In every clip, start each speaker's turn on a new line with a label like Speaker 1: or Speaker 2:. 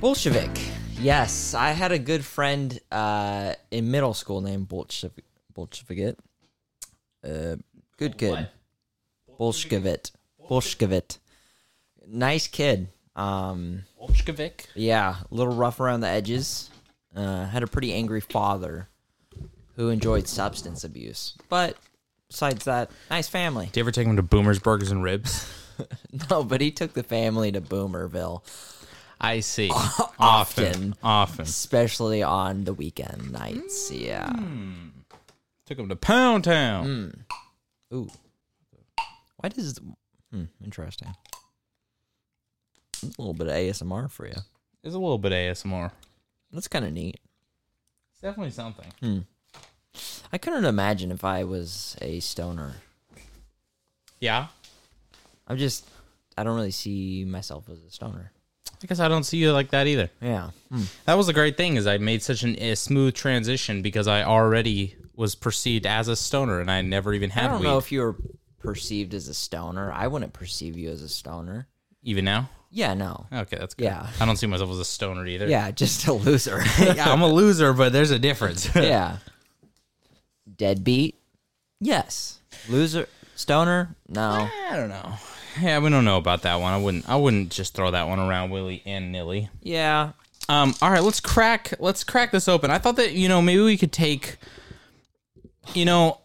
Speaker 1: Bolshevik. Yes, I had a good friend uh, in middle school named Bolshevik. Bolshevik. Uh, good kid. Bolshevik. Bolshevik. Nice kid. Um,
Speaker 2: Bolshevik.
Speaker 1: yeah, a little rough around the edges. Uh, had a pretty angry father who enjoyed substance abuse. But besides that, nice family.
Speaker 3: Do you ever take them to Boomers Burgers and Ribs?
Speaker 1: No, but he took the family to Boomerville
Speaker 2: I see.
Speaker 1: often,
Speaker 3: Often.
Speaker 1: especially on the weekend nights. Yeah.
Speaker 3: Took them to Pound Town.
Speaker 1: Hmm. Ooh. Why does hmm, interesting. A little bit of ASMR for you.
Speaker 3: It's a little bit ASMR.
Speaker 1: That's kind of neat.
Speaker 3: It's definitely something.
Speaker 1: Hmm. I couldn't imagine if I was a stoner.
Speaker 3: Yeah.
Speaker 1: I'm just I don't really see myself as a stoner.
Speaker 3: I guess I don't see you like that either.
Speaker 1: Yeah. Hmm.
Speaker 3: That was the great thing is I made such an, a smooth transition because I already was perceived as a stoner and I never even
Speaker 1: I
Speaker 3: had
Speaker 1: don't
Speaker 3: weed.
Speaker 1: know if you were perceived as a stoner. I wouldn't perceive you as a stoner.
Speaker 3: even now.
Speaker 1: Yeah, no.
Speaker 3: Okay, that's good.
Speaker 1: Yeah.
Speaker 3: I don't see myself as a stoner either.
Speaker 1: Yeah, just a loser. yeah.
Speaker 3: I'm a loser, but there's a difference.
Speaker 1: yeah. Deadbeat? Yes. Loser stoner? No.
Speaker 3: I don't know. Yeah, we don't know about that one. I wouldn't. I wouldn't just throw that one around willy and nilly.
Speaker 1: Yeah.
Speaker 3: Um. All right. Let's crack. Let's crack this open. I thought that you know maybe we could take. You know,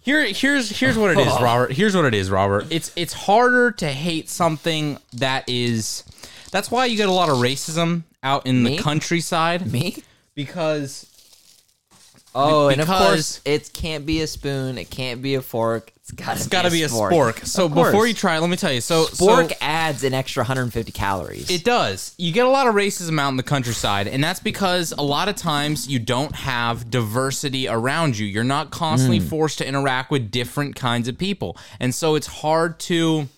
Speaker 3: here here's here's what it is, Robert. Here's what it is, Robert. It's it's harder to hate something that is. That's why you get a lot of racism out in
Speaker 1: Me?
Speaker 3: the countryside
Speaker 1: Me?
Speaker 3: because
Speaker 1: Oh, and of
Speaker 3: because-
Speaker 1: course, it can't be a spoon. It can't be a fork. It's got
Speaker 3: it's got to be a spork. So
Speaker 1: Of course.
Speaker 3: before you try, it, let me tell you. So
Speaker 1: spork
Speaker 3: so,
Speaker 1: adds an extra 150 calories.
Speaker 3: It does. You get a lot of racism out in the countryside, and that's because a lot of times you don't have diversity around you. You're not constantly forced to interact with different kinds of people. And so it's hard to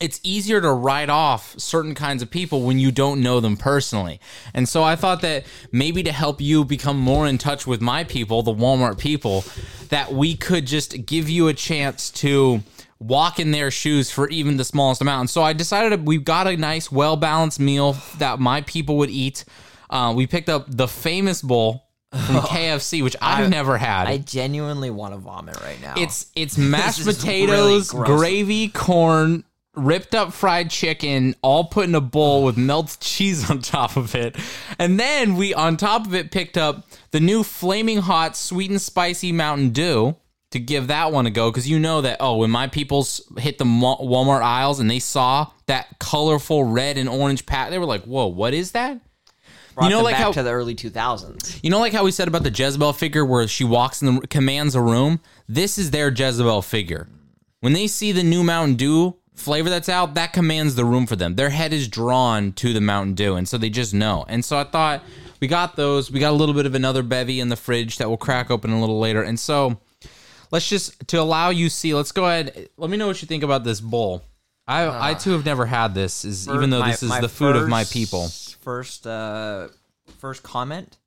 Speaker 3: it's easier to write off certain kinds of people when you don't know them personally. And so I thought that maybe to help you become more in touch with my people, the Walmart people, that we could just give you a chance to walk in their shoes for even the smallest amount. And so I decided we got a nice, well balanced meal that my people would eat. Uh, we picked up the famous bowl from KFC, which I've never had.
Speaker 1: I genuinely want to vomit right now.
Speaker 3: It's it's mashed
Speaker 1: is really
Speaker 3: potatoes,
Speaker 1: gross.
Speaker 3: gravy, corn, ripped up fried chicken, all put in a bowl with melted cheese on top of it. And then we on top of it picked up the new flaming hot sweet and spicy Mountain Dew to give that one a go cuz you know that oh when my people's hit the Mo- Walmart aisles and they saw that colorful red and orange pack they were like, "Whoa, what is that?"
Speaker 1: Brought
Speaker 3: you know,
Speaker 1: them
Speaker 3: like
Speaker 1: back
Speaker 3: how-
Speaker 1: to the early 2000s.
Speaker 3: You know, like how we said about the Jezebel figure, where she walks in the commands a room. This is their Jezebel figure. When they see the new Mountain Dew flavor that's out, that commands the room for them. Their head is drawn to the Mountain Dew, and so they just know. And so I thought we got those. We got a little bit of another bevy in the fridge that we'll crack open a little later. And so let's just to allow you see. Let's go ahead. Let me know what you think about this bowl. I, I too have never had this, is even though
Speaker 1: Ah. My-
Speaker 3: this is
Speaker 1: my
Speaker 3: the food of my
Speaker 1: first-
Speaker 3: people.
Speaker 1: First, uh, first comment.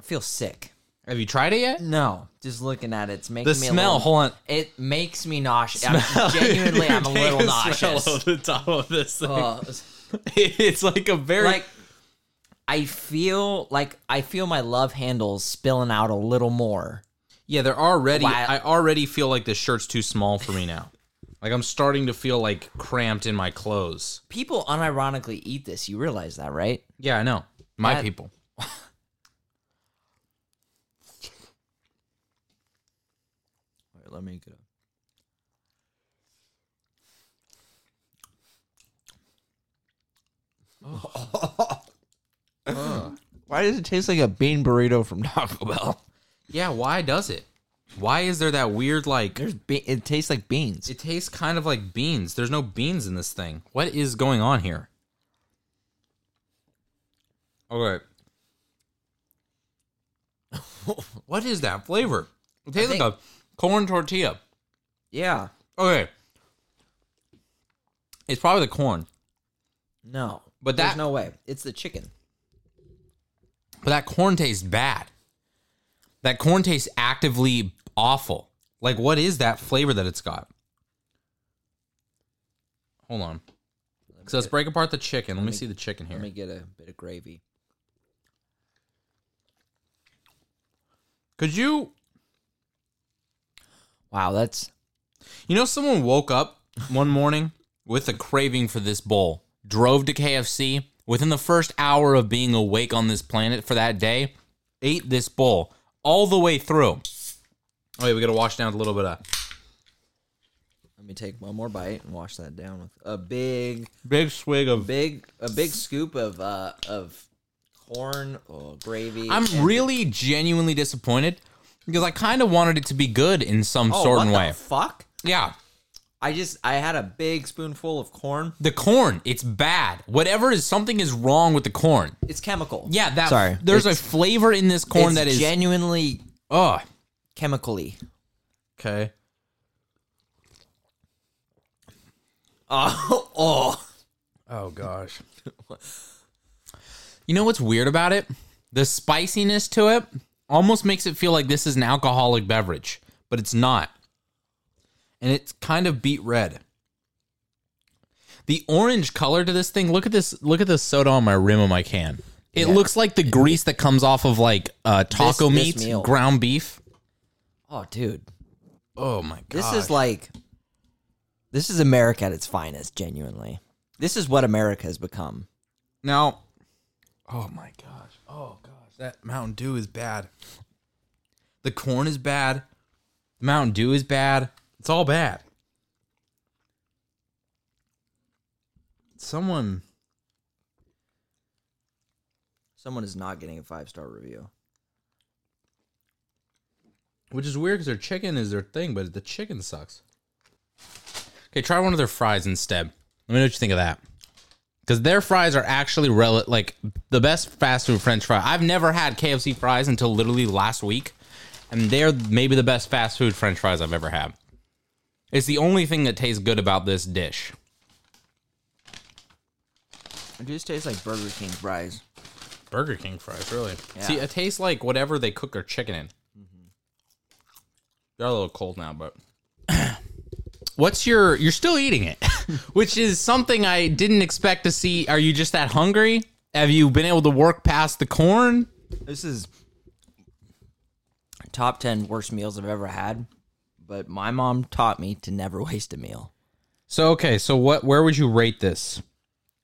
Speaker 1: I feel sick.
Speaker 3: Have you tried it yet?
Speaker 1: No, just looking at it, it's making
Speaker 3: The
Speaker 1: Mm, me
Speaker 3: smell.
Speaker 1: A little,
Speaker 3: hold on.
Speaker 1: it makes me nauseous. I'm, genuinely, I'm a
Speaker 3: Take
Speaker 1: little nauseous.
Speaker 3: Smell of the top of this thing.
Speaker 1: Ugh.
Speaker 3: it's like a very
Speaker 1: like I feel like I feel my love handles spilling out a little more.
Speaker 3: yeah. They're already.
Speaker 1: Wow.
Speaker 3: I already feel like this shirt's too small for me now. like I'm starting to feel like cramped in my clothes.
Speaker 1: People unironically eat this. You realize that, right?
Speaker 3: Yeah, I know. My
Speaker 1: That-
Speaker 3: people.
Speaker 1: Wait, let me go.
Speaker 4: Why does it taste like a bean burrito from Taco Bell?
Speaker 3: Yeah. Why does it? Why is there that weird like?
Speaker 4: There's be- it tastes like beans.
Speaker 3: It tastes kind of like beans. There's no beans in this thing. What is going on here? Okay. what is that flavor? It tastes like a corn tortilla.
Speaker 1: Yeah.
Speaker 3: Okay. It's probably the corn,
Speaker 1: No.
Speaker 3: But
Speaker 1: there's
Speaker 3: that-
Speaker 1: no way. It's the chicken.
Speaker 3: but that corn tastes bad. That corn tastes actively awful. Like, what is that flavor that it's got? Hold on. So let's break apart the chicken. Let me see the chicken
Speaker 1: Let me
Speaker 3: here.
Speaker 1: get a bit of gravy.
Speaker 3: Could you?
Speaker 1: Wow, that's
Speaker 3: You know, someone woke up one morning with a craving for this bowl, drove to KFC within the first hour of being awake on this planet for that day, ate this bowl all the way through. Oh, yeah, we got to wash down with a little bit of
Speaker 1: Let me take one more bite and wash that down with a big,
Speaker 3: big swig of.
Speaker 1: big, a big scoop of uh of corn or gravy.
Speaker 3: I'm
Speaker 1: and-
Speaker 3: really genuinely disappointed because I kind of wanted it to be good in some
Speaker 1: oh,
Speaker 3: sort
Speaker 1: what
Speaker 3: of
Speaker 1: the
Speaker 3: way.
Speaker 1: fuck!
Speaker 3: yeah.
Speaker 1: I just I had a big spoonful of corn.
Speaker 3: The corn, it's bad. Whatever is something is wrong with the corn.
Speaker 1: It's chemical.
Speaker 3: Yeah, that
Speaker 1: Sorry.
Speaker 3: There's
Speaker 1: It's-
Speaker 3: a flavor in this corn
Speaker 1: it's
Speaker 3: that is
Speaker 1: genuinely
Speaker 3: ugh.
Speaker 1: chemically.
Speaker 3: Okay.
Speaker 1: Oh, oh.
Speaker 3: Oh gosh. you know what's weird about it? The spiciness to it almost makes it feel like this is an alcoholic beverage, but it's not. And it's kind of beet red. The orange color to this thing, look at this look at the soda on my rim of my can. It looks like the grease that comes off of like uh, taco
Speaker 1: this
Speaker 3: meat,
Speaker 1: meal.
Speaker 3: ground beef.
Speaker 1: oh, dude,
Speaker 3: Oh my god.
Speaker 1: this is like this is America at its finest. Genuinely, this is what America has become.
Speaker 3: Now, oh my gosh, oh gosh, that Mountain Dew is bad. The corn is bad. The Mountain Dew is bad. It's all bad. Someone,
Speaker 1: Someone is not getting a five star review.
Speaker 3: which is weird because their chicken is their thing, but the chicken sucks. Okay, try one of their fries instead. Let me know what you think of that. Because their fries are actually rel- like the best fast food French fry. I've never had KFC fries until literally last week, and they're maybe the best fast food French fries I've ever had. It's the only thing that tastes good about this dish.
Speaker 1: It just tastes like Burger King fries.
Speaker 3: Burger King fries, really.
Speaker 1: Yeah.
Speaker 3: See, it tastes like whatever they cook their chicken in. They're a little cold now, but what's your? You're still eating it, which is something I didn't expect to see. Are you just that hungry? Have you been able to work past the corn?
Speaker 1: This is top 10 worst meals I've ever had, but my mom taught me to never waste a meal.
Speaker 3: So okay, so what? Where would you rate this?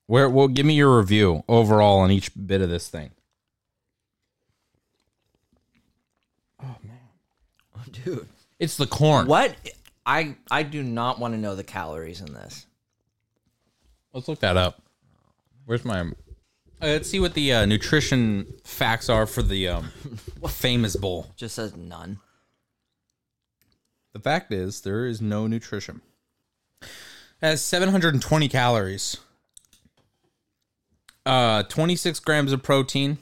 Speaker 3: Where? Well, give me your review overall on each bit of this thing.
Speaker 1: Dude,
Speaker 3: It's the corn.
Speaker 1: what? I I do not want to know the calories in this.
Speaker 3: Let's look that up. Where's my? Uh, let's see what the uh, nutrition facts are for the um, famous bowl.
Speaker 1: Just says none.
Speaker 3: The fact is, there is no nutrition. It has 720 calories, uh, 26 grams of protein,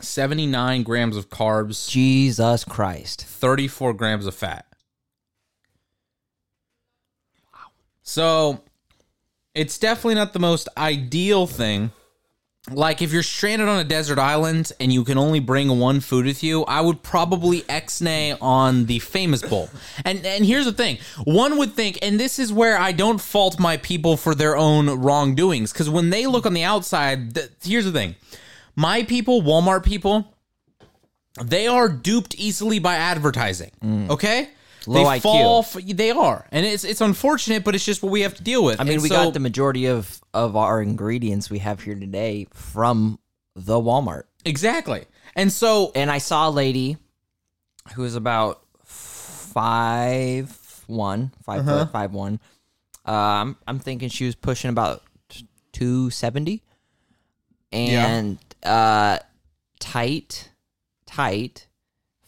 Speaker 3: 79 grams of carbs,
Speaker 1: Jesus Christ.
Speaker 3: 34 grams of fat. So it's definitely not the most ideal thing. Like if you're stranded on a desert island and you can only bring one food with you, I would probably ex-nay on the famous bowl. And and here's the thing. One would think, and this is where I don't fault my people for their own wrongdoings, because when they look on the outside, th- here's the thing. My people, Walmart people, they are duped easily by advertising. Okay?
Speaker 1: Low
Speaker 3: they
Speaker 1: IQ.
Speaker 3: fall f- they are. And it's it's unfortunate, but it's just what we have to deal with.
Speaker 1: I mean, we got the majority of of our ingredients we have here today from the Walmart.
Speaker 3: Exactly. And so
Speaker 1: and I saw a lady who was about five one, five foot, five one. Um, I'm thinking she was pushing about two seventy, and uh, tight, tight,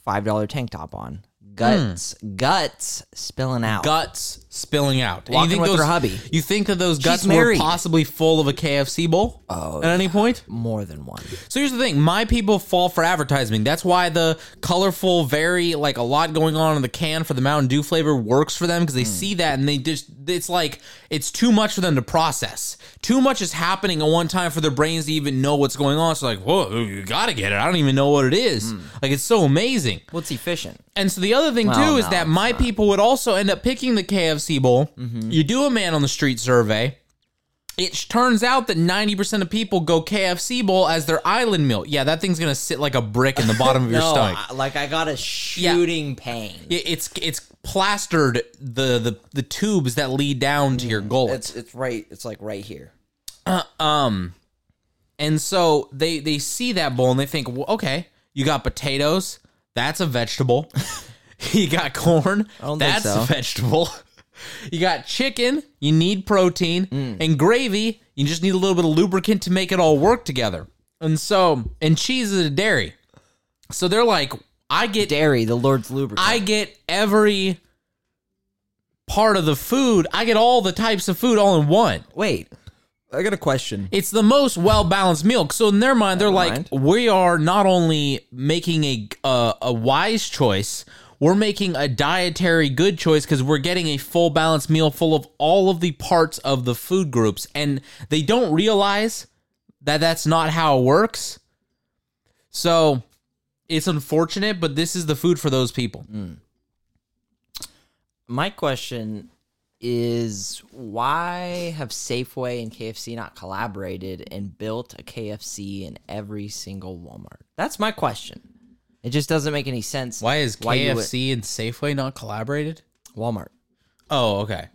Speaker 1: five dollar tank top on, guts, guts spilling out.
Speaker 3: guts spilling out. And
Speaker 1: Walking with
Speaker 3: those,
Speaker 1: her hubby.
Speaker 3: You think that those guts
Speaker 1: married.
Speaker 3: were possibly full of a KFC bowl
Speaker 1: Oh,
Speaker 3: at any point?
Speaker 1: more than one.
Speaker 3: So here's the thing: my people fall for advertising. That's why the colorful, very like a lot going on in the can for the Mountain Dew flavor works for them because they see that and they just it's like it's too much for them to process. Too much is happening at one time for their brains to even know what's going on. So like, whoa, you gotta get it. I don't even know what it is. Like it's so amazing.
Speaker 1: Well, it's efficient.
Speaker 3: And so the other thing
Speaker 1: Well,
Speaker 3: too is
Speaker 1: no,
Speaker 3: that my
Speaker 1: Mm-hmm.
Speaker 3: people would also end up picking the KFC bowl. You do a man on the street survey. It sh- turns out that 90% of people go KFC bowl as their island meal. Yeah, that thing's going to sit like a brick in the bottom of your
Speaker 1: no,
Speaker 3: stomach.
Speaker 1: I- like I got a shooting pain.
Speaker 3: It- it's it's plastered the, the the tubes that lead down to your gullet.
Speaker 1: It's it's right. It's like right here.
Speaker 3: And so they they see that bowl and they think, well, okay, you got potatoes. That's a vegetable. you got corn.
Speaker 1: don't think
Speaker 3: that's
Speaker 1: so.
Speaker 3: a vegetable. you got chicken. You need protein
Speaker 1: Mm.
Speaker 3: and gravy. You just need a little bit of lubricant to make it all work together. And so and cheese is a dairy. So they're like, I get
Speaker 1: Dairy, the Lord's lubricant.
Speaker 3: I get every part of the food. I get all the types of food all in one.
Speaker 1: Wait, I got a question.
Speaker 3: It's the most well balanced meal. So in their mind, they're like,
Speaker 1: mind.
Speaker 3: we are not only making a uh, a wise choice, we're making a dietary good choice because we're getting a full balanced meal full of all of the parts of the food groups, and they don't realize that that's not how it works. So it's unfortunate, but this is the food for those people.
Speaker 1: Mm. My question is why have Safeway and KFC not collaborated and built a KFC in every single Walmart? That's my question. It just doesn't make any sense.
Speaker 3: Why is
Speaker 1: you would-
Speaker 3: KFC and Safeway not collaborated?
Speaker 1: Walmart?
Speaker 3: Oh, okay.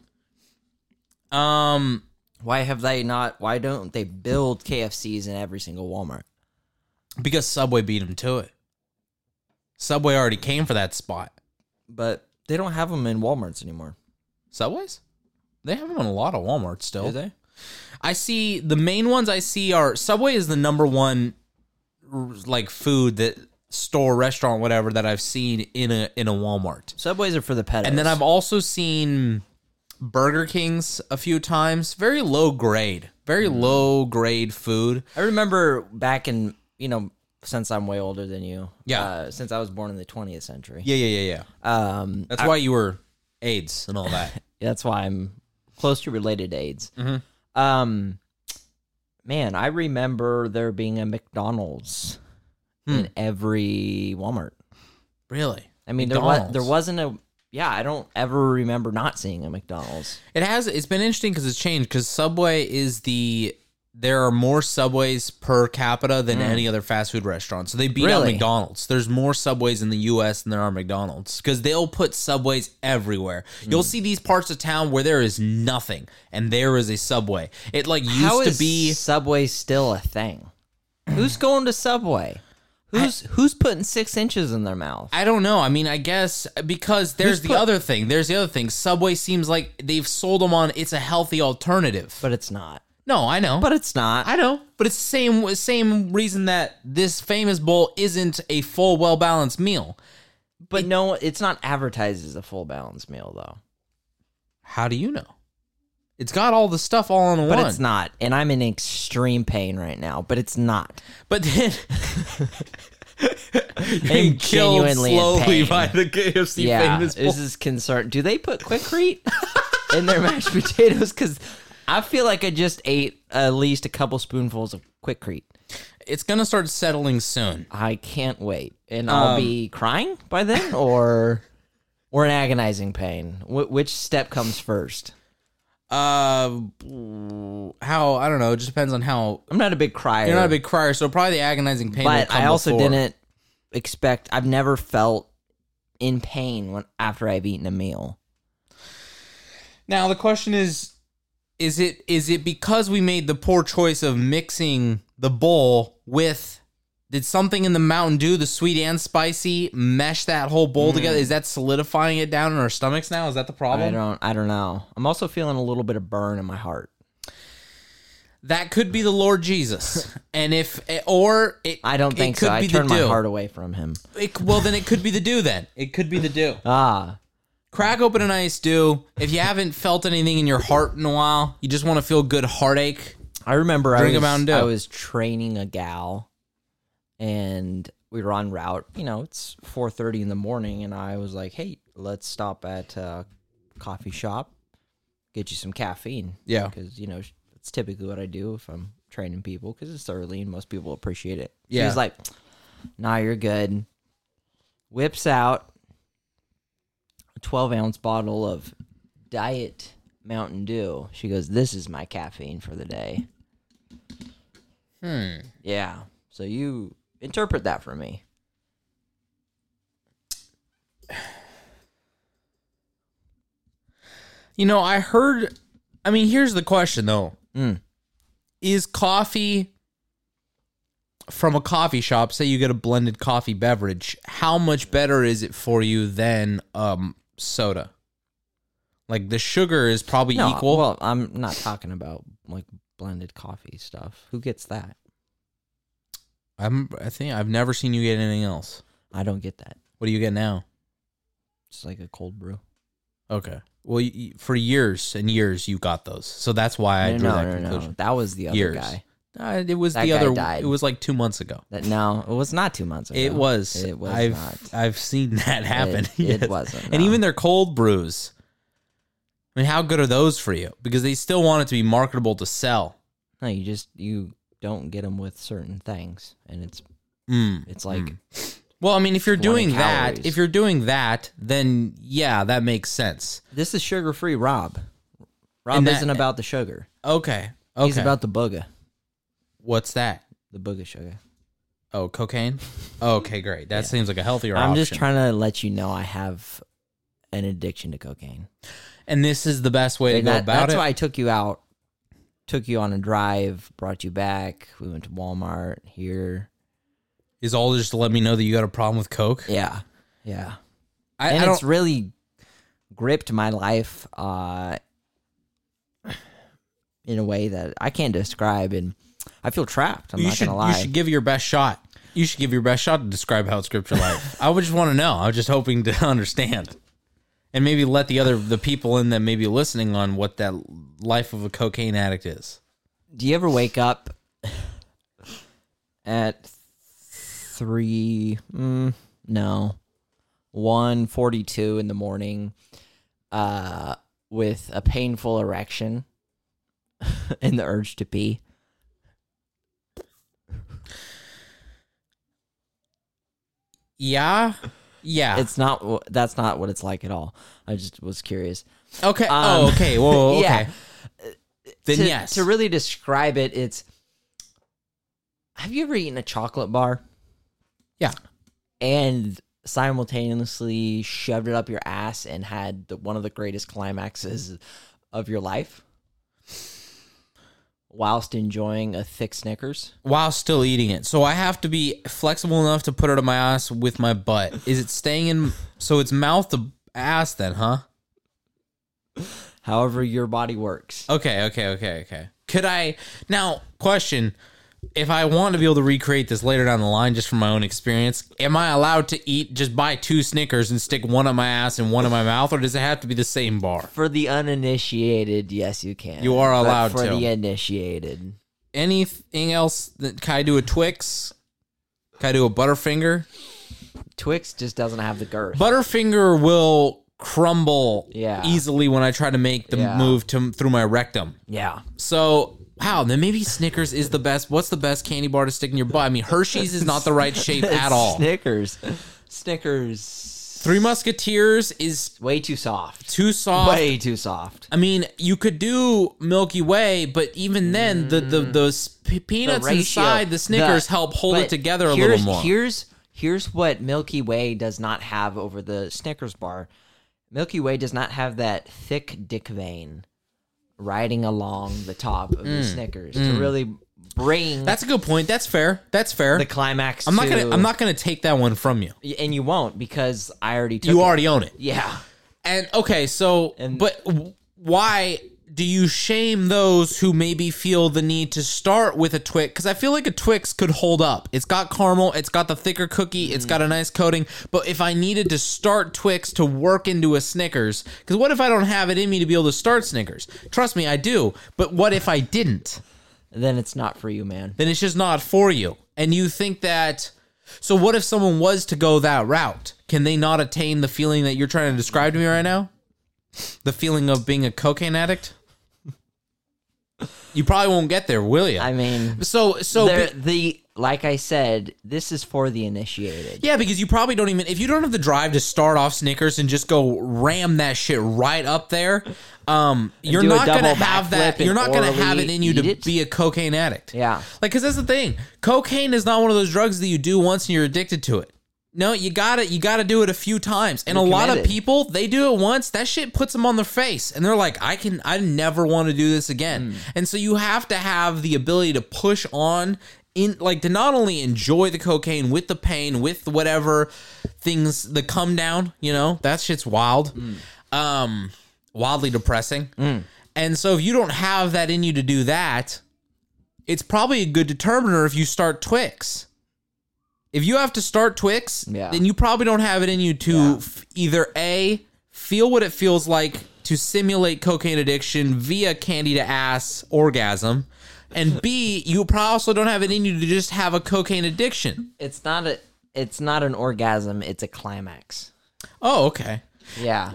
Speaker 3: Um,
Speaker 1: Why have they not? Why don't they build KFCs in every single Walmart?
Speaker 3: because Subway beat them to it. Subway already came for that spot.
Speaker 1: But they don't have them in Walmarts anymore.
Speaker 3: Subways? They have them in a lot of Walmarts still.
Speaker 1: Do they?
Speaker 3: I see the main ones I see are Subway is the number one r- like food that store restaurant whatever that I've seen in a in a Walmart.
Speaker 1: Subways are for the pedos.
Speaker 3: And then I've also seen Burger King's a few times. Very low grade. Very low grade food.
Speaker 1: I remember back in you know since I'm way older than you.
Speaker 3: Yeah.
Speaker 1: Uh, since I was born in the 20th century.
Speaker 3: Yeah, yeah, yeah, yeah.
Speaker 1: Um,
Speaker 3: That's why you were AIDS and all that.
Speaker 1: that's why I'm closely related to AIDS.
Speaker 3: Mm-hmm.
Speaker 1: Um, man, I remember there being a McDonald's
Speaker 3: Hmm.
Speaker 1: in every Walmart.
Speaker 3: really?
Speaker 1: I mean, there was
Speaker 3: McDonald's.
Speaker 1: there wasn't a yeah. I don't ever remember not seeing a McDonald's.
Speaker 3: It has. It's been interesting because it's changed. Because Subway is the there are more Subways per capita than any other fast food restaurant. So they beat out
Speaker 1: Mm. Really?
Speaker 3: McDonald's. There's more Subways in the U.S. than there are McDonald's because they'll put Subways everywhere.
Speaker 1: Mm.
Speaker 3: You'll see these parts of town where there is nothing and there is a Subway. It like used
Speaker 1: How
Speaker 3: to
Speaker 1: is
Speaker 3: be.
Speaker 1: Subway still a thing? Who's going to Subway? Who's who's putting six inches in their mouth?
Speaker 3: I don't know. I mean, I guess because there's the
Speaker 1: put-
Speaker 3: other thing. There's the other thing. Subway seems like they've sold them on. It's a healthy alternative.
Speaker 1: But it's not.
Speaker 3: no, I know.
Speaker 1: But it's not.
Speaker 3: I know, but it's the same same reason that this famous bowl isn't a full, well balanced meal.
Speaker 1: But no, it's not advertised as a full balanced meal though.
Speaker 3: How do you know? It's got all the stuff all in one.
Speaker 1: But it's not, and I'm in extreme pain right now. But it's not.
Speaker 3: But then
Speaker 1: I'm genuinely in pain.
Speaker 3: the KFC
Speaker 1: yeah, this is concern. Do they put Quickrete in their mashed potatoes? Because I feel like I just ate at least a couple spoonfuls of Quickrete.
Speaker 3: It's gonna start settling soon.
Speaker 1: I can't wait, and I'll be crying by then, or or in agonizing pain. Wh- which step comes first?
Speaker 3: Uh, how I don't know. It just depends on how
Speaker 1: I'm not a big crier.
Speaker 3: you're not a big crier, so probably the agonizing pain. will
Speaker 1: but
Speaker 3: come
Speaker 1: I also
Speaker 3: before.
Speaker 1: didn't expect. I've never felt in pain when after I've eaten a meal.
Speaker 3: Now the question is is it is it because we made the poor choice of mixing the bowl with did something in the Mountain Dew, the sweet and spicy, mesh that whole bowl together? Is that solidifying it down in our stomachs now? Is that the
Speaker 1: Mm. I
Speaker 3: problem?
Speaker 1: don't. I don't know. I'm also feeling a little bit of burn in my heart.
Speaker 3: That could be the Lord Jesus, and if or it,
Speaker 1: I don't
Speaker 3: it
Speaker 1: think
Speaker 3: could
Speaker 1: so. I
Speaker 3: be the
Speaker 1: turned my
Speaker 3: dew.
Speaker 1: heart away from him.
Speaker 3: It- well, then it could be the dew. Then it could be the dew.
Speaker 1: Ah,
Speaker 3: Crack open an ice dew. If you haven't felt anything in your heart in a while, you just want to feel good heartache.
Speaker 1: I remember
Speaker 3: Drink
Speaker 1: I
Speaker 3: a
Speaker 1: was,
Speaker 3: Mountain Dew.
Speaker 1: I was training a gal and we were on route. You know, it's 4.30 in the morning and I was like, hey, let's stop at a coffee shop, get you some caffeine.
Speaker 3: Yeah.
Speaker 1: Because, you know, it's typically what I do if I'm training people because it's early and most people appreciate it. She
Speaker 3: Yeah.
Speaker 1: was like, nah, you're good. Whips out a 12 ounce bottle of Diet Mountain Dew. She goes, This is my caffeine for the day. Hmm. Yeah. So you interpret that for me.
Speaker 3: You know, I heard. I mean, here's the question though:
Speaker 1: Mm.
Speaker 3: Is coffee from a coffee shop? Say you get a blended coffee beverage. How much better is it for you than um, soda? Like the sugar is probably
Speaker 1: No,
Speaker 3: equal.
Speaker 1: Well, I'm not talking about like blended coffee stuff. Who gets that?
Speaker 3: I'm. I think I've never seen you get anything else.
Speaker 1: I don't get that.
Speaker 3: What do you get now?
Speaker 1: It's like a cold brew.
Speaker 3: Okay. Well, you, you- for years and years you got those, so that's why I
Speaker 1: no,
Speaker 3: drew
Speaker 1: no,
Speaker 3: that
Speaker 1: no,
Speaker 3: conclusion.
Speaker 1: no. That was the other
Speaker 3: Years.
Speaker 1: guy.
Speaker 3: Uh, it was
Speaker 1: That
Speaker 3: the
Speaker 1: guy
Speaker 3: other.
Speaker 1: died.
Speaker 3: It was like two months ago.
Speaker 1: That no, it was not two months ago.
Speaker 3: It was.
Speaker 1: It was
Speaker 3: I've,
Speaker 1: not.
Speaker 3: I've seen that happen.
Speaker 1: It- it wasn't,
Speaker 3: And
Speaker 1: no.
Speaker 3: even their cold brews. I mean, how good are those for you? Because they still want it to be marketable to sell.
Speaker 1: No, you just you don't get them with certain things, and it's it's like
Speaker 3: Mm. Hmm. Well, I mean, if you're
Speaker 1: Wanting
Speaker 3: doing that,
Speaker 1: calories.
Speaker 3: if you're doing that, then yeah, that makes sense.
Speaker 1: this is sugar free. Rob, Rob
Speaker 3: And that-
Speaker 1: isn't about the sugar.
Speaker 3: Okay. Okay.
Speaker 1: He's about the booger,
Speaker 3: What's that?
Speaker 1: the booger sugar.
Speaker 3: Oh, cocaine. okay, great. That seems like a healthier
Speaker 1: I'm
Speaker 3: option.
Speaker 1: just trying to let you know I have an addiction to cocaine.
Speaker 3: And this is the best way to
Speaker 1: And
Speaker 3: go
Speaker 1: that-
Speaker 3: about
Speaker 1: that's
Speaker 3: it.
Speaker 1: why I took you out, took you on a drive, brought you back. We went to Walmart here.
Speaker 3: Is all just to let me know that you got a problem with coke?
Speaker 1: Yeah, yeah.
Speaker 3: I, I
Speaker 1: and
Speaker 3: don't.
Speaker 1: it's really gripped my life uh, in a way that I can't describe, and I feel trapped. I'm
Speaker 3: you
Speaker 1: not
Speaker 3: should
Speaker 1: gonna lie.
Speaker 3: you should give your best shot. You should give your best shot to describe how it scripts your life. I would just want to know. I was just hoping to understand, and maybe let the other the people in that may be listening on what that life of a cocaine addict is.
Speaker 1: Do you ever wake up at three? Mm, no, one forty-two in the morning, uh, with a painful erection and the urge to pee.
Speaker 3: Yeah, yeah.
Speaker 1: It's not. wh- That's not what it's like at all. I just was curious.
Speaker 3: okay.
Speaker 1: um,
Speaker 3: oh, okay. Whoa. whoa, Okay.
Speaker 1: yeah.
Speaker 3: Then
Speaker 1: to,
Speaker 3: yes.
Speaker 1: To really describe it, it's have you ever eaten a chocolate bar
Speaker 3: yeah.
Speaker 1: and simultaneously shoved it up your ass and had the, one of the greatest climaxes of your life whilst enjoying a thick Snickers?
Speaker 3: While still eating it, so I have to be flexible enough to put it in my ass with my butt. Is it staying in? So it's mouth to ass then, huh?
Speaker 1: However, your body works.
Speaker 3: Okay, okay, okay, okay. Could I now question if I want to be able to recreate this later down the line just from my own experience, am I allowed to eat just buy two Snickers and stick one on my ass and one in my mouth, or does it have to be the same bar?
Speaker 1: For the uninitiated, yes, you can.
Speaker 3: You are
Speaker 1: But
Speaker 3: allowed
Speaker 1: for
Speaker 3: to.
Speaker 1: the initiated.
Speaker 3: Anything else that can I do a Twix? Can I do a Butterfinger?
Speaker 1: Twix just doesn't have the girth.
Speaker 3: Butterfinger will crumble
Speaker 1: Yeah.
Speaker 3: easily when I try to make the
Speaker 1: Yeah.
Speaker 3: move to through my rectum.
Speaker 1: yeah.
Speaker 3: So wow, then maybe Snickers is the best. What's the best candy bar to stick in your butt? I mean, Hershey's is not the right shape at all.
Speaker 1: Snickers. Snickers.
Speaker 3: Three Musketeers is
Speaker 1: Way too soft.
Speaker 3: too soft.
Speaker 1: Way too soft.
Speaker 3: I mean, you could do Milky Way, but even then, the the those p-
Speaker 1: Mm. The
Speaker 3: peanuts
Speaker 1: ratio-
Speaker 3: inside the Snickers help hold
Speaker 1: but
Speaker 3: it together a
Speaker 1: here's-
Speaker 3: little more.
Speaker 1: Here's here's what Milky Way does not have over the Snickers bar. Milky Way does not have that thick dick vein riding along the top of the Snickers to really bring
Speaker 3: Mm. That's a good point. That's fair. That's fair.
Speaker 1: the climax.
Speaker 3: I'm not
Speaker 1: to-
Speaker 3: gonna I'm not gonna take that one from you.
Speaker 1: and you won't because I already took
Speaker 3: You
Speaker 1: it.
Speaker 3: already own it.
Speaker 1: yeah.
Speaker 3: And okay, so but w- why do you shame those who maybe feel the need to start with a Twix? Because I feel like a Twix could hold up. It's got caramel, it's got the thicker cookie, it's got a nice coating. But if I needed to start Twix to work into a Snickers, because what if I don't have it in me to be able to start Snickers? Trust me, I do. But what if I didn't?
Speaker 1: Then it's not for you, man.
Speaker 3: Then it's just not for you. And you think that. So what if someone was to go that route? Can they not attain the feeling that you're trying to describe to me right now? The feeling of being a cocaine addict? You probably won't get there, will you?
Speaker 1: I mean,
Speaker 3: so so
Speaker 1: they're-
Speaker 3: be-
Speaker 1: the like I said, this is for the initiated.
Speaker 3: yeah, because you probably don't even if you don't have the drive to start off Snickers and just go ram that shit right up there. Um, you're
Speaker 1: do a
Speaker 3: not gonna
Speaker 1: double
Speaker 3: have
Speaker 1: backflip
Speaker 3: that.
Speaker 1: and
Speaker 3: You're not gonna have it
Speaker 1: orally
Speaker 3: in you to
Speaker 1: eat it?
Speaker 3: be a cocaine addict.
Speaker 1: Yeah.
Speaker 3: Like, cause that's the thing. Cocaine is not one of those drugs that you do once and you're addicted to it. No, you gotta you gotta do it a few times. And a lot of
Speaker 1: committed.
Speaker 3: people, they do it once, that shit puts them on their face. And they're like, I can I never want to do this again. And so you have to have the ability to push on in like to not only enjoy the cocaine with the pain, with whatever things the come down, you know, that shit's wild. Um wildly depressing. And so if you don't have that in you to do that, it's probably a good determiner if you start Twix. If you have to start Twix,
Speaker 1: Yeah.
Speaker 3: then you probably don't have it in you to f- either A, feel what it feels like to simulate cocaine addiction via candy to ass orgasm, and B, you probably also don't have it in you to just have a cocaine addiction.
Speaker 1: It's not a. It's not an orgasm. It's a climax.
Speaker 3: Oh, okay.
Speaker 1: Yeah,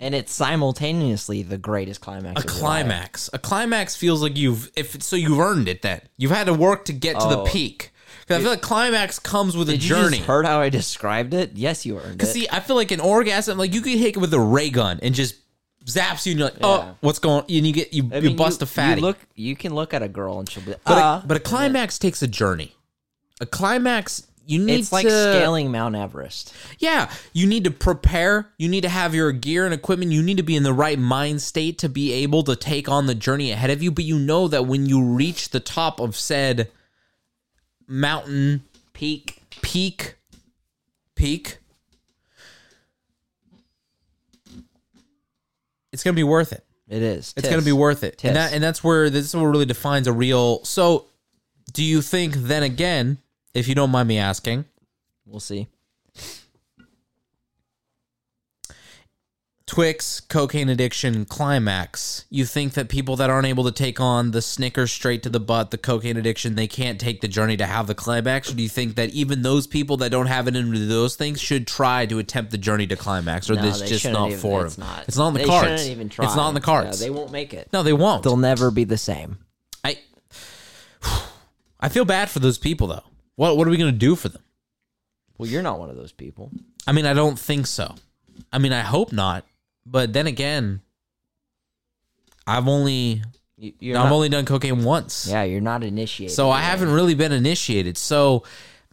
Speaker 1: and it's simultaneously the greatest climax.
Speaker 3: A climax. A climax feels like you've if so you've earned it then. You've had to work to get to the
Speaker 1: Oh.
Speaker 3: peak. 'Cause I feel like climax comes with a
Speaker 1: Did you
Speaker 3: journey.
Speaker 1: just heard how I described it? Yes, you earned it.
Speaker 3: See, I feel like an orgasm, like you could hit it with a ray gun and just zaps you, and you're like,
Speaker 1: Yeah.
Speaker 3: oh, what's going? And you get you,
Speaker 1: I
Speaker 3: you
Speaker 1: mean,
Speaker 3: bust a fatty.
Speaker 1: You look. You can look at a girl and she'll be.
Speaker 3: but,
Speaker 1: uh,
Speaker 3: a, but a climax takes a journey. A climax, you need
Speaker 1: it's like
Speaker 3: to-
Speaker 1: scaling Mount Everest.
Speaker 3: Yeah, you need to prepare. You need to have your gear and equipment. You need to be in the right mind state to be able to take on the journey ahead of you. But you know that when you reach the top of said mountain
Speaker 1: Peak.
Speaker 3: peak, peak, it's gonna be worth it.
Speaker 1: It is.
Speaker 3: It's gonna be worth it.
Speaker 1: Tis.
Speaker 3: And that and that's where this is what really defines a real. So, do you think then again, if you don't mind me asking?
Speaker 1: We'll see.
Speaker 3: Twix, cocaine addiction, climax. You think that people that aren't able to take on the Snickers straight to the butt, the cocaine addiction, they can't take the journey to have the climax? Or do you think that even those people that don't have it into those things should try to attempt the journey to climax? Or
Speaker 1: No,
Speaker 3: this
Speaker 1: they
Speaker 3: just
Speaker 1: shouldn't
Speaker 3: not
Speaker 1: even-
Speaker 3: for
Speaker 1: It's
Speaker 3: them?
Speaker 1: not.
Speaker 3: It's not in the
Speaker 1: They
Speaker 3: cards.
Speaker 1: shouldn't even try.
Speaker 3: It's not in the
Speaker 1: No,
Speaker 3: cards.
Speaker 1: they won't make it.
Speaker 3: No, they won't.
Speaker 1: They'll never be the same.
Speaker 3: I, I feel bad for those people though. What what are we gonna do for them?
Speaker 1: Well, you're not one of those people.
Speaker 3: I mean, I don't think so. I mean, I hope not. But then again, I've only
Speaker 1: You, you're
Speaker 3: I've
Speaker 1: not,
Speaker 3: only done cocaine once.
Speaker 1: yeah, you're not initiated.
Speaker 3: So I haven't really been initiated. So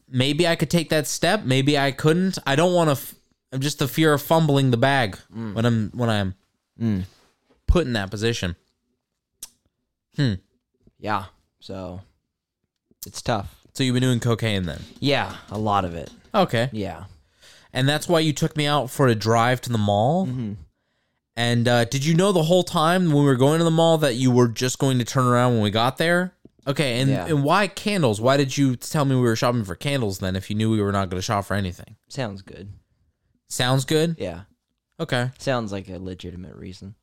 Speaker 3: maybe I could take that step. Maybe I couldn't. I don't want to. F- I'm just the fear of fumbling the bag
Speaker 1: Mm.
Speaker 3: when I'm when I'm put in that position.
Speaker 1: yeah. So it's tough.
Speaker 3: So you've been doing cocaine then?
Speaker 1: Yeah, a lot of it.
Speaker 3: Okay.
Speaker 1: Yeah.
Speaker 3: And that's why you took me out for a drive to the mall.
Speaker 1: Mm-hmm.
Speaker 3: And uh, did you know the whole time when we were going to the mall that you were just going to turn around when we got there? Okay, and,
Speaker 1: Yeah.
Speaker 3: and why candles? Why did you tell me we were shopping for candles then if you knew we were not going to shop for anything?
Speaker 1: Sounds good.
Speaker 3: Sounds good?
Speaker 1: Yeah.
Speaker 3: Okay.
Speaker 1: Sounds like a legitimate reason.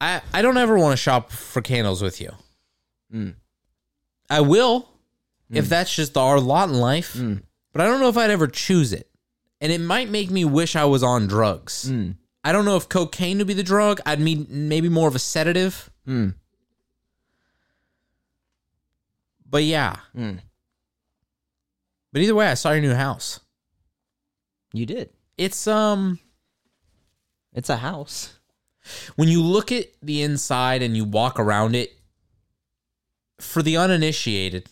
Speaker 3: I, I don't ever want to shop for candles with you.
Speaker 1: Mm.
Speaker 3: I will if that's just our lot in life,
Speaker 1: Mm.
Speaker 3: but I don't know if I'd ever choose it. And it might make me wish I was on drugs.
Speaker 1: Mm.
Speaker 3: I don't know if cocaine would be the drug. I'd mean maybe more of a sedative.
Speaker 1: Mm.
Speaker 3: But yeah.
Speaker 1: Mm.
Speaker 3: But either way, I saw your new house.
Speaker 1: You did.
Speaker 3: It's um
Speaker 1: It's a house.
Speaker 3: when you look at the inside and you walk around it, for the uninitiated,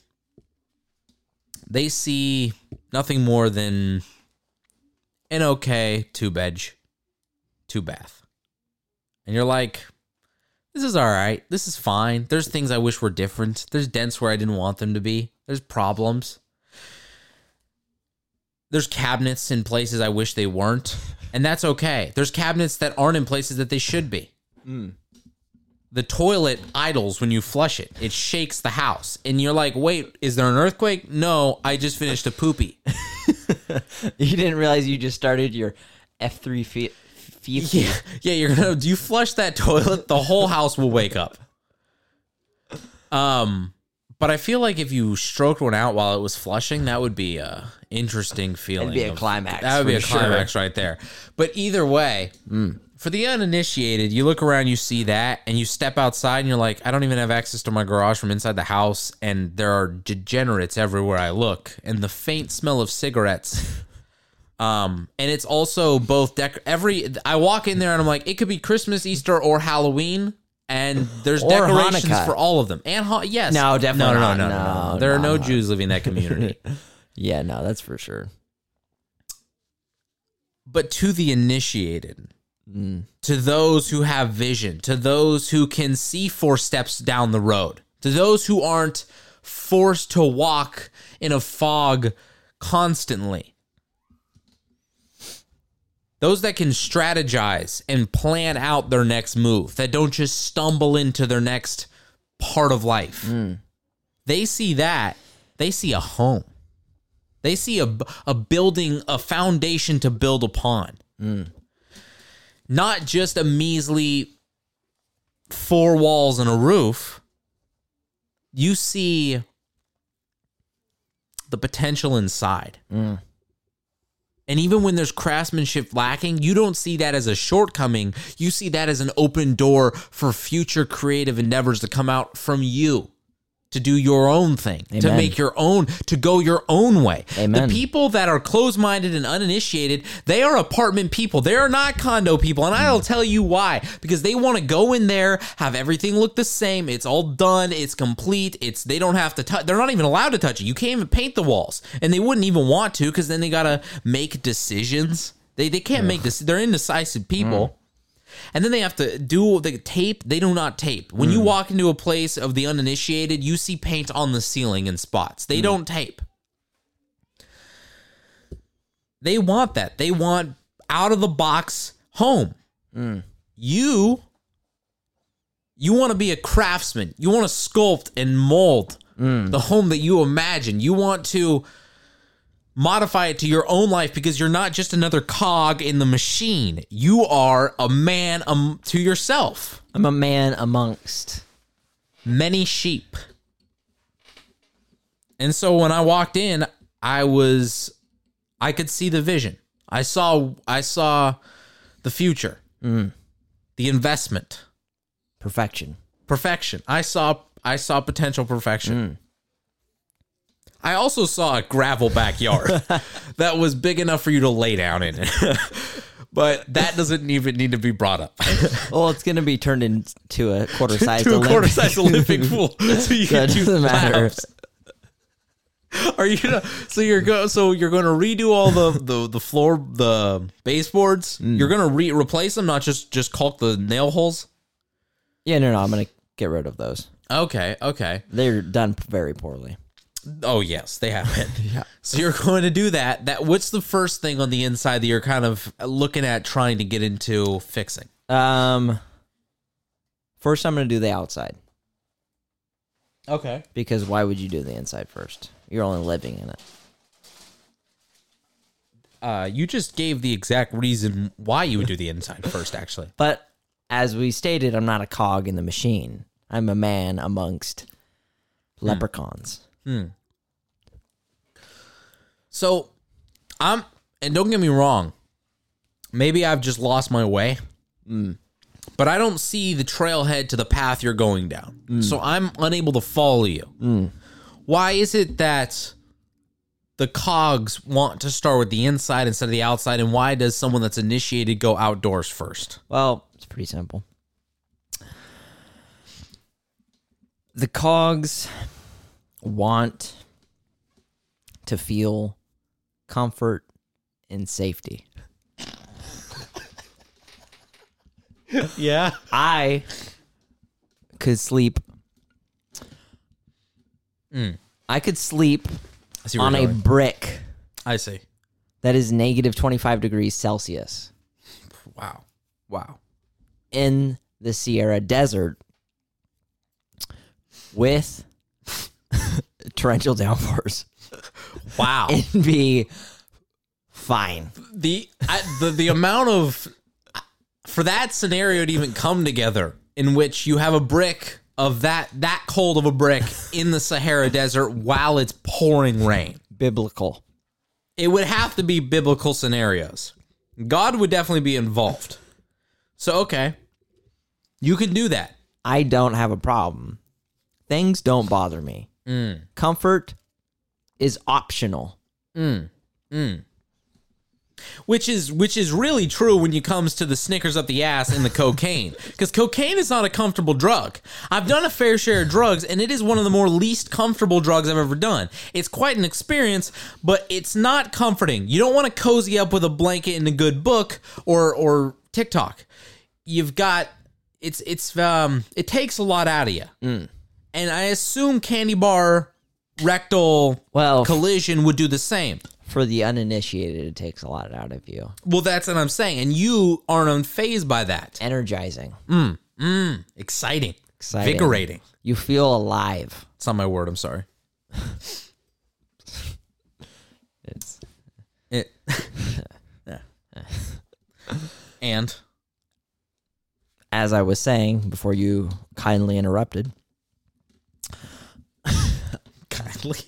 Speaker 3: they see nothing more than an okay two bed, two bath. And you're like, this is all right. This is fine. There's things I wish were different. There's dents where I didn't want them to be. There's problems there's cabinets in places I wish they weren't, and that's okay. There's cabinets that aren't in places that they should be.
Speaker 1: Hmm.
Speaker 3: The toilet idles when you flush it. It shakes the house. And you're like, wait, is there an earthquake? No, I just finished a poopy.
Speaker 1: You didn't realize you just started your F three feet.
Speaker 3: yeah, yeah, you're gonna you flush that toilet, the whole house will wake up. Um but I feel like if you stroked one out while it was flushing, that would be a interesting feeling.
Speaker 1: It'd be a
Speaker 3: of-
Speaker 1: climax.
Speaker 3: That would be
Speaker 1: for
Speaker 3: a
Speaker 1: sure. Hmm.
Speaker 3: climax right there. But either way, for the uninitiated, you look around, you see that, and you step outside, and you're like, I don't even have access to my garage from inside the house, and there are degenerates everywhere I look, and the faint smell of cigarettes. Um, and it's also both dec- every I walk in there and I'm like, it could be Christmas, Easter, or Halloween, and there's
Speaker 1: Or
Speaker 3: decorations
Speaker 1: Hanukkah.
Speaker 3: for all of them. And ha- yes,
Speaker 1: No, definitely
Speaker 3: no, no,
Speaker 1: not.
Speaker 3: no, no, no,
Speaker 1: No,
Speaker 3: There are
Speaker 1: no,
Speaker 3: no
Speaker 1: no.
Speaker 3: Jews living in that community.
Speaker 1: Yeah, no, that's for sure.
Speaker 3: but to the initiated,
Speaker 1: Mm.
Speaker 3: to those who have vision, to those who can see four steps down the road, to those who aren't forced to walk in a fog constantly, those that can strategize and plan out their next move, that don't just stumble into their next part of life. They see that, they see a home. They see a, a building, a foundation to build upon. Not just a measly four walls and a roof. You see the potential inside. And even when there's craftsmanship lacking, you don't see that as a shortcoming. You see that as an open door for future creative endeavors to come out from you to do your own thing, to
Speaker 1: Amen.
Speaker 3: make your own, to go your own way.
Speaker 1: Amen.
Speaker 3: The people that are closed minded and uninitiated, they are apartment people. They are not condo people. And I'll tell you why. Because they want to go in there, have everything look the same. It's all done. It's complete. It's they don't have to touch. They're not even allowed to touch it. You can't even paint the walls. And they wouldn't even want to because then they got to make decisions. They, they can't make this. They're indecisive people and then they have to do the tape. They do not tape. When you walk into a place of the uninitiated, you see paint on the ceiling in spots. They don't tape. They want that. They want out of the box home. You you want to be a craftsman. You want to sculpt and mold the home that you imagine. You want to modify it to your own life because you're not just another cog in the machine. You are a man um, to yourself.
Speaker 1: I'm a man amongst.
Speaker 3: Many sheep. And so when I walked in, I was I could see the vision. I saw I saw the future.
Speaker 1: Mm.
Speaker 3: The investment.
Speaker 1: Perfection.
Speaker 3: perfection. I saw I saw potential
Speaker 1: Mm.
Speaker 3: perfection. I also saw a gravel backyard that was big enough for you to lay down in it. but that doesn't even need to be brought up.
Speaker 1: Well, it's gonna be turned into a quarter size.
Speaker 3: to a quarter size Olympic pool. So you
Speaker 1: That
Speaker 3: can do
Speaker 1: doesn't matter.
Speaker 3: laps. Are you gonna, so you're go so you're going to redo all the, the the floor the baseboards? You're going to re replace them, not just just caulk the nail holes.
Speaker 1: Yeah, no, no, I'm gonna get rid of those.
Speaker 3: Okay, okay.
Speaker 1: They're done very poorly.
Speaker 3: Oh yes, they have it. yeah. So you're going to do that. That what's the first thing on the inside that you're kind of looking at trying to get into fixing?
Speaker 1: Um, first I'm gonna do the outside
Speaker 3: Okay.
Speaker 1: because why would you do the inside first? You're only living in it.
Speaker 3: Uh, you just gave the exact reason why you would do the inside first, actually.
Speaker 1: But as we stated, I'm not a cog in the machine. I'm a man amongst leprechauns.
Speaker 3: So, I'm and don't get me wrong. Maybe I've just lost my way, Mm. but I don't see the trailhead to the path you're going down. So I'm unable to follow you. Why is it that the cogs want to start with the inside instead of the outside, and why does someone that's initiated go outdoors first?
Speaker 1: Well, it's pretty simple. The cogs want to feel comfort and safety.
Speaker 3: Yeah.
Speaker 1: I could sleep. I could sleep
Speaker 3: I see. Where
Speaker 1: on
Speaker 3: you're
Speaker 1: a
Speaker 3: going.
Speaker 1: brick
Speaker 3: I see.
Speaker 1: that is negative 25 degrees Celsius
Speaker 3: Wow. Wow.
Speaker 1: in the Sierra Desert with torrential downpours
Speaker 3: Wow.
Speaker 1: and be fine.
Speaker 3: the I, the the amount of for that scenario to even come together in which you have a brick of that that cold of a brick in the Sahara desert while it's pouring rain.
Speaker 1: Biblical.
Speaker 3: It would have to be biblical scenarios. God would definitely be involved. So okay, you can do that.
Speaker 1: I don't have a problem. Things don't bother me. Comfort is optional.
Speaker 3: which is which is really true when it comes to the Snickers up the ass and the cocaine, because cocaine is not a comfortable drug. I've done a fair share of drugs, and it is one of the more least comfortable drugs I've ever done. It's quite an experience, but it's not comforting. You don't want to cozy up with a blanket and a good book or or TikTok. You've got it's it's um it takes a lot out of you, and I assume candy bar rectal
Speaker 1: Well,
Speaker 3: collision would do the same.
Speaker 1: for the uninitiated, it takes a lot out of you.
Speaker 3: Well, that's what I'm saying, and you aren't unfazed by that.
Speaker 1: Energizing.
Speaker 3: Exciting,
Speaker 1: Exciting.
Speaker 3: invigorating.
Speaker 1: You feel alive.
Speaker 3: It's not my word. I'm sorry.
Speaker 1: It's
Speaker 3: It. Yeah. and
Speaker 1: as I was saying before you kindly interrupted,
Speaker 3: kindly,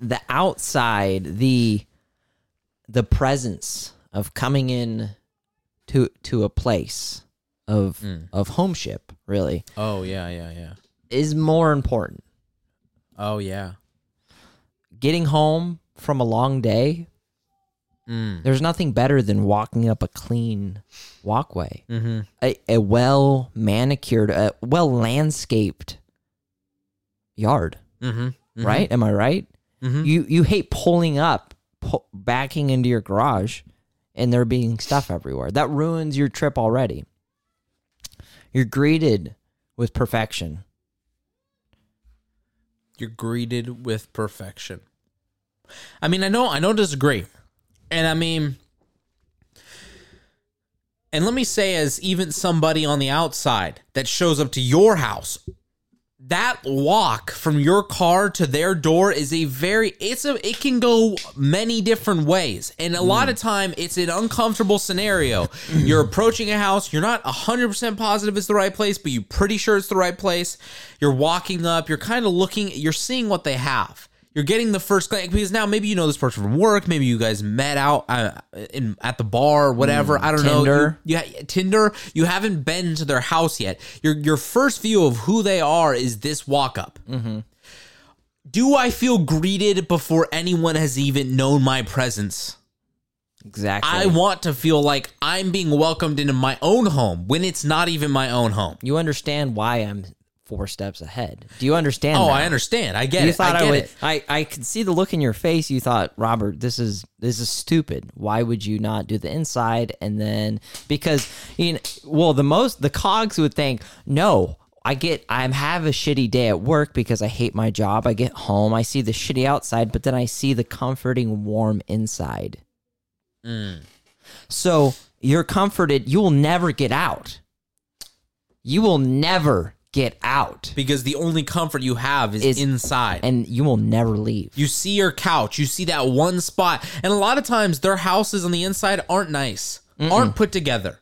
Speaker 1: the outside, the the presence of coming in to to a place of of homeship really
Speaker 3: oh yeah, yeah, yeah.
Speaker 1: is more important.
Speaker 3: Oh yeah.
Speaker 1: getting home from a long day,
Speaker 3: Mm.
Speaker 1: there's nothing better than walking up a clean walkway, mm-hmm. a, a well manicured, a well landscaped yard.
Speaker 3: Mm-hmm.
Speaker 1: Right? Am I right? You you hate pulling up, pu- backing into your garage, and there being stuff everywhere. That ruins your trip already. You're greeted with perfection.
Speaker 3: You're greeted with perfection. I mean, I know, I don't disagree, and I mean, and let me say, as even somebody on the outside that shows up to your house that walk from your car to their door is a very it's a it can go many different ways and a lot of time it's an uncomfortable scenario you're approaching a house you're not 100% positive it's the right place but you're pretty sure it's the right place you're walking up you're kind of looking you're seeing what they have you're getting the first glance because now maybe you know this person from work maybe you guys met out uh, in at the bar whatever i don't know
Speaker 1: Tinder.
Speaker 3: You- yeah, Tinder. You haven't been to their house yet. Your your first view of who they are is this walk up.
Speaker 1: Mm-hmm.
Speaker 3: Do I feel greeted before anyone has even known my presence?
Speaker 1: Exactly.
Speaker 3: I want to feel like I'm being welcomed into my own home when it's not even my own home.
Speaker 1: you understand why I'm four steps ahead. Do you understand?
Speaker 3: Oh,
Speaker 1: that?
Speaker 3: I understand. I get
Speaker 1: you
Speaker 3: it.
Speaker 1: thought
Speaker 3: I
Speaker 1: I,
Speaker 3: get
Speaker 1: would.
Speaker 3: it.
Speaker 1: I I could see the look in your face. You thought, Robert, this is this is stupid. Why would you not do the inside? And then because you know, well, the most the cogs would think, no. I get I have a shitty day at work because I hate my job. I get home, I see the shitty outside, but then I see the comforting warm inside.
Speaker 3: Mm.
Speaker 1: So you're comforted, you will never get out. You will never get out
Speaker 3: Because the only comfort you have is,
Speaker 1: Is-
Speaker 3: inside.
Speaker 1: and you will never leave.
Speaker 3: You see your couch, you see that one spot. And a lot of times their houses on the inside aren't nice, aren't put together.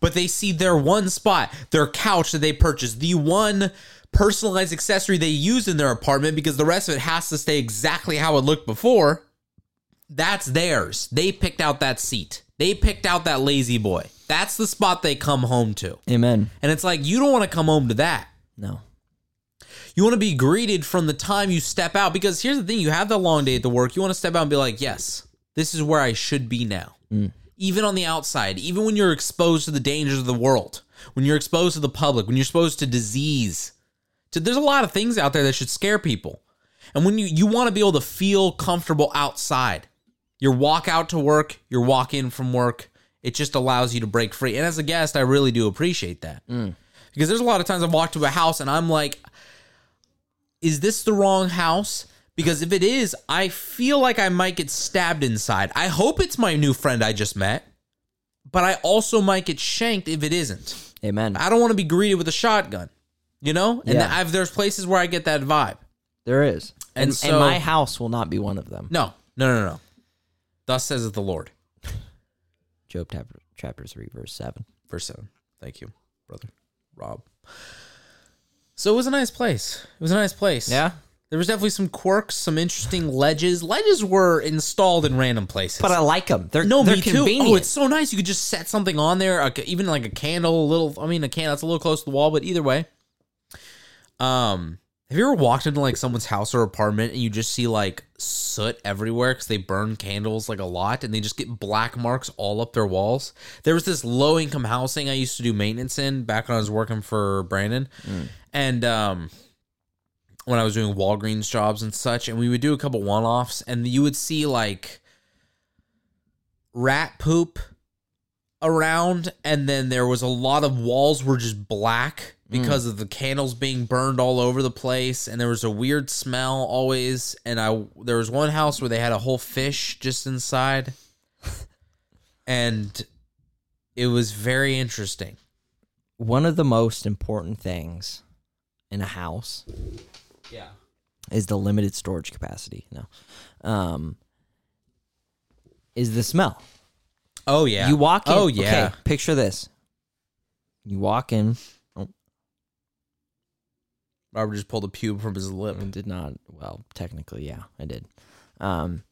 Speaker 3: But they see their one spot, their couch that they purchased, the one personalized accessory they use in their apartment because the rest of it has to stay exactly how it looked before. That's theirs. They picked out that seat. They picked out that lazy boy. That's the spot they come home to.
Speaker 1: Amen.
Speaker 3: And it's like you don't want to come home to that.
Speaker 1: No.
Speaker 3: You want to be greeted from the time you step out because here's the thing you have the long day at the work. You want to step out and be like, yes, this is where I should be now. Even on the outside, even when you're exposed to the dangers of the world, when you're exposed to the public, when you're exposed to disease, to, there's a lot of things out there that should scare people. And when you, you want to be able to feel comfortable outside, your walk out to work, your walk in from work, it just allows you to break free. And as a guest, I really do appreciate that. Because there's a lot of times I've walked to a house and I'm like, is this the wrong house? Because if it is, I feel like I might get stabbed inside. I hope it's my new friend I just met, but I also might get shanked if it isn't.
Speaker 1: Amen.
Speaker 3: I don't want to be greeted with a shotgun, you know? And
Speaker 1: Yeah.
Speaker 3: I've, there's places where I get that vibe.
Speaker 1: There is.
Speaker 3: And
Speaker 1: And,
Speaker 3: so-
Speaker 1: and my house will not be one of them.
Speaker 3: No, no, no, no. Thus says the Lord.
Speaker 1: Job chapter, chapter 3, verse 7.
Speaker 3: Verse 7. Thank you, brother Rob. So it was a nice place. It was a nice place. There was definitely some quirks, some interesting ledges. Ledges were installed in random places.
Speaker 1: But I like them. They're
Speaker 3: no,
Speaker 1: they're
Speaker 3: me
Speaker 1: convenient.
Speaker 3: too. Oh, it's so nice. You could just set something on there, like, even like a candle. A little. I mean, a candle. That's a little close to the wall, but either way. Um, have you ever walked into like someone's house or apartment and you just see like soot everywhere because they burn candles like a lot and they just get black marks all up their walls? There was this low income housing I used to do maintenance in back when I was working for Brandon, and um, when I was doing Walgreens jobs and such, and we would do a couple one offs, and you would see like rat poop around, and then there was a lot of walls were just black
Speaker 1: Mm.
Speaker 3: because of the candles being burned all over the place, and there was a weird smell always. And I there was one house where they had a whole fish just inside, and it was very interesting.
Speaker 1: One of the most important things in a house
Speaker 3: Yeah.
Speaker 1: is the limited storage capacity. No, um, is the smell.
Speaker 3: Oh yeah.
Speaker 1: You walk in.
Speaker 3: Oh yeah.
Speaker 1: okay, picture this. You walk in.
Speaker 3: Robert just pulled a pube from his lip.
Speaker 1: I did not. Well, technically, yeah, I did. Um,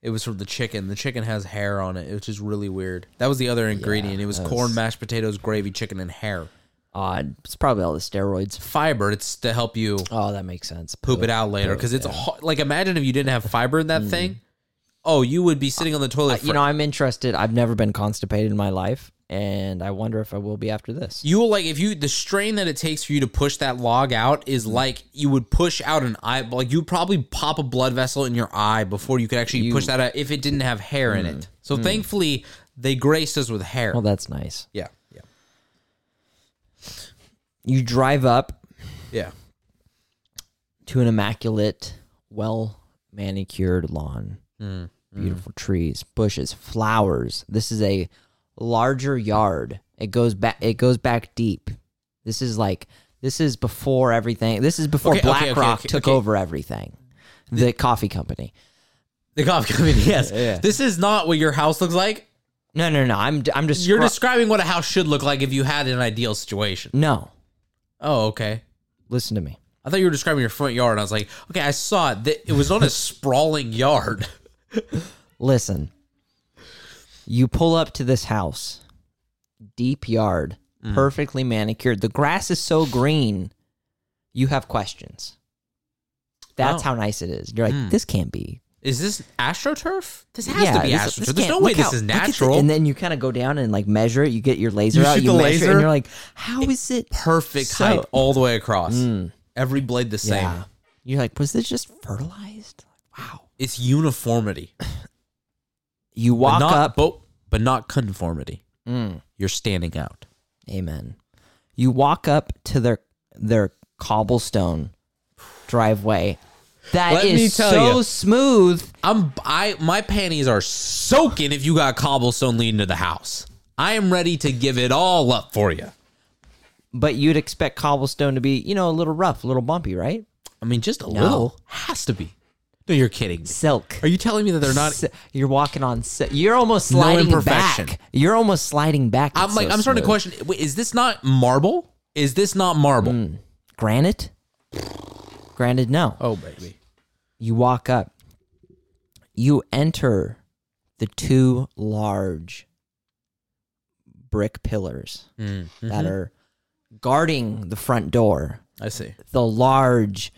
Speaker 3: It was from the chicken. The chicken has hair on it, which is really weird. That was the other ingredient. it was
Speaker 1: that
Speaker 3: corn,
Speaker 1: was-
Speaker 3: mashed potatoes, gravy, chicken, and hair.
Speaker 1: odd. It's probably all the steroids.
Speaker 3: Fiber. It's to help you
Speaker 1: Oh, that makes sense.
Speaker 3: poop it out later because it's a ho- like imagine if you didn't have fiber in that thing. Oh, Uh, you would be sitting on the toilet.
Speaker 1: I- you know, I'm interested. I've never been constipated in my life, and I wonder if I will be after this.
Speaker 3: you will like if you the strain that it takes for you to push that log out is like you would push out an eye. Like you would probably pop a blood vessel in your eye before you Mm. could actually push that out if it didn't have hair in it. So thankfully, they graced us with hair.
Speaker 1: Well, Oh, that's nice.
Speaker 3: yeah, yeah,
Speaker 1: You drive up
Speaker 3: yeah.
Speaker 1: to an immaculate, well manicured lawn.
Speaker 3: Mm,
Speaker 1: Beautiful trees, bushes, flowers. This is a larger yard. It goes back it goes back deep. This is like this is before everything. This is before
Speaker 3: Okay, okay, okay,
Speaker 1: BlackRock
Speaker 3: okay,
Speaker 1: took
Speaker 3: okay.
Speaker 1: over everything. The coffee company.
Speaker 3: The coffee company, yes. This is not what your house looks like.
Speaker 1: No, no, no. I'm I'm just
Speaker 3: You're describing what a house should look like if you had an ideal situation.
Speaker 1: No.
Speaker 3: Oh, okay.
Speaker 1: Listen to me.
Speaker 3: I thought you were describing your front yard. I was like, okay, I saw it. Th- It was not a sprawling yard.
Speaker 1: Listen. You pull up to this house, deep yard,
Speaker 3: Mm.
Speaker 1: perfectly manicured. The grass is so green, you have questions. That's
Speaker 3: Oh.
Speaker 1: how nice it is. You're like, this can't be.
Speaker 3: Is this astroturf? This has to be
Speaker 1: this- this
Speaker 3: astroturf. There's
Speaker 1: can't-
Speaker 3: no way
Speaker 1: look
Speaker 3: this
Speaker 1: how-
Speaker 3: is
Speaker 1: look at the-
Speaker 3: natural.
Speaker 1: and then you kind of go down and like measure it. You get your laser
Speaker 3: You
Speaker 1: out.
Speaker 3: shoot
Speaker 1: You
Speaker 3: the
Speaker 1: measure it,
Speaker 3: laser?
Speaker 1: and you're like, how is it?
Speaker 3: Perfect
Speaker 1: So- Mm.
Speaker 3: height all the way across. Every blade the same.
Speaker 1: Yeah. You're like, was this just fertilized? Wow.
Speaker 3: It's uniformity.
Speaker 1: You
Speaker 3: But
Speaker 1: walk
Speaker 3: not,
Speaker 1: up. Mm.
Speaker 3: But, but not conformity. You're standing out.
Speaker 1: Amen. You walk up to their their cobblestone driveway. That
Speaker 3: Let
Speaker 1: is
Speaker 3: me tell
Speaker 1: so
Speaker 3: you.
Speaker 1: smooth.
Speaker 3: I'm I my panties are soaking if you got cobblestone leading to the house. I am ready to give it all up for you.
Speaker 1: But you'd expect cobblestone to be, you know, a little rough, a little bumpy, right?
Speaker 3: I mean, just a little has to be. No, you're kidding. me.
Speaker 1: Silk.
Speaker 3: Are you telling me that they're not?
Speaker 1: S- You're walking on. si- You're almost sliding
Speaker 3: imperfection.
Speaker 1: back. You're almost sliding back.
Speaker 3: I'm
Speaker 1: It's
Speaker 3: like,
Speaker 1: so
Speaker 3: I'm starting to
Speaker 1: smooth.
Speaker 3: question. Wait, is this not marble? Is this not marble?
Speaker 1: Mm. Granite. Granted, no.
Speaker 3: Oh baby,
Speaker 1: You walk up. You enter the two large brick pillars
Speaker 3: Mm, mm-hmm.
Speaker 1: that are guarding the front door.
Speaker 3: I see.
Speaker 1: The large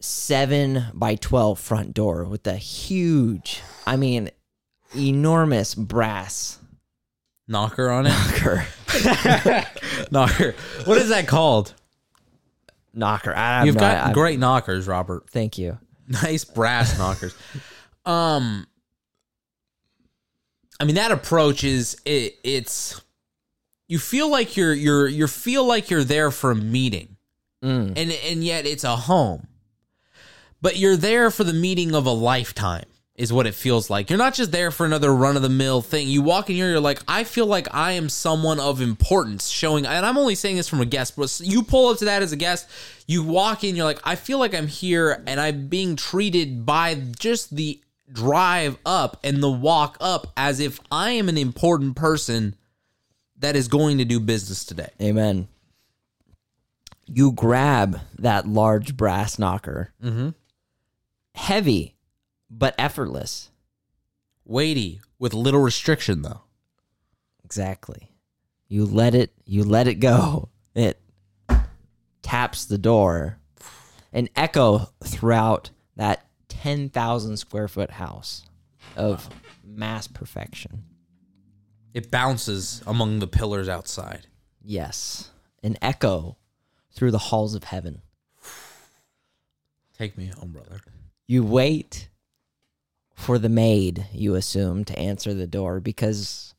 Speaker 1: seven by twelve front door with the huge, I mean, enormous brass
Speaker 3: Knocker on it.
Speaker 1: knocker.
Speaker 3: knocker. What is that called?
Speaker 1: knocker. I have
Speaker 3: You've
Speaker 1: no-
Speaker 3: got
Speaker 1: I-
Speaker 3: great knockers, Robert.
Speaker 1: Thank you.
Speaker 3: Nice brass knockers. Um, I mean that approach is it, it's you feel like you're you're you feel like you're there for a meeting,
Speaker 1: Mm.
Speaker 3: and and yet it's a home. But you're there for the meeting of a lifetime, is what it feels like. You're not just there for another run of the mill thing. You walk in here, you're like, I feel like I am someone of importance, showing. And I'm only saying this from a guest, but you pull up to that as a guest. You walk in, you're like, I feel like I'm here and I'm being treated by just the drive up and the walk up as if I am an important person that is going to do business today.
Speaker 1: Amen. you grab that large brass knocker.
Speaker 3: Mhm.
Speaker 1: Heavy, but effortless.
Speaker 3: Weighty with little restriction though.
Speaker 1: Exactly. You let it you let it go. It taps the door. An echo throughout that 10,000 square foot house of mass perfection.
Speaker 3: It bounces among the pillars outside.
Speaker 1: Yes. An echo through the halls of heaven.
Speaker 3: Take me home, brother.
Speaker 1: You wait for the maid, you assume, to answer the door because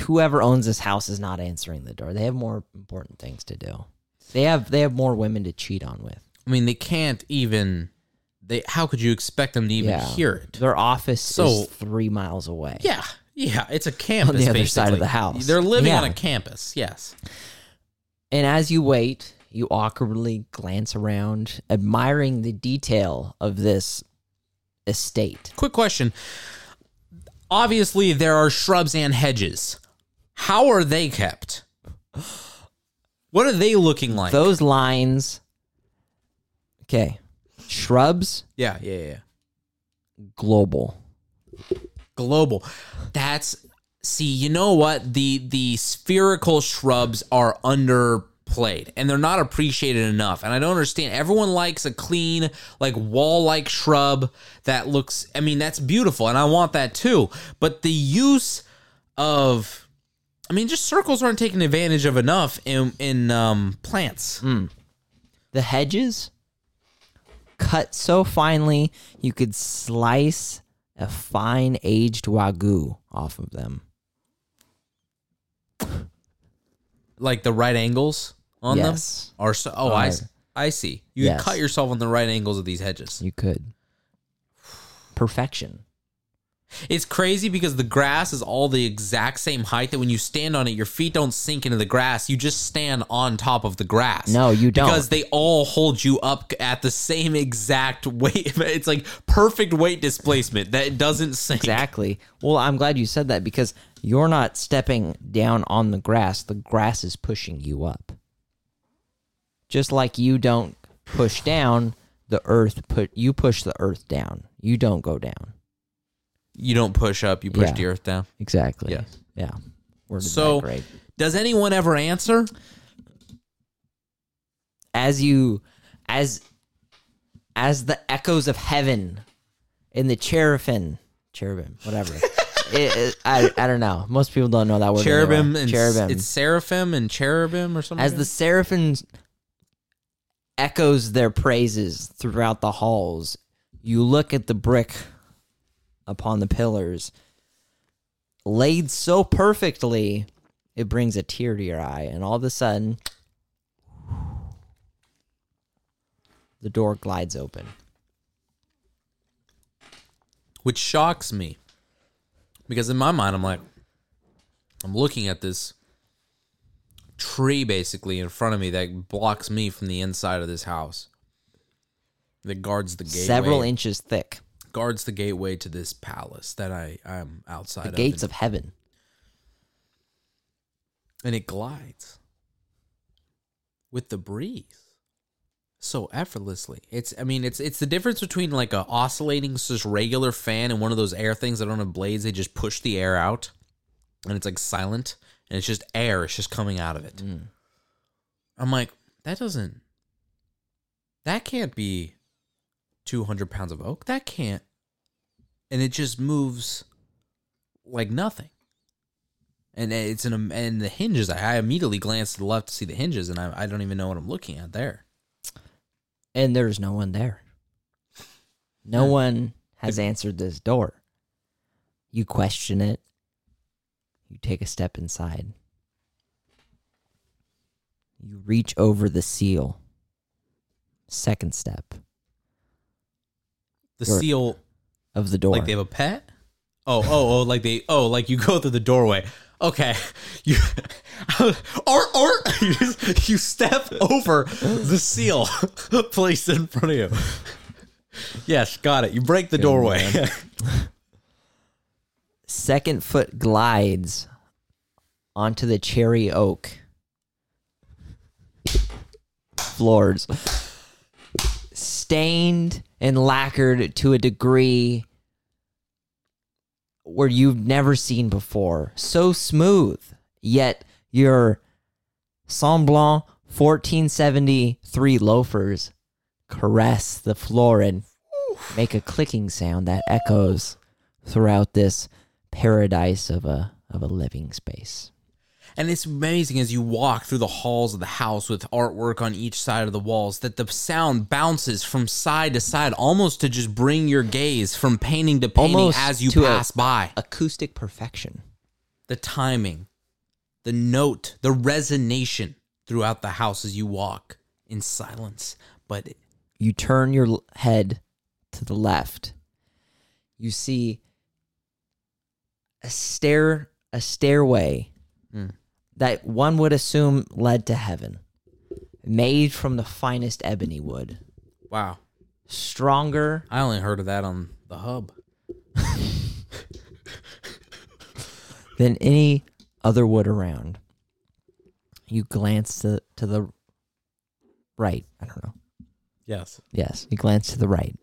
Speaker 1: whoever owns this house is not answering the door. They have more important things to do. They have they have more women to cheat on with.
Speaker 3: I mean, they can't even. They how could you expect them to even
Speaker 1: Yeah.
Speaker 3: hear it?
Speaker 1: Their office
Speaker 3: So-
Speaker 1: is three miles away.
Speaker 3: Yeah, yeah. It's a campus
Speaker 1: other side of
Speaker 3: basically.
Speaker 1: the house.
Speaker 3: They're living
Speaker 1: Yeah.
Speaker 3: on a campus. Yes.
Speaker 1: And as you wait, you awkwardly glance around, admiring the detail of this estate.
Speaker 3: Quick question. Obviously, there are shrubs and hedges. How are they kept? What are they looking like?
Speaker 1: Those lines. Okay. Shrubs,
Speaker 3: yeah, yeah, yeah.
Speaker 1: global.
Speaker 3: global. That's see, you know what? The the spherical shrubs are underplayed and they're not appreciated enough. And I don't understand. Everyone likes a clean, like wall-like shrub that looks I mean, that's beautiful and I want that too. But the use of I mean, just circles aren't taken advantage of enough in in um, plants.
Speaker 1: Hmm. The hedges cut so finely you could slice a fine aged wagyu off of them.
Speaker 3: Like the right angles on
Speaker 1: Yes.
Speaker 3: them are so. Oh, I, s- I see. You
Speaker 1: Yes.
Speaker 3: cut yourself on the right angles of these hedges.
Speaker 1: You could. Perfection.
Speaker 3: It's crazy because the grass is all the exact same height that when you stand on it, your feet don't sink into the grass. You just stand on top of the grass.
Speaker 1: No, you don't.
Speaker 3: Because they all hold you up at the same exact weight. It's like perfect weight displacement that it doesn't sink.
Speaker 1: Exactly. Well, I'm glad you said that because you're not stepping down on the grass. The grass is pushing you up. Just like you don't push down, the earth put you push the earth down. You don't go down.
Speaker 3: You don't push up, you push
Speaker 1: Yeah.
Speaker 3: the earth down.
Speaker 1: Exactly.
Speaker 3: Yes.
Speaker 1: Yeah. Word of
Speaker 3: So-
Speaker 1: that grade.
Speaker 3: Does anyone ever answer?
Speaker 1: as you as as the echoes of heaven in the cherubim cherubim whatever It- it- I, I don't know most people don't know that word
Speaker 3: Cherubim
Speaker 1: anyway.
Speaker 3: and
Speaker 1: cherubim
Speaker 3: it's seraphim and cherubim or something.
Speaker 1: as the seraphim echoes their praises throughout the halls you look at the brick upon the pillars laid so perfectly it brings a tear to your eye and all of a sudden the door glides open
Speaker 3: which shocks me because in my mind I'm like I'm looking at this tree basically in front of me that blocks me from the inside of this house that guards the gateway
Speaker 1: several inches thick
Speaker 3: guards the gateway to this palace that I I'm outside
Speaker 1: the
Speaker 3: of
Speaker 1: gates
Speaker 3: and,
Speaker 1: of heaven
Speaker 3: and it glides with the breeze so effortlessly. It's I mean it's it's the difference between like a oscillating s- just regular fan and one of those air things that don't have blades. They just push the air out, and it's like silent, and it's just air. It's just coming out of it. I'm like that doesn't. That can't be, two hundred pounds of oak. That can't, and it just moves, like nothing. And it's an and the hinges. I, I immediately glance to the left to see the hinges, and I, I don't even know what I'm looking at there.
Speaker 1: and there's no one there. No one has answered this door. You question it. You take a step inside. You reach over the seal. Second step
Speaker 3: The
Speaker 1: Or-
Speaker 3: seal,
Speaker 1: of the door.
Speaker 3: like they have a pet. Oh, oh, oh! Like they, oh, like you go through the doorway. Okay, you, or or you, just, you step over the seal placed in front of you. Yes, got it. You break the doorway.
Speaker 1: Second foot glides onto the cherry oak. floors, stained and lacquered to a degree where you've never seen before. So smooth, yet your Semblant 1473 loafers caress the floor and make a clicking sound that echoes throughout this paradise of a of a living space.
Speaker 3: And it's amazing as you walk through the halls of the house with artwork on each side of the walls that the sound bounces from side to side almost to just bring your gaze from painting to painting
Speaker 1: Almost
Speaker 3: as you
Speaker 1: to a-
Speaker 3: pass by.
Speaker 1: Acoustic perfection.
Speaker 3: The timing, the note, the resonation throughout the house as you walk in silence. But
Speaker 1: You turn your l- head to the left. You see a stair a stairway Hmm. that one would assume led to heaven, made from the finest ebony wood,
Speaker 3: wow,
Speaker 1: stronger
Speaker 3: I only heard of that on the hub.
Speaker 1: than any other wood around. You glance to, to the right. I don't know.
Speaker 3: Yes.
Speaker 1: Yes, you glance to the right.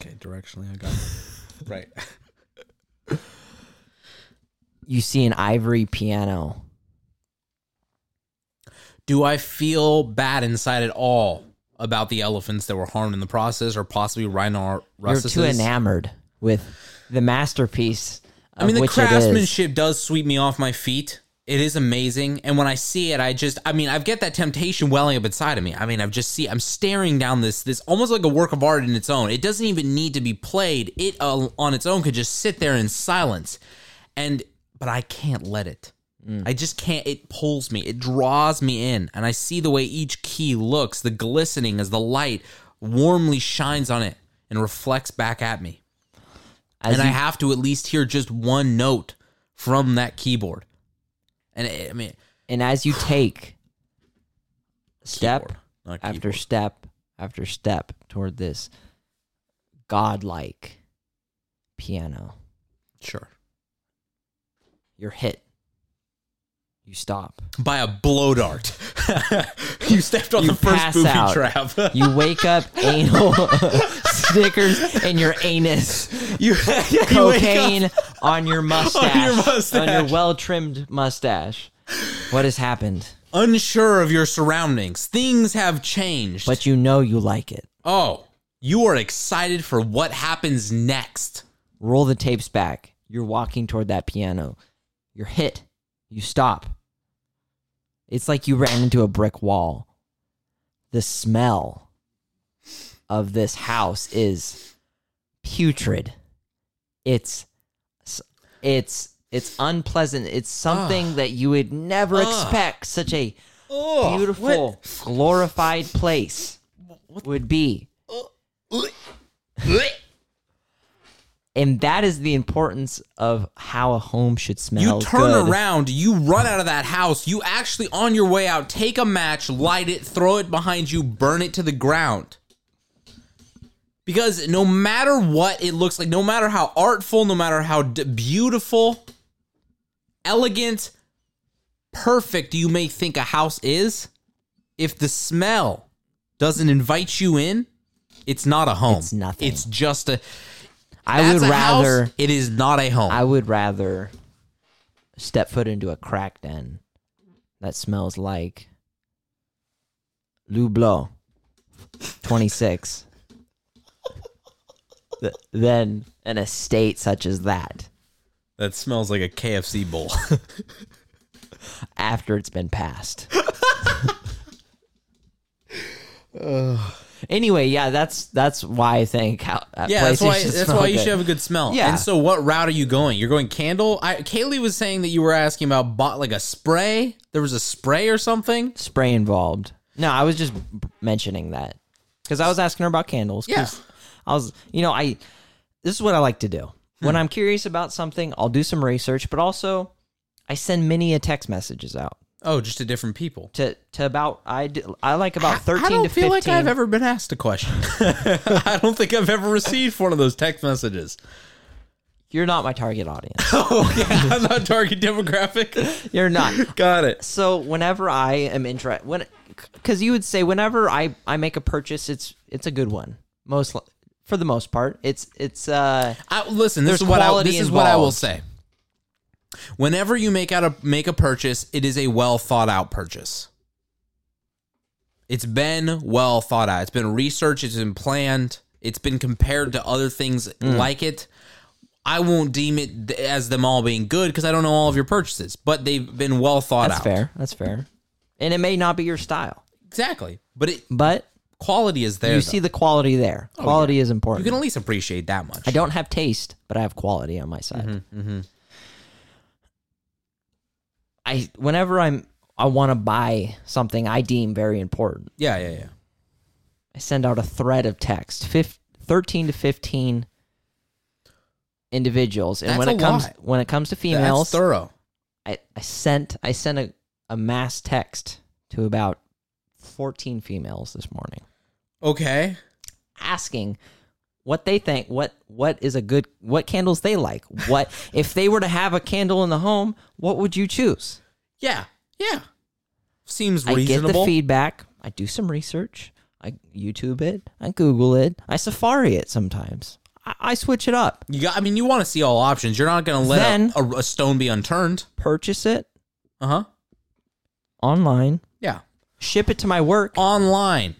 Speaker 3: Okay, directionally I got it. right.
Speaker 1: You see an ivory piano.
Speaker 3: Do I feel bad inside at all about the elephants that were harmed in the process or possibly rhino
Speaker 1: You're too enamored with the masterpiece.
Speaker 3: I mean,
Speaker 1: of
Speaker 3: the
Speaker 1: which it is.
Speaker 3: craftsmanship does sweep me off my feet. It is amazing. And when I see it, I just, I mean, I've get that temptation welling up inside of me. I mean, I've just see, I'm staring down this, this almost like a work of art in its own. It doesn't even need to be played. It uh, on its own could just sit there in silence. And, but I can't let it.
Speaker 1: Mm.
Speaker 3: I just can't. It pulls me. It draws me in, and I see the way each key looks, the glistening as the light warmly shines on it and reflects back at me.
Speaker 1: As
Speaker 3: and I
Speaker 1: you-
Speaker 3: have to at least hear just one note from that keyboard. And it, I mean,
Speaker 1: and as you take step
Speaker 3: Keyboard, not
Speaker 1: after
Speaker 3: keyboard.
Speaker 1: step after step toward this godlike piano,
Speaker 3: sure,
Speaker 1: you're hit. You stop.
Speaker 3: by a blow dart, you stepped on
Speaker 1: You
Speaker 3: the first
Speaker 1: pass
Speaker 3: booby
Speaker 1: out.
Speaker 3: trap.
Speaker 1: You wake up anal stickers in your anus,
Speaker 3: you, you wake up-
Speaker 1: cocaine on your mustache,
Speaker 3: mustache.
Speaker 1: well trimmed mustache. What has happened?
Speaker 3: unsure of your surroundings. Things have changed.
Speaker 1: But you know you like it.
Speaker 3: oh, you are excited for what happens next.
Speaker 1: Roll the tapes back. You're walking toward that piano. You're hit. You stop. It's like you ran into a brick wall. The smell of this house is putrid. It's it's it's unpleasant. It's something that you would never expect such a beautiful glorified place would be. And that is the importance of how a home should smell.
Speaker 3: You turn
Speaker 1: good.
Speaker 3: around, you run out of that house, you actually, on your way out, take a match, light it, throw it behind you, burn it to the ground. Because no matter what it looks like, no matter how artful, no matter how d- beautiful, elegant, perfect you may think a house is, if the smell doesn't invite you in, it's not a home.
Speaker 1: It's nothing.
Speaker 3: It's just a.
Speaker 1: I would
Speaker 3: that's a house,
Speaker 1: rather
Speaker 3: it is not a home.
Speaker 1: I would rather step foot into a crack den that smells like Lublo 26 th- than an estate such as that
Speaker 3: that smells like a KFC bowl.
Speaker 1: after it's been passed. Anyway, yeah, that's that's why I think how uh, that
Speaker 3: Yeah, that's
Speaker 1: place
Speaker 3: why.
Speaker 1: should
Speaker 3: That's
Speaker 1: smell
Speaker 3: why you
Speaker 1: good.
Speaker 3: should have a good smell.
Speaker 1: Yeah.
Speaker 3: And so, what route are you going? You're going candle. I, Kaylee was saying that you were asking about bought like a spray. There was a spray or something.
Speaker 1: spray involved. No, I was just b- mentioning that because I was asking her about candles. 'cause I was, you know, I this is what I like to do
Speaker 3: Hmm.
Speaker 1: when I'm curious about something. I'll do some research, but also I send many a text messages out
Speaker 3: Oh, just to different people.
Speaker 1: to to about I do, I like about thirteen
Speaker 3: I don't
Speaker 1: to
Speaker 3: feel
Speaker 1: fifteen.
Speaker 3: like I've ever been asked a question. I don't think I've ever received one of those text messages.
Speaker 1: You're not my target audience.
Speaker 3: okay, I'm not target demographic.
Speaker 1: You're not.
Speaker 3: Got it.
Speaker 1: So whenever I am interested, when because you would say whenever I I make a purchase, it's it's a good one. Most li- for the most part, it's it's uh
Speaker 3: I, listen, this
Speaker 1: There's
Speaker 3: is what I,
Speaker 1: quality
Speaker 3: this is what I will
Speaker 1: involved.
Speaker 3: say. Whenever you make out a make a purchase, it is a well thought out purchase. It's been well thought out. It's been researched. It's been planned. It's been compared to other things
Speaker 1: Mm.
Speaker 3: like it. I won't deem it th- as them all being good because I don't know all of your purchases, but they've been well thought
Speaker 1: that's
Speaker 3: out.
Speaker 1: fair. That's fair, and it may not be your style,
Speaker 3: Exactly. But it,
Speaker 1: but
Speaker 3: quality is there.
Speaker 1: you
Speaker 3: though.
Speaker 1: see the quality there. quality is important.
Speaker 3: you can at least appreciate that much.
Speaker 1: I don't have taste, but I have quality on my side. I whenever I'm I want to buy something I deem very important.
Speaker 3: Yeah, yeah, yeah.
Speaker 1: I send out a thread of text, fif- 13 to 15 individuals. And
Speaker 3: That's
Speaker 1: when
Speaker 3: a
Speaker 1: it comes
Speaker 3: lot.
Speaker 1: when it comes to
Speaker 3: That's
Speaker 1: females,
Speaker 3: thorough.
Speaker 1: I, I sent I sent a, a mass text to about 14 females this morning
Speaker 3: Okay.
Speaker 1: asking what they think, what what is a good what candles they like. What if they were to have a candle in the home, what would you choose?
Speaker 3: Yeah, yeah. Seems
Speaker 1: I get the
Speaker 3: reasonable.
Speaker 1: feedback. I do some research. I YouTube it. I Google it. I Safari it sometimes. I, I switch it up.
Speaker 3: you got, I mean, you want to see all options. You're not going to let a-
Speaker 1: Then-
Speaker 3: a, a stone be unturned.
Speaker 1: Purchase it
Speaker 3: Uh huh.
Speaker 1: online.
Speaker 3: Yeah.
Speaker 1: Ship it to my work.
Speaker 3: Online.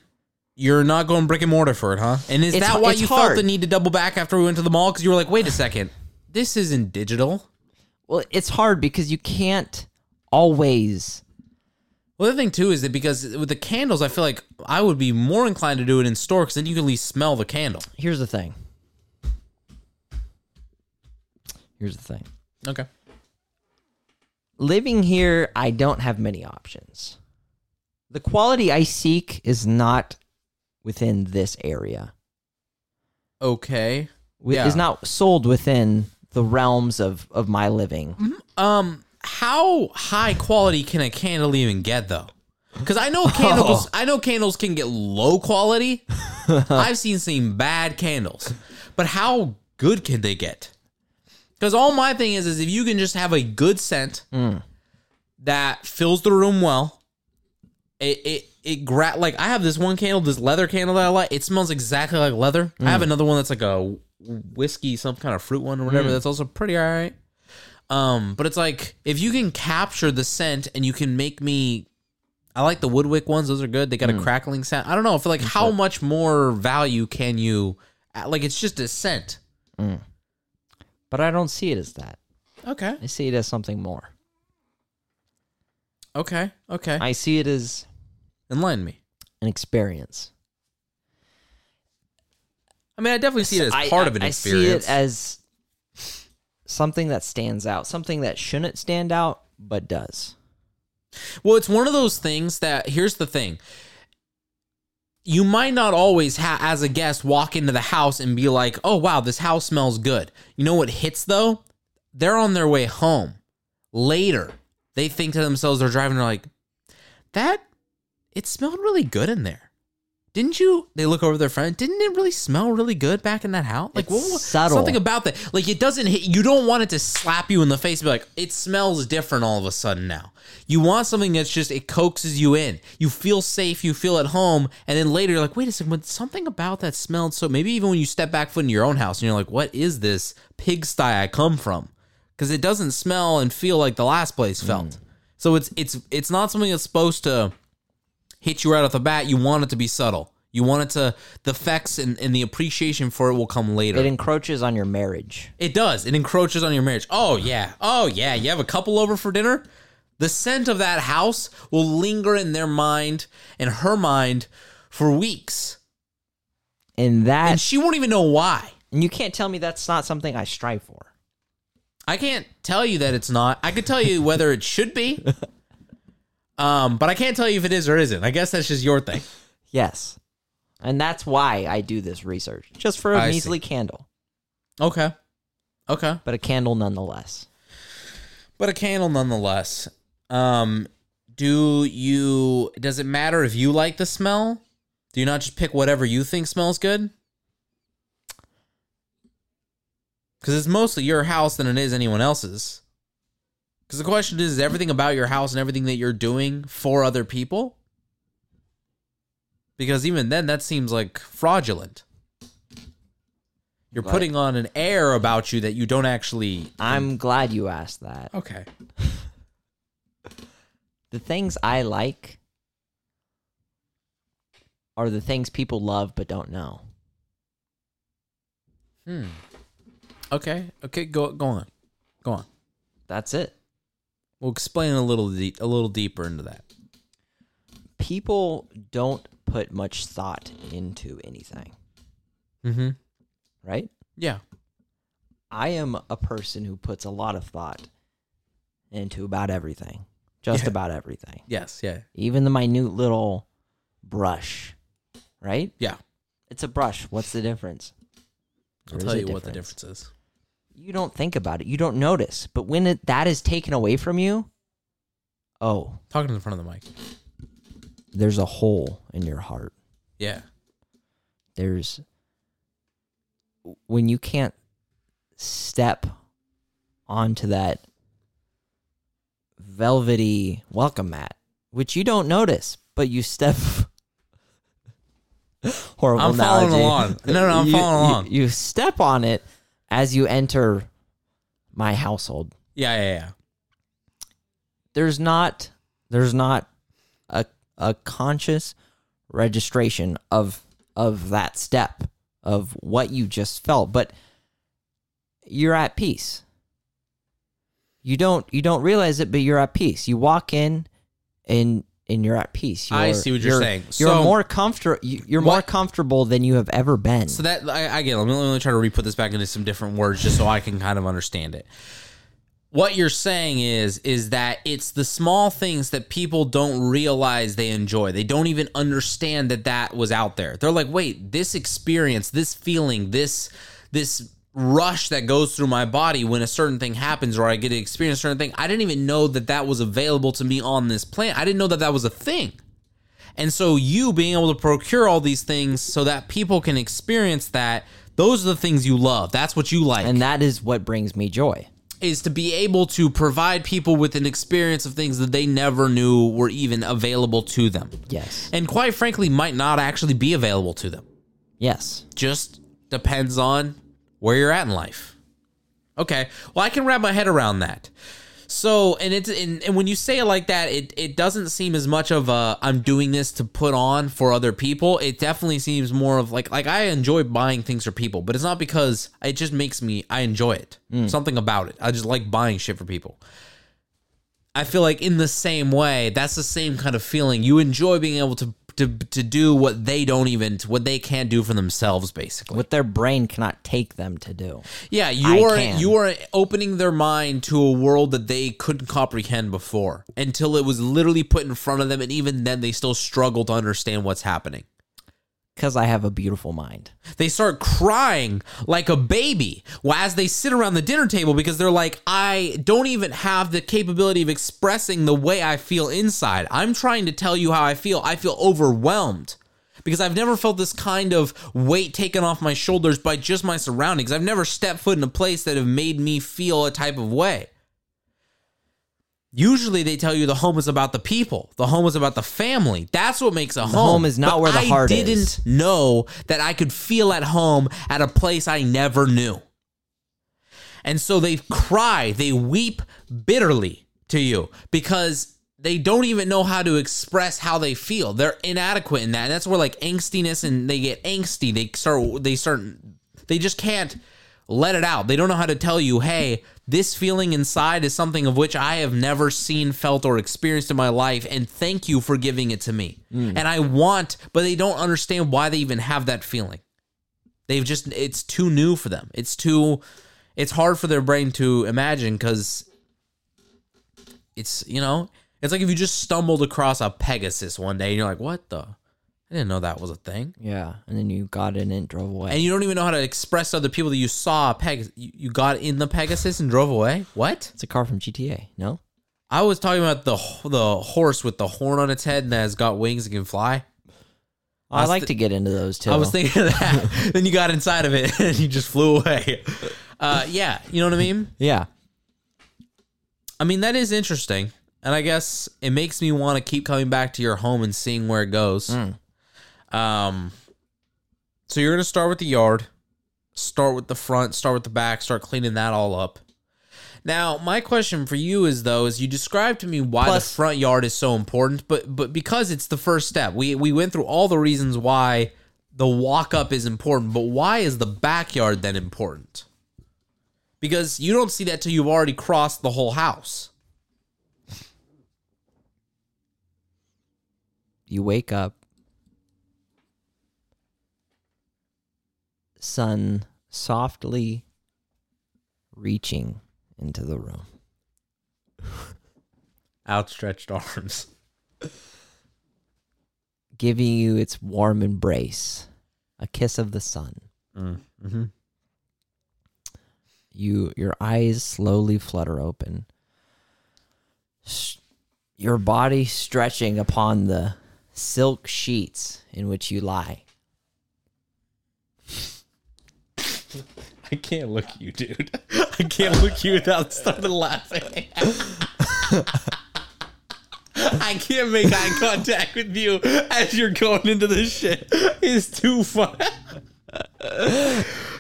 Speaker 3: You're not going brick and mortar for it, huh? And is
Speaker 1: It's
Speaker 3: that
Speaker 1: har-
Speaker 3: why
Speaker 1: it's
Speaker 3: you felt
Speaker 1: hard.
Speaker 3: the need to double back after we went to the mall? Because you were like, wait a second, this isn't digital.
Speaker 1: Well, it's hard because you can't always.
Speaker 3: Well, the other thing too is that because with the candles, I feel like I would be more inclined to do it in store because then you can at least smell the candle.
Speaker 1: Here's the thing. Here's the thing.
Speaker 3: Okay.
Speaker 1: Living here, I don't have many options. The quality I seek is not within this area.
Speaker 3: Okay.
Speaker 1: wi-
Speaker 3: Yeah.
Speaker 1: is not sold within the realms of of my living.
Speaker 3: Um, how high quality can a candle even get though? Because I know candles, I know candles can get low quality. I've seen some bad candles, but how good can they get? Because all my thing is, is if you can just have a good scent that fills the room well, it it it gra- like I have this one candle, this leather candle that I like. It smells exactly like leather. I have another one that's like a whiskey, some kind of fruit one or whatever. That's also pretty all right. Um, but it's like if you can capture the scent and you can make me I like the woodwick ones, those are good. They got
Speaker 1: Mm.
Speaker 3: a crackling sound. I don't know, I feel like how much more value can you like it's just a scent.
Speaker 1: But I don't see it as that.
Speaker 3: Okay.
Speaker 1: I see it as something more.
Speaker 3: Okay. Okay.
Speaker 1: I see it as
Speaker 3: Enlighten me.
Speaker 1: an experience.
Speaker 3: I mean I definitely see it as
Speaker 1: I-
Speaker 3: part
Speaker 1: I-
Speaker 3: of an
Speaker 1: I see
Speaker 3: experience.
Speaker 1: it as something that stands out, something that shouldn't stand out but does.
Speaker 3: Well, it's one of those things that here's the thing. You might not always, ha- as a guest, walk into the house and be like, oh, wow, this house smells good. You know what hits though? They're on their way home. Later, they think to themselves, they're driving, they're like, that, it smelled really good in there. Didn't you? They look over their friend. Didn't it really smell really good back in that house? Like,
Speaker 1: It's
Speaker 3: what, what-
Speaker 1: subtle.
Speaker 3: something about that. Like, it doesn't hit. You don't want it to slap you in the face. And be like, it smells different all of a sudden now. You want something that's just it coaxes you in. You feel safe. You feel at home. And then later, you're like, wait a second. But something about that smelled so. Maybe even when you step back foot in your own house and you're like, what is this pigsty I come from? Because it doesn't smell and feel like the last place felt.
Speaker 1: Mm.
Speaker 3: So it's it's it's not something that's supposed to hit you right off the bat. You want it to be subtle. You want it to the effects and, and the appreciation for it will come later.
Speaker 1: It
Speaker 3: It,
Speaker 1: encroaches on your marriage.
Speaker 3: does. It encroaches on your marriage. Oh yeah. Oh yeah. You have a couple over for dinner. The scent of that house will linger in their mind and her mind for weeks,
Speaker 1: And that
Speaker 3: and she won't even know why.
Speaker 1: and you can't tell me that's not something I strive for.
Speaker 3: I can't tell you that it's not. I could tell you whether it should be. Um, but I can't tell you if it is or isn't. I guess that's just your thing.
Speaker 1: Yes. And that's why I do this research. Just for a
Speaker 3: I see.
Speaker 1: measly candle,
Speaker 3: Okay. Okay.
Speaker 1: but a candle nonetheless.
Speaker 3: but a candle nonetheless. Um, do you? Does it matter if you like the smell? Do you not just pick whatever you think smells good? Because it's mostly your house than it is anyone else's. Because the question is, is everything about your house and everything that you're doing for other people? Because even then, that seems like fraudulent. You're putting on an air about you that you don't actually.
Speaker 1: I'm glad you asked that.
Speaker 3: Okay.
Speaker 1: The things I like are the things people love but don't know.
Speaker 3: Okay. Okay. Go go on. Go on.
Speaker 1: That's it.
Speaker 3: We'll explain a little de- a little deeper into that.
Speaker 1: People don't put much thought into anything,
Speaker 3: Mm-hmm.
Speaker 1: right?
Speaker 3: Yeah.
Speaker 1: I am a person who puts a lot of thought into about everything, just about everything,
Speaker 3: Yes. Yeah.
Speaker 1: even the minute little brush, right?
Speaker 3: Yeah.
Speaker 1: It's a brush. What's the difference? There
Speaker 3: I'll
Speaker 1: is
Speaker 3: tell
Speaker 1: a
Speaker 3: you what the difference is.
Speaker 1: You don't think about it. You don't notice. But when it, that is taken away from you, oh,
Speaker 3: Talking in front of the mic.
Speaker 1: there's a hole in your heart.
Speaker 3: Yeah.
Speaker 1: There's when you can't step onto that velvety welcome mat, which you don't notice, but you step. Horrible
Speaker 3: I'm following
Speaker 1: analogy.
Speaker 3: along. No, no, I'm
Speaker 1: You-
Speaker 3: following
Speaker 1: you-
Speaker 3: along.
Speaker 1: You step on it as you enter my household.
Speaker 3: Yeah. Yeah. Yeah.
Speaker 1: there's not there's not a a conscious registration of of that step of what you just felt but you're at peace you don't you don't realize it but you're at peace you walk in and and you're at peace you're,
Speaker 3: I see what you're saying.
Speaker 1: you're
Speaker 3: So-
Speaker 1: more comfortable you're more
Speaker 3: What-
Speaker 1: comfortable than you have ever been
Speaker 3: So that I, I get. it. Let me, let me try to re put this back into some different words, just so I can kind of understand it. What you're saying is is that it's the small things that people don't realize they enjoy. They don't even understand that that was out there. They're like, wait, this experience, this feeling, this this rush that goes through my body when a certain thing happens or I get to experience a certain thing. I didn't even know that that was available to me on this planet. I didn't know that that was a thing. And so you being able to procure all these things so that people can experience that, those are the things you love. That's what you like.
Speaker 1: and that is what brings me joy
Speaker 3: is to be able to provide people with an experience of things that they never knew were even available to them.
Speaker 1: yes
Speaker 3: And quite frankly might not actually be available to them.
Speaker 1: yes
Speaker 3: Just depends on where you're at in life. Okay. Well, I can wrap my head around that. So, and it's and, and when you say it like that, it it doesn't seem as much of a I'm doing this to put on for other people. It definitely seems more of like like I enjoy buying things for people, but it's not because it just makes me I enjoy it. Something about it. I just like buying shit for people. I feel like in the same way, that's the same kind of feeling. You enjoy being able to to to do what they don't even what they can't do for themselves basically.
Speaker 1: what their brain cannot take them to do
Speaker 3: Yeah, you are
Speaker 1: can.
Speaker 3: you are opening their mind to a world that they couldn't comprehend before until it was literally put in front of them, and even then they still struggle to understand what's happening.
Speaker 1: because i have a beautiful mind
Speaker 3: They start crying like a baby while- as they sit around the dinner table because they're like, I don't even have the capability of expressing the way I feel inside. I'm trying to tell you how I feel. I feel overwhelmed because I've never felt this kind of weight taken off my shoulders by just my surroundings. I've never stepped foot in a place that have made me feel a type of way. Usually they tell you the home is about the people. The home is about the family. That's what makes a home.
Speaker 1: home is not where the
Speaker 3: I
Speaker 1: heart is.
Speaker 3: didn't know that I could feel at home at a place I never knew. And so they cry, they weep bitterly to you because they don't even know how to express how they feel. They're inadequate in that. And that's where like angstiness and they get angsty. They start they start they just can't let it out. They don't know how to tell you, "Hey, this feeling inside is something of which I have never seen, felt or experienced in my life and thank you for giving it to me." And I want, but they don't understand why they even have that feeling they've just it's too new for them it's too it's hard for their brain to imagine because it's you know it's like if you just stumbled across a pegasus one day and you're like what the i didn't know that was a thing
Speaker 1: Yeah, and then you got in and drove away.
Speaker 3: and you don't even know how to express to other people that you saw a pegasus you you got in the pegasus and drove away what
Speaker 1: it's a car from GTA, no?
Speaker 3: i was talking about the h- the horse with the horn on its head and that has got wings and can fly
Speaker 1: I,
Speaker 3: was
Speaker 1: like
Speaker 3: thi-
Speaker 1: to get into those too.
Speaker 3: I was thinking of that. then you got inside of it and you just flew away. Uh, yeah, you know what I mean.
Speaker 1: yeah,
Speaker 3: I mean, that is interesting. And I guess it makes me want to keep coming back to your home and seeing where it goes. Um, so you're gonna start with the yard, start with the front, start with the back, start cleaning that all up. Now, my question for you is though, is you described to me why
Speaker 1: Plus-
Speaker 3: the front yard is so important, but but because it's the first step. We we went through all the reasons why the walk up is important, but why is the backyard then important? Because you don't see that till you've already crossed the whole house.
Speaker 1: You wake up. Sun softly reaching into the room.
Speaker 3: Outstretched arms.
Speaker 1: giving you its warm embrace, a kiss of the sun.
Speaker 3: Mm, mm-hmm.
Speaker 1: You, your eyes slowly flutter open. S- Your body stretching upon the silk sheets in which you lie.
Speaker 3: I can't look you, dude. I can't look you without starting laughing. I can't make eye contact with you as you're going into this shit. It's too fun.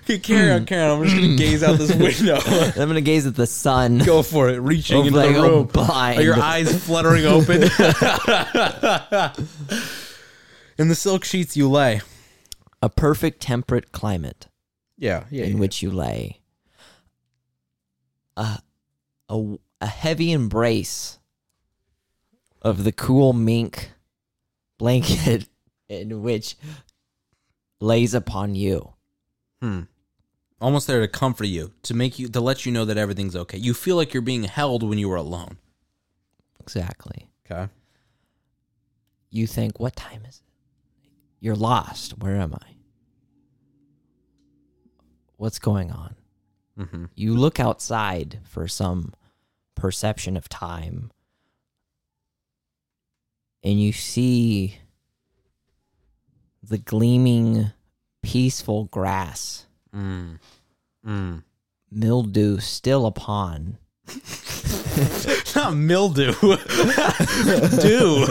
Speaker 3: okay, carry on, carry on. I'm just gonna gaze out this window.
Speaker 1: I'm gonna gaze at the sun.
Speaker 3: Hmm.
Speaker 1: oh
Speaker 3: Go for it. Reaching into
Speaker 1: Hopefully I
Speaker 3: the
Speaker 1: go
Speaker 3: room.
Speaker 1: blind.
Speaker 3: oh, Are your eyes fluttering open? In the silk sheets you lay.
Speaker 1: A perfect temperate climate.
Speaker 3: Yeah, yeah.
Speaker 1: in which you lay. A, a, a heavy embrace of the cool mink blanket in which lays upon you.
Speaker 3: almost there to comfort you, to make you, to let you know that everything's okay. You feel like you're being held when you are alone.
Speaker 1: Exactly.
Speaker 3: Okay.
Speaker 1: You think, what time is it? You're lost. Where am I? What's going on?
Speaker 3: Mm-hmm.
Speaker 1: You look outside for some perception of time, and you see the gleaming, peaceful grass,
Speaker 3: Mm. Mm.
Speaker 1: mildew still upon.
Speaker 3: Not Ah, mildew. Dew.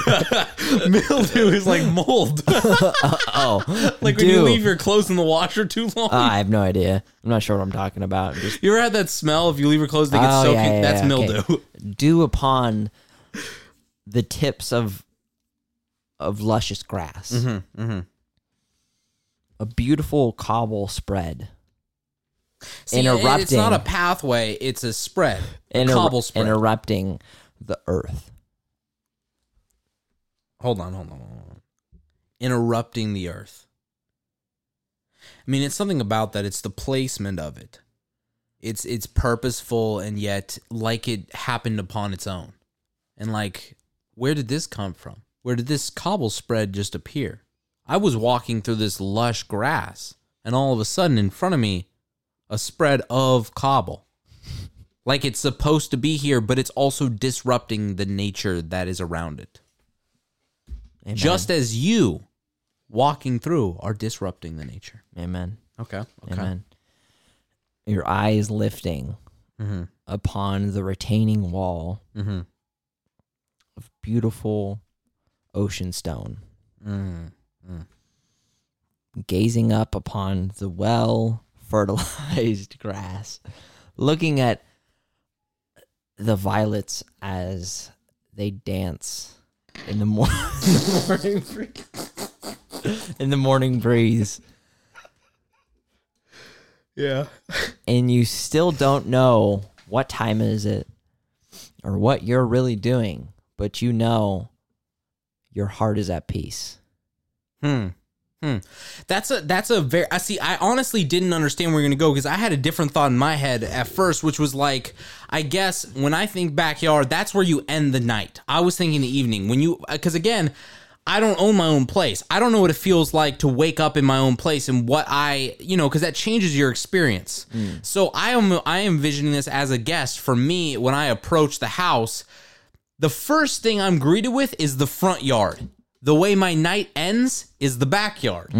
Speaker 3: mildew is like mold.
Speaker 1: Oh,
Speaker 3: like when you
Speaker 1: dew.
Speaker 3: leave your clothes in the washer too long.
Speaker 1: Uh, I have no idea. I'm not sure what I'm talking about. I'm just
Speaker 3: you ever had that smell if you leave your clothes they get
Speaker 1: Oh,
Speaker 3: soaking?
Speaker 1: yeah, yeah,
Speaker 3: That's
Speaker 1: yeah, okay.
Speaker 3: mildew.
Speaker 1: dew upon the tips of of luscious grass.
Speaker 3: mm-hmm.
Speaker 1: A beautiful cobble spread.
Speaker 3: See, it- It's not
Speaker 1: Interrupting.
Speaker 3: a pathway, it's a spread. A
Speaker 1: Inter-
Speaker 3: cobble spread.
Speaker 1: interrupting the earth.
Speaker 3: hold on, hold on, hold on. Interrupting the earth. I mean, it's something about that. It's the placement of it. It's it's purposeful and yet like it happened upon its own. And like, where did this come from? Where did this cobble spread just appear? I was walking through this lush grass, and all of a sudden in front of me, a spread of cobble. Like it's supposed to be here, but it's also disrupting the nature that is around it
Speaker 1: Amen.
Speaker 3: just as you walking through are disrupting the nature.
Speaker 1: Amen.
Speaker 3: Okay.
Speaker 1: Amen. Your eyes lifting
Speaker 3: Mm-hmm.
Speaker 1: upon the retaining wall
Speaker 3: Mhm.
Speaker 1: of beautiful ocean stone,
Speaker 3: Mm.
Speaker 1: gazing up upon the well fertilized grass, looking at the violets as they dance in the, mor- morning breeze. in the morning breeze.
Speaker 3: Yeah.
Speaker 1: and you still don't know what time is it or what you're really doing, but you know your heart is at peace.
Speaker 3: Hmm. Hmm. That's a that's a very I see I honestly didn't understand where you're gonna go because I had a different thought in my head at first, which was like, I guess when I think backyard, that's where you end the night. I was thinking the evening. When you because again, I don't own my own place. I don't know what it feels like to wake up in my own place and what I, you know, because that changes your experience. So I am I am envisioning this as a guest for me when I approach the house. The first thing I'm greeted with is the front yard. the way my night ends is the backyard.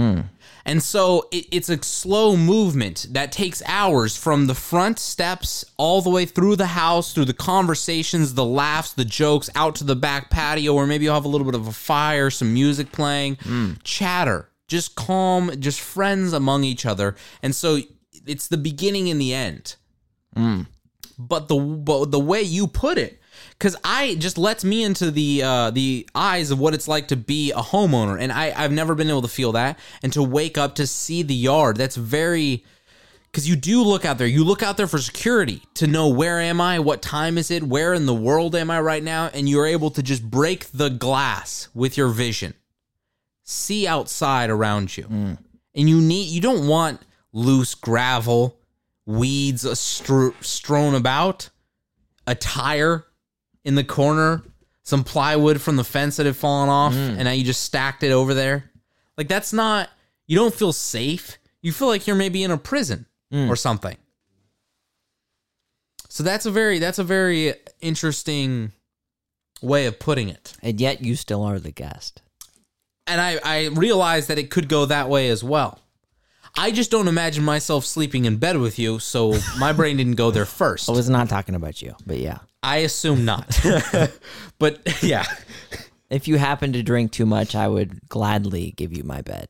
Speaker 3: And so it, it's a slow movement that takes hours from the front steps all the way through the house, through the conversations, the laughs, the jokes, out to the back patio, or maybe you'll have a little bit of a fire, some music playing, chatter, just calm, just friends among each other. And so it's the beginning and the end but the but the way you put it because i just lets me into the uh the eyes of what it's like to be a homeowner and i i've never been able to feel that and to wake up to see the yard that's very because you do look out there you look out there for security to know where am i what time is it where in the world am i right now and you're able to just break the glass with your vision see outside around you and you need you don't want loose gravel weeds a stru- strewn about, a tire in the corner, some plywood from the fence that had fallen off,
Speaker 1: Mm.
Speaker 3: and now you just stacked it over there. Like that's not you don't feel safe. You feel like you're maybe in a prison
Speaker 1: Mm.
Speaker 3: or something. So that's a very that's a very interesting way of putting it.
Speaker 1: and yet you still are the guest.
Speaker 3: And I I realized that it could go that way as well. I just don't imagine myself sleeping in bed with you, so my brain didn't go there first.
Speaker 1: I was not talking about you, but yeah.
Speaker 3: I assume not. but yeah.
Speaker 1: If you happen to drink too much, I would gladly give you my bed,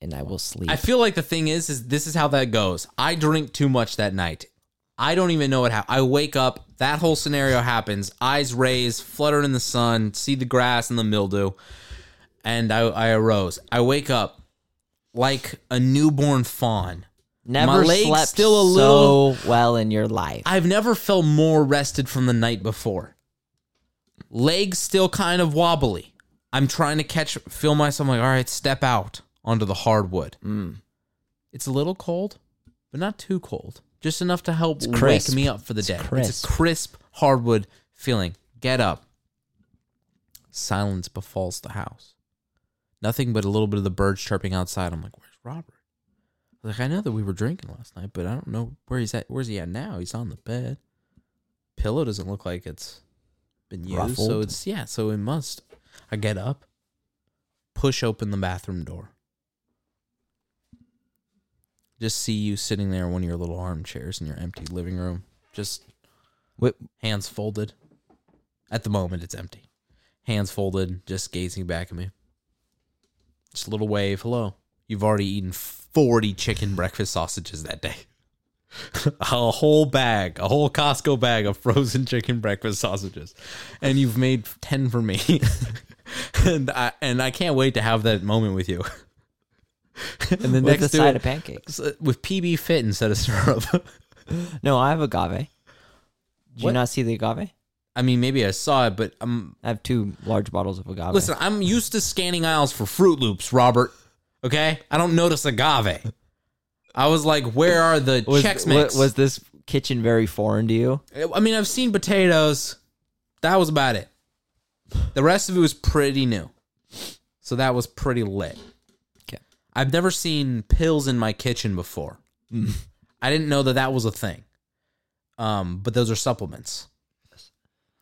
Speaker 1: and I will sleep.
Speaker 3: I feel like the thing is is this is how that goes. I drink too much that night. I don't even know what happened. I wake up, that whole scenario happens. Eyes raised, flutter in the sun, see the grass and the mildew, and I, I arose. I wake up like a newborn fawn. my
Speaker 1: Never
Speaker 3: legs
Speaker 1: slept
Speaker 3: still a
Speaker 1: so well in your life.
Speaker 3: I've never felt more rested from the night before. Legs still kind of wobbly. I'm trying to catch, feel myself like, all right, step out onto the hardwood.
Speaker 1: Mm.
Speaker 3: It's a little cold, but not too cold. Just enough to help wake
Speaker 1: crisp.
Speaker 3: me up for the day. It's
Speaker 1: crisp.
Speaker 3: a crisp hardwood feeling. Get up. Silence befalls the house. Nothing but a little bit of the birds chirping outside. I'm like, where's Robert? Like I know that we were drinking last night, but I don't know where he's at. Where's he at now? He's on the bed. Pillow doesn't look like it's been used, so
Speaker 1: Ruffled.
Speaker 3: it's yeah. So it must. I get up, push open the bathroom door. Just see you sitting there in one of your little armchairs in your empty living room, just
Speaker 1: Wait,
Speaker 3: hands folded. At the moment, it's empty. Hands folded, just gazing back at me. Just a little wave. Hello. You've already eaten 40 chicken breakfast sausages that day. a whole bag, a whole Costco bag of frozen chicken breakfast sausages. And you've made 10 for me. and I and I can't wait to have that moment with you. and the
Speaker 1: with
Speaker 3: next
Speaker 1: a
Speaker 3: to
Speaker 1: side
Speaker 3: it-
Speaker 1: of pancakes.
Speaker 3: with PB fit instead of syrup.
Speaker 1: No, I have agave. Did
Speaker 3: What?
Speaker 1: you not see the agave?
Speaker 3: I mean, maybe I saw it, but um, I'm
Speaker 1: I have two large bottles of agave.
Speaker 3: Listen, I'm used to scanning aisles for Fruit Loops, Robert. Okay, I don't notice agave. I was like, where are the
Speaker 1: was,
Speaker 3: Chex
Speaker 1: wa-
Speaker 3: Mix?
Speaker 1: was this kitchen very foreign to you?
Speaker 3: I mean, I've seen potatoes. That was about it. The rest of it was pretty new, so that was pretty lit.
Speaker 1: Okay.
Speaker 3: I've never seen pills in my kitchen before.
Speaker 1: Mm.
Speaker 3: I didn't know that that was a thing. Um, but those are supplements.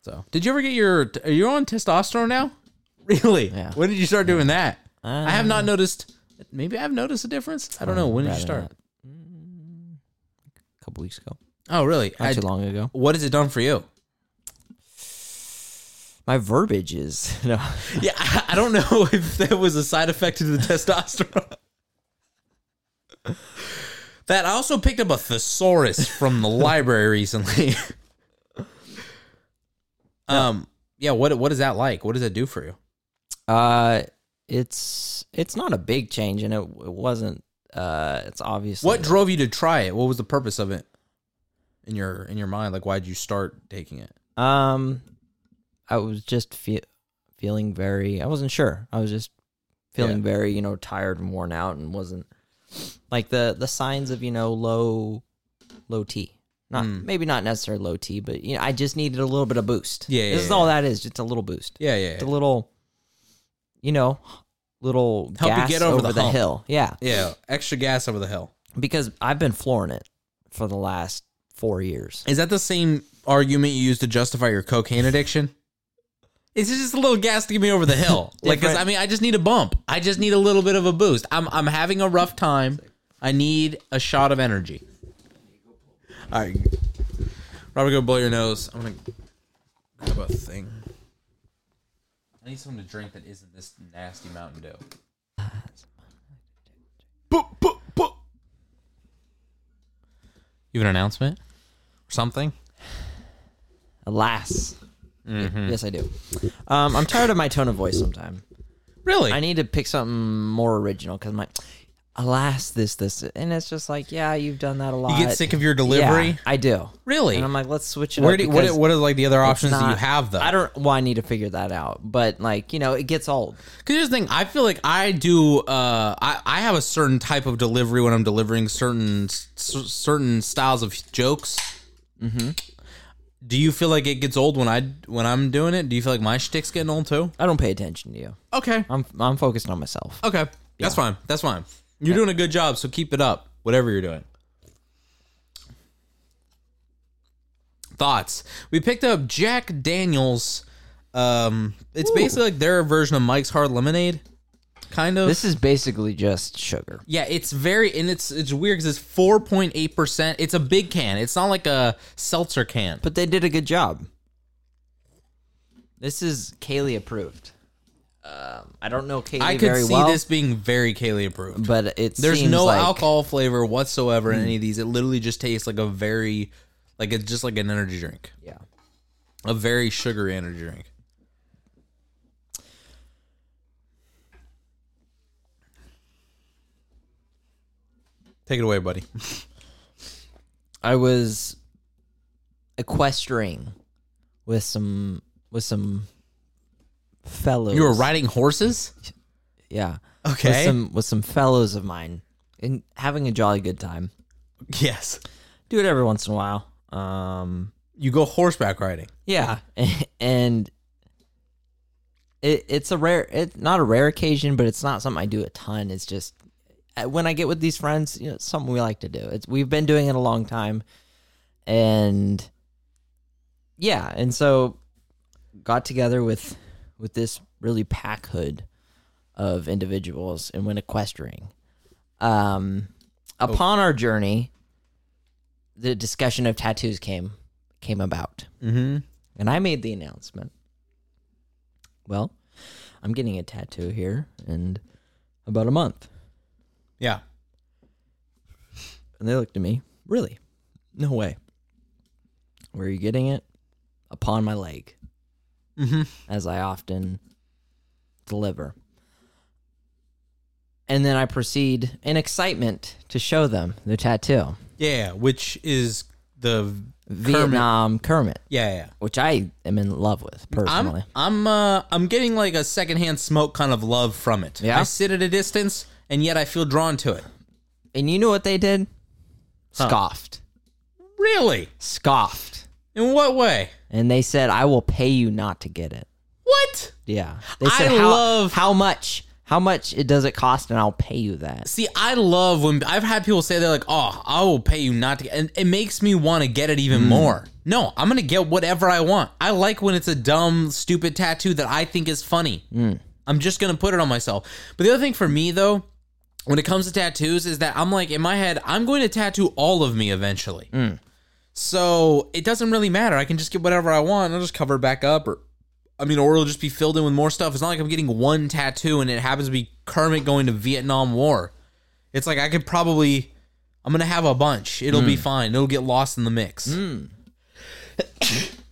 Speaker 3: So, did you ever get your? Are you on testosterone now? Really?
Speaker 1: Yeah.
Speaker 3: When did you start doing that?
Speaker 1: Uh,
Speaker 3: I have not noticed. Maybe I've noticed a difference. I don't know. When did you
Speaker 1: rather
Speaker 3: start?
Speaker 1: not. Mm, A couple weeks ago,
Speaker 3: Oh, really?
Speaker 1: not
Speaker 3: I-
Speaker 1: too long ago.
Speaker 3: What has it done for you?
Speaker 1: My verbiage is no.
Speaker 3: Yeah, I, I don't know if that was a side effect to the testosterone. that I also picked up a thesaurus from the library recently. um, yeah what what is that like? What does that do for you?
Speaker 1: Uh, it's it's not a big change, and it, it wasn't. Uh, it's obviously
Speaker 3: What drove you to try it? What was the purpose of it in your in your mind? Like, why would you start taking it?
Speaker 1: Um, I was just fe- feeling very. I wasn't sure. I was just feeling
Speaker 3: Yeah.
Speaker 1: very, you know, tired and worn out, and wasn't like the the signs of you know low low T. Not
Speaker 3: Hmm.
Speaker 1: maybe not necessarily low T, but you know, I just needed a little bit of boost.
Speaker 3: Yeah, yeah,
Speaker 1: this is
Speaker 3: yeah.
Speaker 1: all that is. Just a little boost.
Speaker 3: Yeah, yeah,
Speaker 1: Just a little, you know, little
Speaker 3: Help you
Speaker 1: gas
Speaker 3: get over the hump.
Speaker 1: hill. Yeah,
Speaker 3: yeah. Extra gas over the hill.
Speaker 1: because I've been flooring it for the last four years.
Speaker 3: Is that the same argument you used to justify your cocaine addiction? It's just a little gas to get me over the hill. like, 'cause, I mean, I just need a bump. I just need a little bit of a boost. I'm I'm having a rough time. I need a shot of energy. All right, Robert, go blow your nose. I'm gonna grab a thing.
Speaker 5: I need something to drink that isn't this nasty Mountain Dew.
Speaker 3: You have an announcement or something?
Speaker 1: Alas.
Speaker 3: Mm-hmm.
Speaker 1: Yes, I do. Um, I'm tired of my tone of voice sometime.
Speaker 3: Really?
Speaker 1: I need to pick something more original because my, alas, this, this. And it's just like, yeah, you've done that a lot.
Speaker 3: you get sick of your
Speaker 1: Yeah,
Speaker 3: delivery.
Speaker 1: I do.
Speaker 3: Really?
Speaker 1: And I'm like, let's switch it
Speaker 3: Where
Speaker 1: up.
Speaker 3: do what
Speaker 1: because
Speaker 3: what are like the other
Speaker 1: it's
Speaker 3: options that you
Speaker 1: not-
Speaker 3: have though?
Speaker 1: I don't, well, I need to figure that out. But like, you know, it gets old.
Speaker 3: Because here's the thing, I feel like I do. Uh, I I have a certain type of delivery when I'm delivering certain s- certain styles of jokes. Mm-hmm. Do you feel like it gets old when I when I'm doing it? Do you feel like my shtick's getting old too?
Speaker 1: I don't pay attention to you.
Speaker 3: Okay,
Speaker 1: I'm, I'm focused on myself.
Speaker 3: okay, that's fine. That's fine. You're doing a good job, so keep it up. Whatever you're doing. Thoughts? We picked up Jack Daniels. Um, it's basically like their version of Mike's Hard Lemonade, kind of.
Speaker 1: This is basically just sugar.
Speaker 3: Yeah, it's very and it's it's weird because it's four point eight percent. It's a big can. It's not like a seltzer can.
Speaker 1: But they did a good job. This is Kaylee approved. Um, I don't know Kaylee
Speaker 3: I could
Speaker 1: very
Speaker 3: see
Speaker 1: well,
Speaker 3: this being very Kaylee approved.
Speaker 1: but it
Speaker 3: There's
Speaker 1: seems
Speaker 3: no
Speaker 1: like,
Speaker 3: alcohol flavor whatsoever in any of these. It literally just tastes like a very, like it's just like an energy drink,
Speaker 1: Yeah.
Speaker 3: a very sugary energy drink. Take it away, buddy.
Speaker 1: I was equestering with some with some fellows.
Speaker 3: You were riding horses.
Speaker 1: Yeah. With
Speaker 3: Okay.
Speaker 1: some with some fellows of mine and having a jolly good time.
Speaker 3: Yes.
Speaker 1: Do it every once in a while. Um
Speaker 3: You go horseback riding.
Speaker 1: Yeah, and it it's a rare it not a rare occasion, but it's not something I do a ton. It's just uh, when I get with these friends, you know, it's something we like to do. It's we've been doing it a long time, and yeah, and so got together with with this really pack hood of individuals and went equestering. Um, upon our journey, the discussion of tattoos came came about
Speaker 3: Mm-hmm.
Speaker 1: and I made the announcement. Well, I'm getting a tattoo here in about a month.
Speaker 3: Yeah.
Speaker 1: And they looked at me, really? No way. Where are you getting it? Upon my leg,
Speaker 3: Mm-hmm.
Speaker 1: as I often deliver. And then I proceed in excitement to show them the tattoo.
Speaker 3: Yeah, which is the
Speaker 1: Vietnam Kermit,
Speaker 3: Yeah, yeah.
Speaker 1: which I am in love with personally.
Speaker 3: I'm I'm uh I'm getting like a secondhand smoke kind of love from it.
Speaker 1: Yeah?
Speaker 3: I sit at a distance and yet I feel drawn to it.
Speaker 1: and you know what they did? Scoffed.
Speaker 3: Really?
Speaker 1: Scoffed.
Speaker 3: In what way?
Speaker 1: and they said, "I will pay you not to get it."
Speaker 3: What?
Speaker 1: Yeah, they said,
Speaker 3: I
Speaker 1: how,
Speaker 3: love-
Speaker 1: how much, how much it does it cost, and I'll pay you that."
Speaker 3: See, I love when I've had people say they're like, "Oh, I will pay you not to," get-" and it makes me want to get it even more. No, I'm gonna get whatever I want. I like when it's a dumb, stupid tattoo that I think is funny. I'm just gonna put it on myself. But the other thing for me though, when it comes to tattoos, is that I'm like in my head, I'm going to tattoo all of me eventually. So it doesn't really matter. I can just get whatever I want. and I'll just cover it back up, or I mean, or it'll just be filled in with more stuff. It's not like I'm getting one tattoo and it happens to be Kermit going to Vietnam War. It's like I could probably. I'm gonna have a bunch. It'll
Speaker 1: Hmm.
Speaker 3: be fine. It'll get lost in the mix.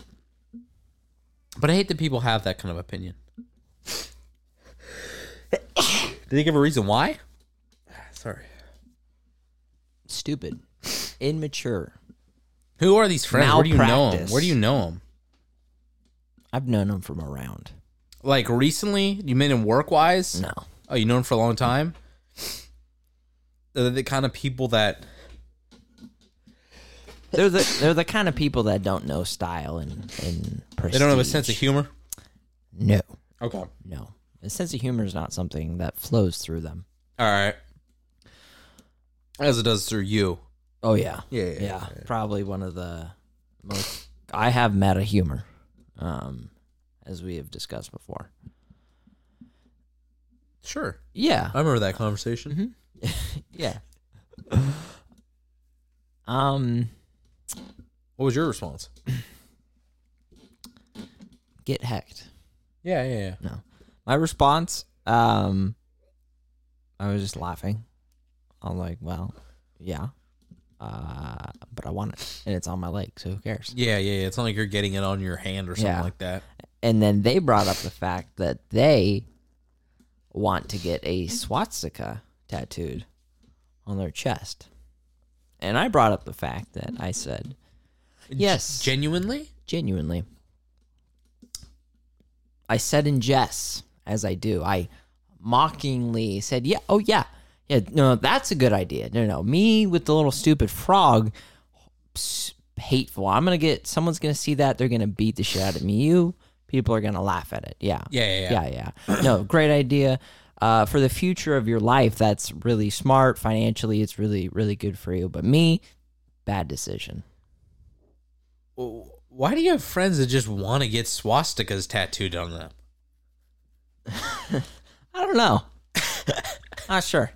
Speaker 3: but I hate that people have that kind of opinion. Did they give a reason why?
Speaker 1: Ah,
Speaker 3: Sorry.
Speaker 1: Stupid, immature.
Speaker 3: Who are these friends? Where do you know them?
Speaker 1: Malpractice.
Speaker 3: Where do you know them?
Speaker 1: I've known him from around.
Speaker 3: Like recently? You mean in work wise?
Speaker 1: No,
Speaker 3: Oh, you know him for a long time. They're the kind of people that
Speaker 1: they're the they're the kind of people that don't know style and and prestige.
Speaker 3: they don't have a sense of humor.
Speaker 1: No,
Speaker 3: Okay. All
Speaker 1: no, a sense of humor is not something that flows through them.
Speaker 3: right. As it does through you.
Speaker 1: Oh yeah,
Speaker 3: Yeah, yeah,
Speaker 1: yeah, probably one of the most. I have meta humor, um, as we have discussed before.
Speaker 3: Sure. Mm-hmm.
Speaker 1: Yeah.
Speaker 3: I remember that conversation.
Speaker 1: Yeah. um
Speaker 3: What was your response?
Speaker 1: get hecked.
Speaker 3: Yeah, yeah, yeah.
Speaker 1: No. My response, um I was just laughing. I'm like, well, yeah. Uh but I want it. And it's on my leg, so who cares?
Speaker 3: Yeah, yeah, yeah. It's not like you're getting it on your hand or something
Speaker 1: Yeah.
Speaker 3: like that.
Speaker 1: And then they brought up the fact that they want to get a swastika tattooed on their chest. And I brought up the fact that I said, yes,
Speaker 3: Genuinely?
Speaker 1: genuinely. I said in jest, as I do, I mockingly said, yeah, oh, yeah, yeah, no, that's a good idea. No, no, me with the little stupid frog, s- hateful. I'm going to get, someone's going to see that. They're going to beat the shit out of me. You, people are going to laugh at it. Yeah.
Speaker 3: Yeah, yeah, yeah.
Speaker 1: Yeah, yeah. No, great idea. Uh, for the future of your life, that's really smart. Financially, it's really, really good for you. But me, bad decision.
Speaker 3: W- Why do you have friends that just want to get swastikas tattooed on them?
Speaker 1: I don't know. Not sure.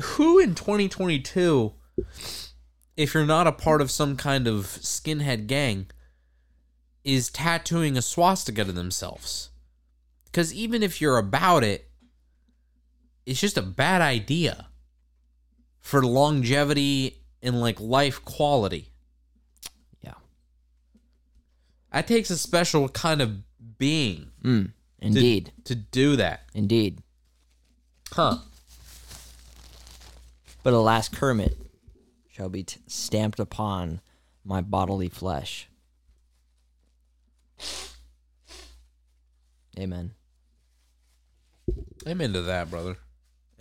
Speaker 3: Who in 2022, if you're not a part of some kind of skinhead gang, is tattooing a swastika to themselves? Because even if you're about it, it's just a bad idea for longevity and like life quality.
Speaker 1: Yeah.
Speaker 3: That takes a special kind of being
Speaker 1: Mm,
Speaker 3: to,
Speaker 1: indeed.
Speaker 3: to do that.
Speaker 1: Indeed.
Speaker 3: Huh.
Speaker 1: But alas, Kermit shall be t- stamped upon my bodily flesh. Amen.
Speaker 3: Amen to that, brother.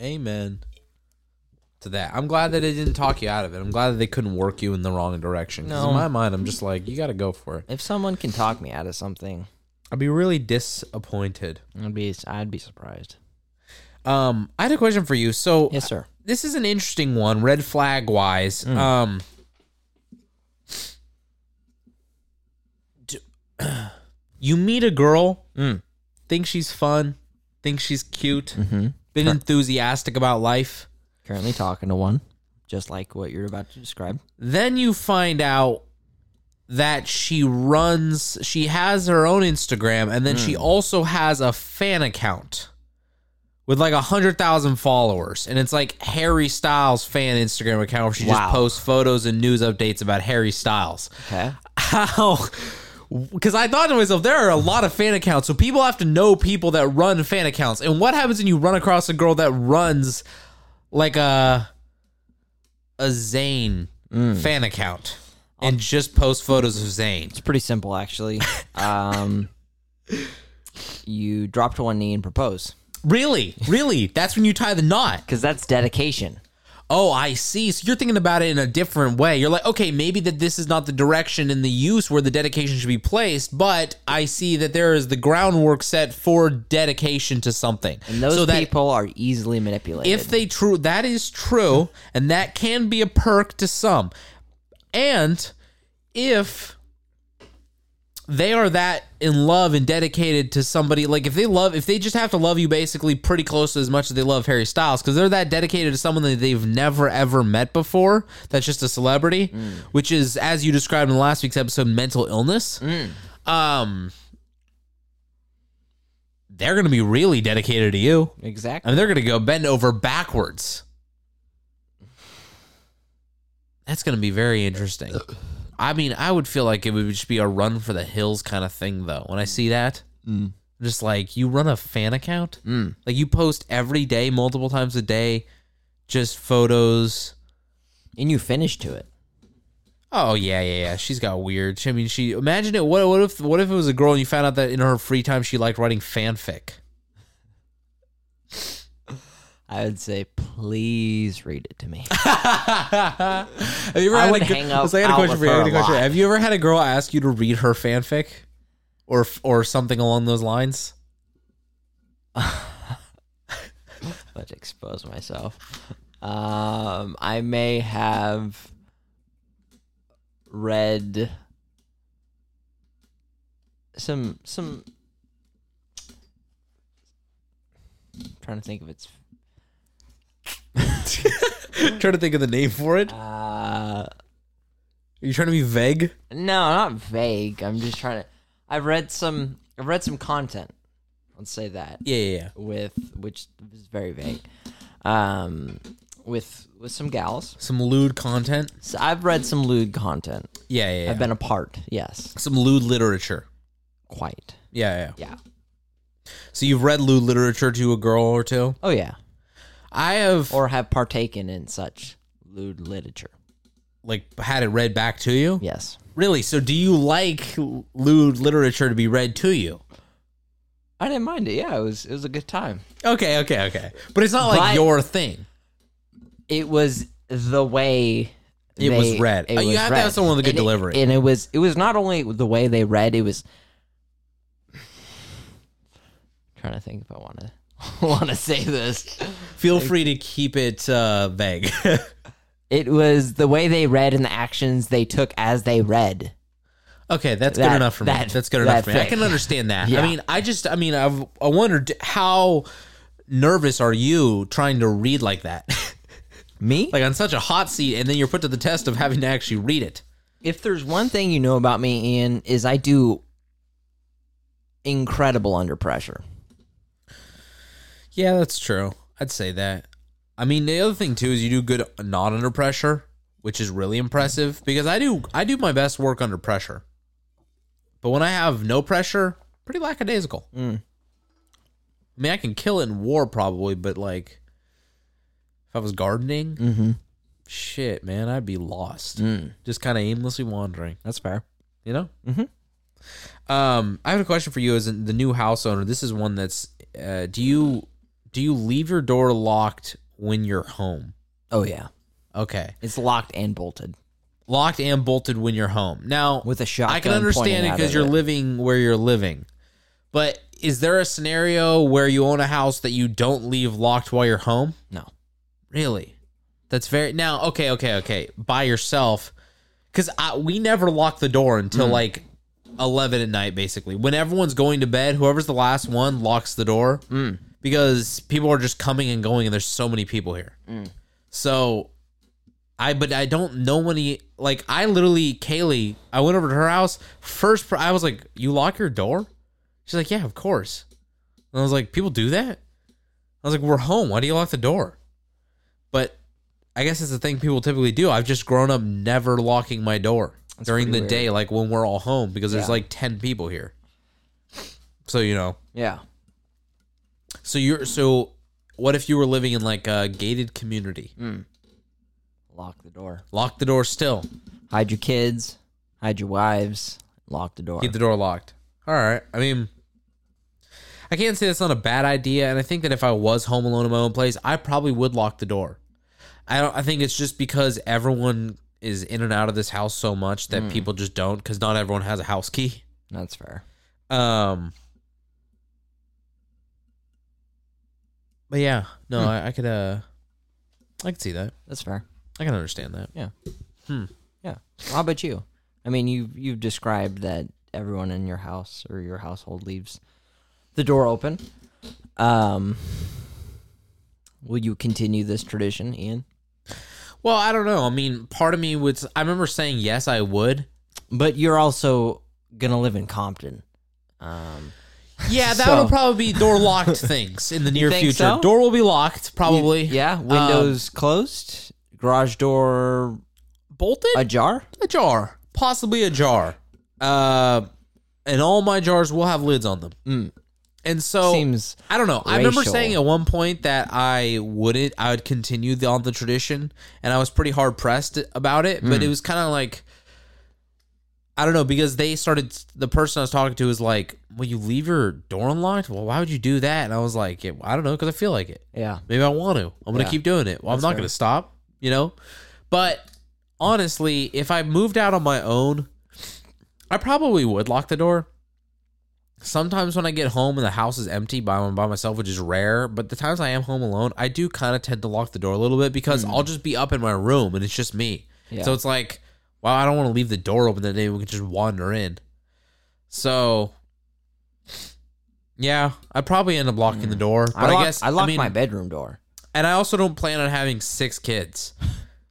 Speaker 3: Amen to that. I'm glad that they didn't talk you out of it. I'm glad that they couldn't work you in the wrong direction. 'Cause
Speaker 1: No.
Speaker 3: In my mind, I'm just like, you got to go for it.
Speaker 1: If someone can talk me out of something,
Speaker 3: I'd be really disappointed.
Speaker 1: I'd be I'd be surprised.
Speaker 3: Um, I had a question for you. So
Speaker 1: Yes, sir.
Speaker 3: this is an interesting one, red flag wise. Um, d- you meet a girl, think she's fun, think she's cute, been enthusiastic about life.
Speaker 1: Currently talking to one, just like what you're about to describe.
Speaker 3: Then you find out that she runs, she has her own Instagram, and then she also has a fan account with like a hundred thousand followers, and it's like Harry Styles fan Instagram account where she
Speaker 1: Wow.
Speaker 3: just posts photos and news updates about Harry Styles.
Speaker 1: Okay.
Speaker 3: How? Because I thought to myself, there are a lot of fan accounts, so people have to know people that run fan accounts. And what happens when you run across a girl that runs like a a Zane fan account and just posts photos of Zane?
Speaker 1: It's pretty simple, actually. um, you drop to one knee and propose,
Speaker 3: Really, really, that's when you tie the knot.
Speaker 1: because that's dedication.
Speaker 3: Oh, I see. So you're thinking about it in a different way. You're like, okay, maybe that this is not the direction and the use where the dedication should be placed, but I see that there is the groundwork set for dedication to something.
Speaker 1: And those
Speaker 3: so that
Speaker 1: people are easily manipulated.
Speaker 3: if they true that is true, and that can be a perk to some. And if they are that in love and dedicated to somebody like if they love if they just have to love you basically pretty close to as much as they love Harry Styles because they're that dedicated to someone that they've never ever met before that's just a celebrity which is as you described in last week's episode mental illness um they're gonna be really dedicated to you I
Speaker 1: exactly.
Speaker 3: mean, they're going to go bend over backwards. That's going to be very interesting. I mean, I would feel like it would just be a run for the hills kind of thing, though. When I see that, just like you run a fan account, like you post every day, multiple times a day, just photos.
Speaker 1: and you finish to it.
Speaker 3: Oh yeah, yeah, yeah. She's got weird. I mean, she imagine it. What, what if what if it was a girl and you found out that in her free time she liked writing fanfic?
Speaker 1: I would say, please read it to me.
Speaker 3: have you ever
Speaker 1: I
Speaker 3: had
Speaker 1: would
Speaker 3: a, gir-
Speaker 1: hang out-
Speaker 3: Let's say I had a
Speaker 1: out
Speaker 3: question
Speaker 1: with
Speaker 3: for you.
Speaker 1: her
Speaker 3: I had a
Speaker 1: a
Speaker 3: question.
Speaker 1: lot.
Speaker 3: Have you ever had a girl ask you to read her fanfic, or f- or something along those lines?
Speaker 1: but expose myself. Um, I may have read some some trying to think of its.
Speaker 3: trying to think of the name for it. Are
Speaker 1: Uh,
Speaker 3: you trying to be vague?
Speaker 1: no, not vague. I'm just trying to. I've read some. I've read some content. Let's say that.
Speaker 3: Yeah, yeah, yeah.
Speaker 1: With which is very vague. Um, with with some gals.
Speaker 3: Some lewd content.
Speaker 1: So I've read some lewd content.
Speaker 3: Yeah, yeah. yeah.
Speaker 1: I've been a part. Yes,
Speaker 3: Some lewd literature.
Speaker 1: quite.
Speaker 3: Yeah, yeah, yeah.
Speaker 1: Yeah.
Speaker 3: So you've read lewd literature to a girl or two?
Speaker 1: Oh yeah.
Speaker 3: I have,
Speaker 1: Or have partaken in such lewd literature.
Speaker 3: like, had it read back to you.
Speaker 1: Yes.
Speaker 3: Really? So do you like lewd literature to be read to you?
Speaker 1: I didn't mind it. Yeah, it was it was a good time.
Speaker 3: Okay, okay, okay. But it's not like
Speaker 1: But-
Speaker 3: your thing.
Speaker 1: It was the way
Speaker 3: It was read. Oh, you have to have someone with a good
Speaker 1: And it-
Speaker 3: delivery.
Speaker 1: and it was it was not only the way they read. It was trying to think if I want to want to say this.
Speaker 3: Feel free to keep it uh, vague.
Speaker 1: It was the way they read and the actions they took as they read.
Speaker 3: okay, that's good
Speaker 1: That-
Speaker 3: enough for me.
Speaker 1: that-
Speaker 3: That's good enough
Speaker 1: that
Speaker 3: for me. I
Speaker 1: thing.
Speaker 3: can understand that.
Speaker 1: Yeah.
Speaker 3: I mean, I just, I mean, I've, I wondered how nervous are you trying to read like that?
Speaker 1: Me?
Speaker 3: like on such a hot seat, and then you're put to the test of having to actually read it.
Speaker 1: if there's one thing you know about me, Ian, is I do incredible under pressure.
Speaker 3: Yeah, that's true. I'd say that. I mean, the other thing too is you do good not under pressure, which is really impressive because I do I do my best work under pressure. But when I have no pressure, pretty lackadaisical. I mean, I can kill it in war probably, but like if I was gardening, shit, man, I'd be lost. Just kind of aimlessly wandering
Speaker 1: That's fair.
Speaker 3: you know. Mm-hmm. Um, I have a question for you as the new house owner. This is one that's. Uh, do you do you leave your door locked when you're home?
Speaker 1: Oh yeah,
Speaker 3: Okay,
Speaker 1: it's locked and bolted
Speaker 3: locked and bolted when you're home. Now
Speaker 1: with a shotgun.
Speaker 3: I can understand
Speaker 1: pointing
Speaker 3: it
Speaker 1: out
Speaker 3: because
Speaker 1: of
Speaker 3: you're
Speaker 1: it.
Speaker 3: living where you're living, but is there a scenario where you own a house that you don't leave locked while you're home?
Speaker 1: no.
Speaker 3: Really? That's very now. Okay, okay, okay. By yourself, because we never lock the door until like eleven at night, basically. When everyone's going to bed, whoever's the last one locks the door because people are just coming and going, and there's so many people here. So, I but I don't know any. Like I literally, Kaylee, I went over to her house first. pr- I was like, "You lock your door?" She's like, "Yeah, of course." And I was like, "People do that." I was like, "We're home. Why do you lock the door?" but I guess it's the thing people typically do. I've just grown up never locking my door during the
Speaker 1: pretty weird.
Speaker 3: day, like when we're all home, because there's
Speaker 1: Yeah.
Speaker 3: like ten people here. So you know,
Speaker 1: Yeah.
Speaker 3: so you're so. What if you were living in like a gated community?
Speaker 1: Mm. Lock the door.
Speaker 3: Lock the door still.
Speaker 1: Hide your kids. Hide your wives. Lock the door.
Speaker 3: Keep the door locked. All right. I mean, I can't say that's not a bad idea, and I think that if I was home alone in my own place, I probably would lock the door. I don't. I think it's just because everyone is in and out of this house so much that people just don't, because not everyone has a house key.
Speaker 1: That's fair.
Speaker 3: Um. But yeah, no, I, I could. Uh, I could see that.
Speaker 1: That's fair.
Speaker 3: I can understand that.
Speaker 1: Yeah. How about you? I mean, you you've described that everyone in your house or your household leaves the door open. Um, will you continue this tradition, Ian?
Speaker 3: Well, I don't know. I mean, part of me would. I remember saying yes, I would.
Speaker 1: But you're also gonna live in Compton. Um,
Speaker 3: Yeah, that
Speaker 1: So-
Speaker 3: will probably be door locked things in the near
Speaker 1: think
Speaker 3: future.
Speaker 1: so?
Speaker 3: Door will be locked, probably.
Speaker 1: yeah,
Speaker 3: Um,
Speaker 1: windows closed, garage door
Speaker 3: bolted. A,
Speaker 1: ajar.
Speaker 3: jar, possibly a jar. Uh, and all my jars will have lids on them. And so
Speaker 1: Seems
Speaker 3: I don't know. I remember
Speaker 1: racial.
Speaker 3: saying at one point that I wouldn't. I would continue the, on the tradition, and I was pretty hard pressed about it. But it was kind of like I don't know because they started. The person I was talking to was like, "Well, you leave your door unlocked. Well, why would you do that?" And I was like, yeah, "I don't know because I feel like it.
Speaker 1: yeah,
Speaker 3: Maybe I want to. I'm gonna
Speaker 1: Yeah.
Speaker 3: keep doing it. Well, I'm not gonna stop. You know, but honestly, if I moved out on my own, I probably would lock the door. Sometimes when I get home and the house is empty by by myself, which is rare, but the times I am home alone, I do kind of tend to lock the door a little bit because I'll just be up in my room and it's just me.
Speaker 1: Hmm. Yeah.
Speaker 3: So it's like, wow, I don't want to leave the door open that day we can just wander in. So Yeah, I'd probably end up locking the door. But
Speaker 1: Hmm. I,
Speaker 3: I,
Speaker 1: lock,
Speaker 3: guess
Speaker 1: I lock
Speaker 3: mean,
Speaker 1: my bedroom door.
Speaker 3: and I also don't plan on having six kids.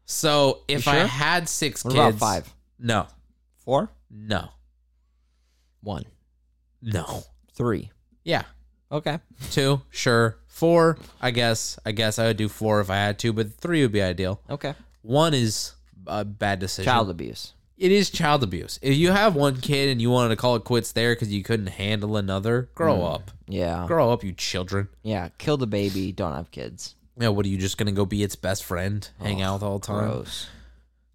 Speaker 3: So if I
Speaker 1: sure?
Speaker 3: had six
Speaker 1: What
Speaker 3: kids,
Speaker 1: about five?
Speaker 3: No,
Speaker 1: Four?
Speaker 3: no,
Speaker 1: One.
Speaker 3: no.
Speaker 1: Three.
Speaker 3: Yeah,
Speaker 1: Okay.
Speaker 3: two, sure. Four, I guess. I guess I would do four if I had to, but three would be ideal.
Speaker 1: Okay.
Speaker 3: One is a bad decision.
Speaker 1: Child abuse.
Speaker 3: It is child abuse. If you have one kid and you wanted to call it quits there because you couldn't handle another, grow
Speaker 1: Hmm.
Speaker 3: up.
Speaker 1: Yeah.
Speaker 3: Grow up, you children.
Speaker 1: Yeah. Kill the baby. Don't have kids.
Speaker 3: Yeah, what are you just gonna go be its best friend, hang out all the time?
Speaker 1: Gross.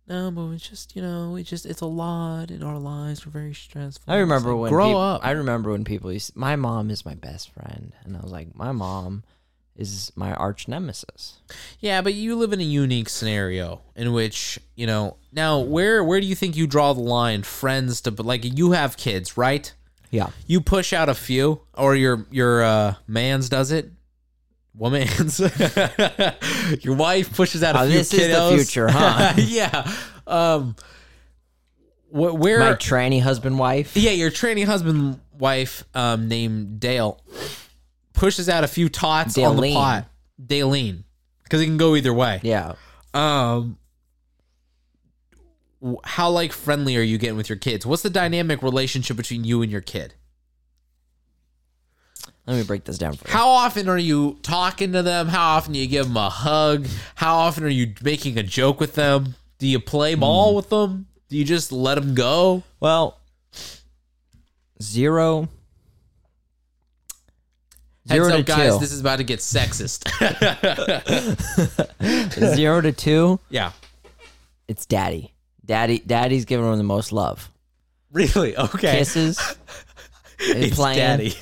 Speaker 3: No, but it's just you know, it's just it's a lot in our lives. We're very stressful.
Speaker 1: I remember when
Speaker 3: grow
Speaker 1: peop-
Speaker 3: up.
Speaker 1: I remember when people used my mom is my best friend, and I was like, my mom is my arch nemesis.
Speaker 3: yeah, but you live in a unique scenario in which you know now where where do you think you draw the line? Friends to but like you have kids, right?
Speaker 1: Yeah.
Speaker 3: You push out a few, or your your uh, man's does it. Woman's, your wife pushes out a
Speaker 1: Oh,
Speaker 3: few
Speaker 1: this is the
Speaker 3: kiddos.
Speaker 1: future, huh?
Speaker 3: yeah. Um, wh- where
Speaker 1: My tranny husband wife.
Speaker 3: yeah, your tranny husband wife um, named Dale pushes out a few tots on the
Speaker 1: Daleen.
Speaker 3: pot. Daleen, because it can go either way.
Speaker 1: Yeah.
Speaker 3: Um, w- how like friendly are you getting with your kids? What's the dynamic relationship between you and your kid?
Speaker 1: Let me break this down for you.
Speaker 3: How often are you talking to them? How often do you give them a hug? How often are you making a joke with them? Do you play
Speaker 1: Hmm.
Speaker 3: ball with them? Do you just let them go?
Speaker 1: Well, zero.
Speaker 3: Heads
Speaker 1: Zero to
Speaker 3: up, guys!
Speaker 1: two.
Speaker 3: This is about to get sexist.
Speaker 1: zero to two.
Speaker 3: yeah.
Speaker 1: It's daddy. Daddy. Daddy's giving him the most love.
Speaker 3: Really? Okay.
Speaker 1: Kisses. and
Speaker 3: It's
Speaker 1: playing.
Speaker 3: daddy.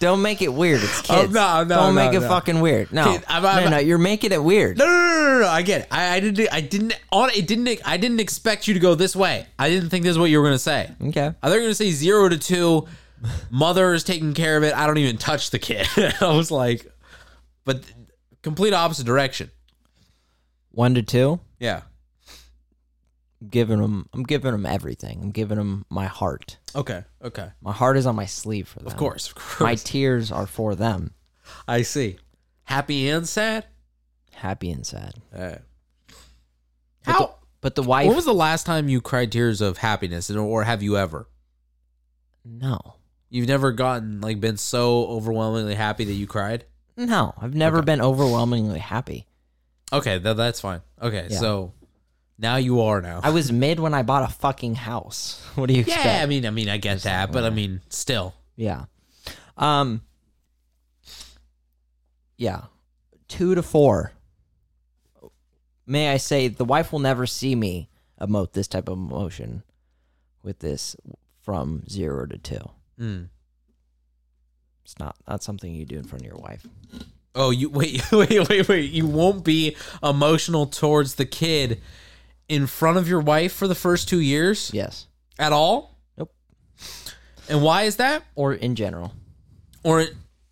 Speaker 1: Don't make it weird. It's
Speaker 3: Oh,
Speaker 1: kids.
Speaker 3: no, no,
Speaker 1: Don't make
Speaker 3: no,
Speaker 1: it
Speaker 3: no.
Speaker 1: fucking weird. No,
Speaker 3: Kid, I'm- I'm-
Speaker 1: no, no. You're making it weird.
Speaker 3: No, no, no, no, no, no. I get it. I, I didn't. I didn't. On it didn't. I didn't expect you to go this way. I didn't think this is what you were gonna say.
Speaker 1: Okay.
Speaker 3: I thought you were gonna say zero to two. Mother is taking care of it. I don't even touch the kid. I was like, but th- complete opposite direction.
Speaker 1: One to two.
Speaker 3: Yeah.
Speaker 1: I'm giving them. I'm giving them everything. I'm giving them my heart.
Speaker 3: Okay. Okay.
Speaker 1: My heart is on my sleeve for them.
Speaker 3: Of course. Of
Speaker 1: My
Speaker 3: course.
Speaker 1: tears are for them.
Speaker 3: I see. Happy and sad.
Speaker 1: Happy and sad.
Speaker 3: How?
Speaker 1: But the wife.
Speaker 3: When was the last time you cried tears of happiness, and- or have you ever?
Speaker 1: no.
Speaker 3: You've never gotten like been so overwhelmingly happy that you cried.
Speaker 1: No. I've never been overwhelmingly happy.
Speaker 3: Okay, th- that's fine. Okay,
Speaker 1: Yeah.
Speaker 3: so now you are now.
Speaker 1: I was mid when I bought a fucking house. What do you
Speaker 3: yeah,
Speaker 1: expect?
Speaker 3: I mean, I mean, I get that, but I mean, still,
Speaker 1: Yeah. Um Yeah. 2 to 4. May I say the wife will never see me emote this type of emotion with this from 0 to 2.
Speaker 3: Mm.
Speaker 1: It's not not something you do in front of your wife.
Speaker 3: Oh, you wait, wait, wait, wait. You won't be emotional towards the kid in front of your wife for the first two years
Speaker 1: Yes.
Speaker 3: at all.
Speaker 1: Nope.
Speaker 3: And why is that?
Speaker 1: Or in general.
Speaker 3: Or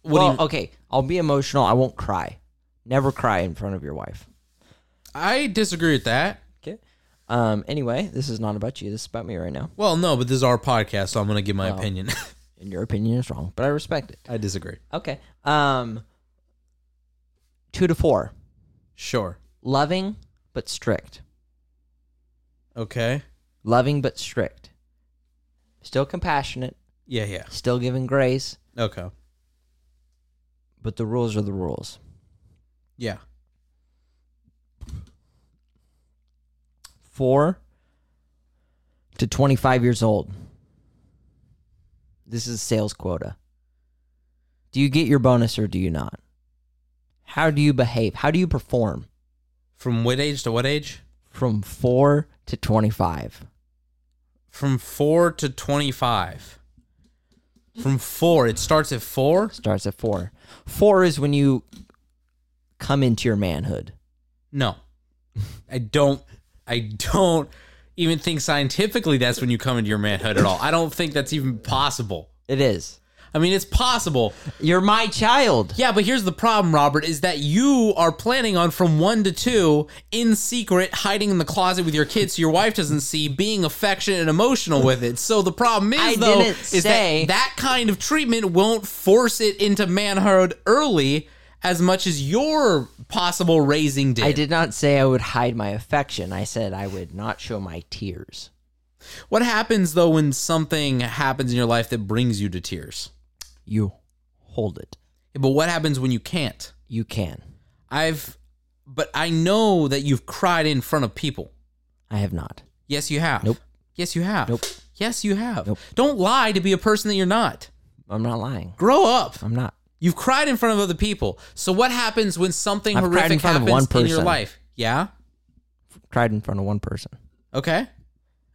Speaker 3: what?
Speaker 1: well, uh,
Speaker 3: do you,
Speaker 1: okay, I'll be emotional. I won't cry. Never cry in front of your wife.
Speaker 3: I disagree with that.
Speaker 1: Okay. Um anyway, this is not about you. This is about me right now.
Speaker 3: Well, no, but this is our podcast, so I'm going to give my opinion.
Speaker 1: And your opinion is wrong, but Oh. I respect it.
Speaker 3: I disagree.
Speaker 1: Okay. Um two to four.
Speaker 3: Sure.
Speaker 1: Loving but strict.
Speaker 3: Okay.
Speaker 1: Loving but strict. Still compassionate,
Speaker 3: Yeah. Yeah.
Speaker 1: still giving grace,
Speaker 3: Okay.
Speaker 1: but the rules are the rules.
Speaker 3: Yeah.
Speaker 1: Four to twenty five years old. This is sales quota. Do you get your bonus or do you not? How do you behave? How do you perform
Speaker 3: From what age to what age?
Speaker 1: from four to twenty five?
Speaker 3: from four to twenty-five. From four, it starts at four.
Speaker 1: starts at four. Four is when you come into your manhood.
Speaker 3: No, I don't. I don't even think scientifically that's when you come into your manhood at all. I don't think that's even possible.
Speaker 1: It is.
Speaker 3: I mean, it's possible.
Speaker 1: You're my child.
Speaker 3: Yeah, but here's the problem, Robert, is that you are planning on from one to two in secret, hiding in the closet with your kids so your wife doesn't see, being affectionate and emotional with it. So the problem is
Speaker 1: I
Speaker 3: though
Speaker 1: didn't
Speaker 3: is
Speaker 1: say-
Speaker 3: that that kind of treatment won't force it into manhood early as much as your possible raising did.
Speaker 1: I did not say I would hide my affection. I said I would not show my tears.
Speaker 3: What happens though when something happens in your life that brings you to tears?
Speaker 1: You hold it.
Speaker 3: Yeah, But what happens when you can't?
Speaker 1: You can.
Speaker 3: I've but I know that you've cried in front of people.
Speaker 1: I have not.
Speaker 3: Yes, you have.
Speaker 1: Nope.
Speaker 3: Yes, you have.
Speaker 1: Nope.
Speaker 3: Yes, you have.
Speaker 1: Nope.
Speaker 3: Don't lie to be a person that you're not.
Speaker 1: I'm not lying.
Speaker 3: Grow up.
Speaker 1: I'm not.
Speaker 3: You've cried in front of other people. So what happens when something
Speaker 1: I've cried in
Speaker 3: horrific
Speaker 1: front of
Speaker 3: happens
Speaker 1: one
Speaker 3: in your
Speaker 1: person.
Speaker 3: life? Yeah.
Speaker 1: Cried in front of one person.
Speaker 3: Okay.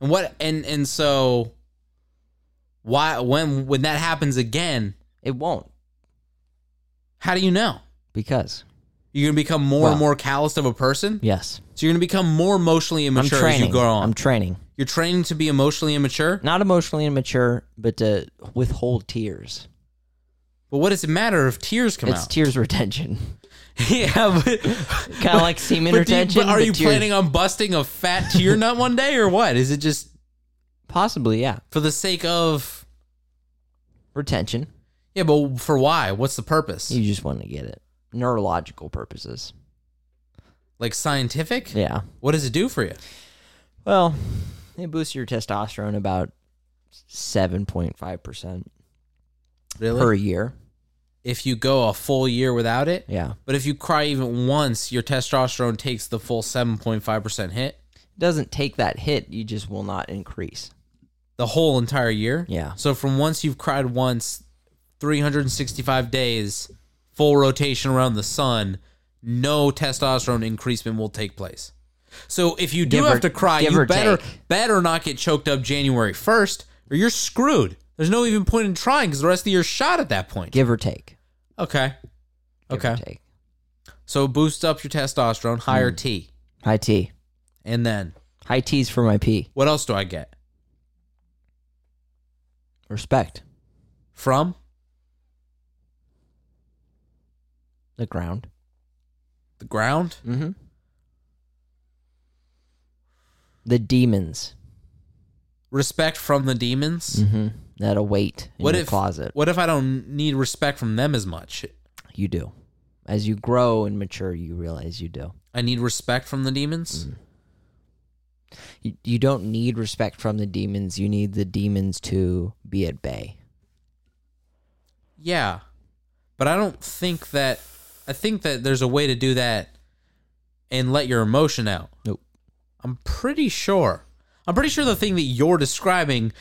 Speaker 3: And what and and so why when when that happens again,
Speaker 1: It won't
Speaker 3: how do you know?
Speaker 1: because
Speaker 3: You're gonna become more
Speaker 1: Well-
Speaker 3: and more calloused of a person.
Speaker 1: yes,
Speaker 3: So you're gonna become more emotionally
Speaker 1: I'm
Speaker 3: immature as
Speaker 1: training.
Speaker 3: you go on.
Speaker 1: I'm training.
Speaker 3: you're training to be emotionally immature.
Speaker 1: Not emotionally immature, but to withhold tears.
Speaker 3: But what does it matter if tears come
Speaker 1: it's
Speaker 3: out?
Speaker 1: tears retention.
Speaker 3: yeah, but
Speaker 1: kind of like semen
Speaker 3: But, do you-
Speaker 1: retention.
Speaker 3: but are you
Speaker 1: tears-
Speaker 3: planning on busting a fat tear nut one day or what? Is it just
Speaker 1: Possibly, yeah.
Speaker 3: for the sake of
Speaker 1: Retention.
Speaker 3: yeah, but for why? What's the purpose?
Speaker 1: You just want to get it. Neurological purposes.
Speaker 3: Like scientific?
Speaker 1: Yeah.
Speaker 3: What does it do for you?
Speaker 1: Well, it boosts your testosterone about 7.5%
Speaker 3: Really?
Speaker 1: per year.
Speaker 3: if you go a full year without it,
Speaker 1: Yeah.
Speaker 3: but if you cry even once, your testosterone takes the full 7.5% hit
Speaker 1: It doesn't take that hit. You just will not increase.
Speaker 3: the whole entire year.
Speaker 1: Yeah.
Speaker 3: So from once you've cried once, 365 days, full rotation around the sun, no testosterone increasement will take place. So if you do
Speaker 1: Give or-
Speaker 3: have to cry,
Speaker 1: give
Speaker 3: you
Speaker 1: or
Speaker 3: better
Speaker 1: take.
Speaker 3: better not get choked up January 1st or you're screwed. There's no even point in trying because the rest of the year's shot at that point.
Speaker 1: Give or take.
Speaker 3: okay.
Speaker 1: Give
Speaker 3: Okay.
Speaker 1: Or take.
Speaker 3: So boost up your testosterone, higher
Speaker 1: Hmm.
Speaker 3: T.
Speaker 1: High T.
Speaker 3: And then
Speaker 1: High T's for my P.
Speaker 3: what else do I get?
Speaker 1: Respect.
Speaker 3: From
Speaker 1: The ground.
Speaker 3: the ground?
Speaker 1: Mm-hmm. The demons
Speaker 3: Respect from the demons?
Speaker 1: mm-hmm. that await in
Speaker 3: what
Speaker 1: your
Speaker 3: if
Speaker 1: closet.
Speaker 3: What if I don't need respect from them as much?
Speaker 1: You do. As you grow and mature, you realize you do.
Speaker 3: I need respect from the demons.
Speaker 1: Mm. You, you don't need respect from the demons. You need the demons to be at bay.
Speaker 3: Yeah, but I don't think that. I think that there's a way to do that and let your emotion out.
Speaker 1: Nope.
Speaker 3: I'm pretty sure. I'm pretty sure the thing that you're describing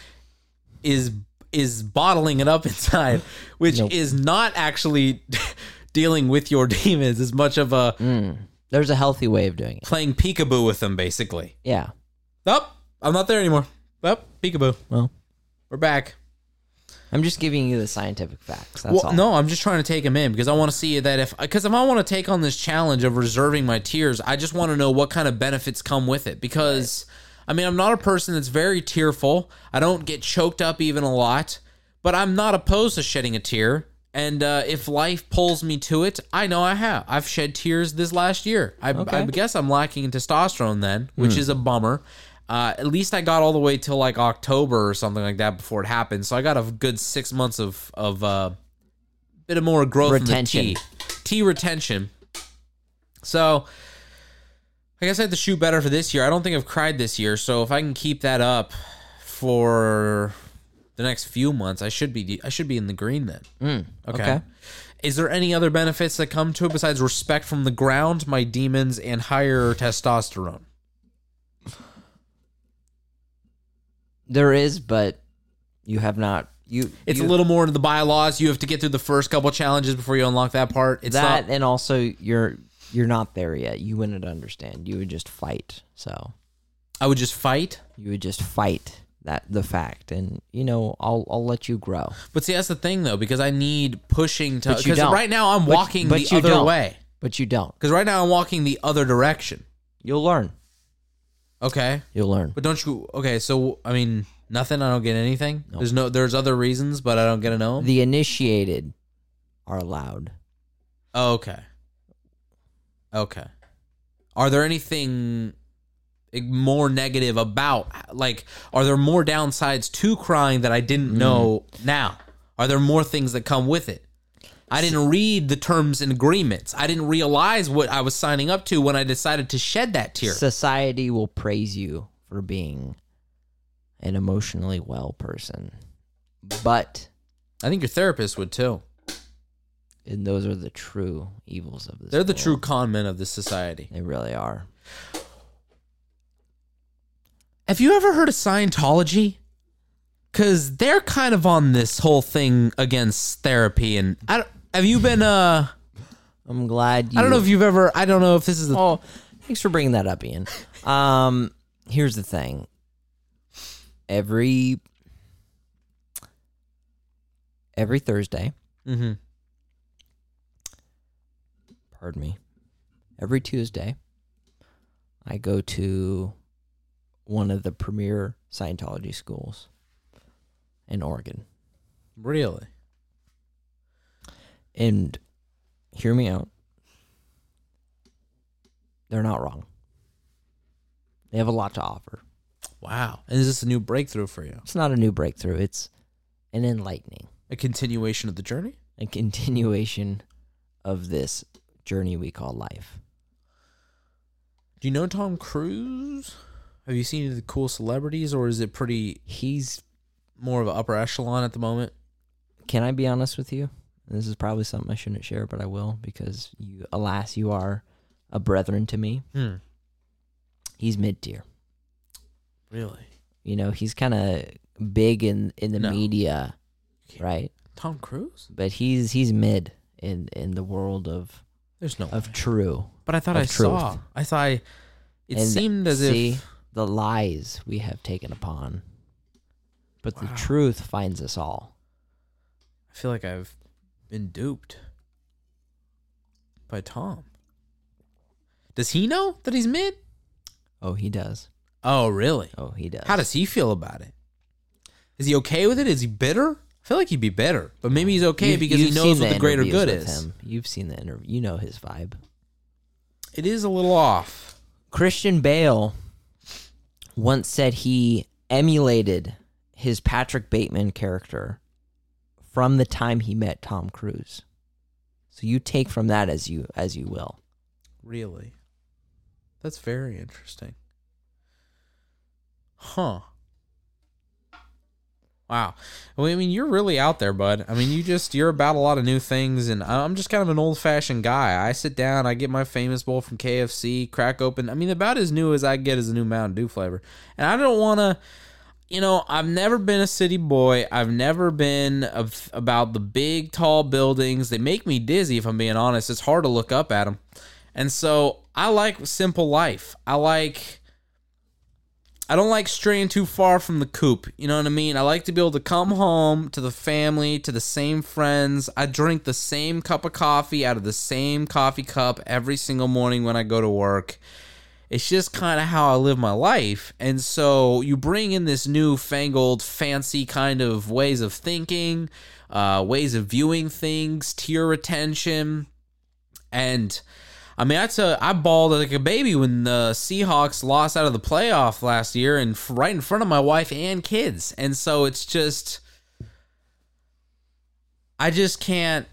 Speaker 3: is is bottling it up inside, which
Speaker 1: Nope.
Speaker 3: is not actually dealing with your demons as much of a
Speaker 1: Mm. There's a healthy way of doing it.
Speaker 3: playing peekaboo with them, basically.
Speaker 1: Yeah.
Speaker 3: Nope, I'm not there anymore. Nope, peekaboo.
Speaker 1: Well,
Speaker 3: We're back.
Speaker 1: I'm just giving you the scientific facts. That's
Speaker 3: well,
Speaker 1: all.
Speaker 3: no, I'm just trying to take him in because I want to see that if because if I want to take on this challenge of reserving my tears, I just want to know what kind of benefits come with it because I mean, I'm not a person that's very tearful. I don't get choked up even a lot, but I'm not opposed to shedding a tear. And uh, if life pulls me to it, I know I have. I've shed tears this last year. I, I guess I'm lacking in testosterone then,
Speaker 1: Hmm.
Speaker 3: which is a bummer. Uh, at least I got all the way till like October or something like that before it happened. So I got a good six months of of uh, bit of more growth
Speaker 1: Retention.
Speaker 3: in the T. T retention. So I guess I have to shoot better for this year. I don't think I've cried this year, so if I can keep that up for the next few months, I should be I should be in the green then. okay.
Speaker 1: Mm, okay.
Speaker 3: Is there any other benefits that come to it besides respect from the ground, my demons, and higher testosterone?
Speaker 1: There is, but you have not. You.
Speaker 3: It's
Speaker 1: you-
Speaker 3: a little more into the bylaws. You have to get through the first couple challenges before you unlock that part. It's
Speaker 1: that,
Speaker 3: not
Speaker 1: and also you're you're not there yet. You wouldn't understand. You would just fight. So
Speaker 3: I would just fight.
Speaker 1: you would just fight that the fact, and you know I'll I'll let you grow.
Speaker 3: But see, that's the thing though, because I need pushing to.
Speaker 1: But you
Speaker 3: Because
Speaker 1: don't.
Speaker 3: right now I'm
Speaker 1: But-
Speaker 3: walking
Speaker 1: but
Speaker 3: the
Speaker 1: you
Speaker 3: other
Speaker 1: don't.
Speaker 3: way.
Speaker 1: But you don't.
Speaker 3: Because right now I'm walking the other direction.
Speaker 1: You'll learn.
Speaker 3: Okay,
Speaker 1: You'll learn.
Speaker 3: but don't you? Okay, so I mean, Nothing. I don't get anything. There's no. There's other reasons, but I don't get to know. 'em?
Speaker 1: The initiated are allowed.
Speaker 3: oh, okay. Okay. Are there anything more negative about like? Are there more downsides to crying that I didn't know now? Are there more things that come with it? I didn't read the terms and agreements. I didn't realize what I was signing up to when I decided to shed that tear.
Speaker 1: Society will praise you for being an emotionally well person, but
Speaker 3: I think your therapist would too.
Speaker 1: and those are the true evils of this.
Speaker 3: They're the
Speaker 1: world.
Speaker 3: true con men of this society.
Speaker 1: They really are.
Speaker 3: Have you ever heard of Scientology? Cause they're kind of on this whole thing against therapy, and I don't, have you been? Uh,
Speaker 1: I'm glad. You,
Speaker 3: I don't know if you've ever. I don't know if this is. A,
Speaker 1: Oh, thanks for bringing that up, Ian. Um, here's the thing. Every every Thursday,
Speaker 3: Mhm.
Speaker 1: pardon me, every Tuesday, I go to one of the premier Scientology schools in Oregon.
Speaker 3: Really?
Speaker 1: And hear me out. They're not wrong. They have a lot to offer.
Speaker 3: Wow! And is this a new breakthrough for you?
Speaker 1: It's not a new breakthrough, it's an enlightening,
Speaker 3: A continuation of the journey?
Speaker 1: a continuation of this journey we call life.
Speaker 3: Do you know Tom Cruise? Have you seen any of the cool celebrities, or is it pretty? He's more of an upper echelon at the moment.
Speaker 1: Can I be honest with you? This is probably something I shouldn't share, but I will because you, alas, you are a brethren to me.
Speaker 3: Hmm.
Speaker 1: He's mid tier.
Speaker 3: Really?
Speaker 1: You know, he's kind of big in in the
Speaker 3: No.
Speaker 1: media,
Speaker 3: Can't-
Speaker 1: right?
Speaker 3: Tom Cruise?
Speaker 1: But he's he's mid in in the world of
Speaker 3: There's no.
Speaker 1: of true.
Speaker 3: but I thought
Speaker 1: of
Speaker 3: I
Speaker 1: truth.
Speaker 3: saw. I thought. I, it
Speaker 1: And
Speaker 3: seemed as
Speaker 1: see
Speaker 3: if.
Speaker 1: the lies we have taken upon, but the
Speaker 3: Wow.
Speaker 1: truth finds us all.
Speaker 3: I feel like I've been duped by Tom. Does he know that he's mid?
Speaker 1: Oh, he does.
Speaker 3: Oh, really?
Speaker 1: Oh, he does.
Speaker 3: How does he feel about it? Is he okay with it? Is he bitter? I feel like he'd be bitter, but maybe he's okay
Speaker 1: You've-
Speaker 3: because he
Speaker 1: you've
Speaker 3: knows
Speaker 1: seen
Speaker 3: what the greater
Speaker 1: interviews
Speaker 3: good
Speaker 1: with
Speaker 3: is.
Speaker 1: him. You've seen the interview. You know his vibe.
Speaker 3: It is a little off.
Speaker 1: Christian Bale once said he emulated his Patrick Bateman character from the time he met Tom Cruise. So you take from that as you as you will.
Speaker 3: Really? That's very interesting. Huh. Wow. Well, I mean, you're really out there, bud. I mean, you just, you're about a lot of new things, and I- I'm just kind of an old fashioned guy. I sit down, I get my famous bowl from KFC, crack open. I mean, about as new as I get is a new Mountain Dew flavor. And I don't want to you know, I've never been a city boy. I've never been of, about the big, tall buildings. They make me dizzy, if I'm being honest. It's hard to look up at them. And so I like simple life. I like. I don't like straying too far from the coop. You know what I mean? I like to be able to come home to the family, to the same friends. I drink the same cup of coffee out of the same coffee cup every single morning when I go to work it's just kind of how I live my life. And so you bring in this new fangled, fancy kind of ways of thinking, uh, ways of viewing things, tier attention. And I mean, I tell I bawled like a baby when the Seahawks lost out of the playoff last year and f- right in front of my wife and kids. And so it's just, I just can't.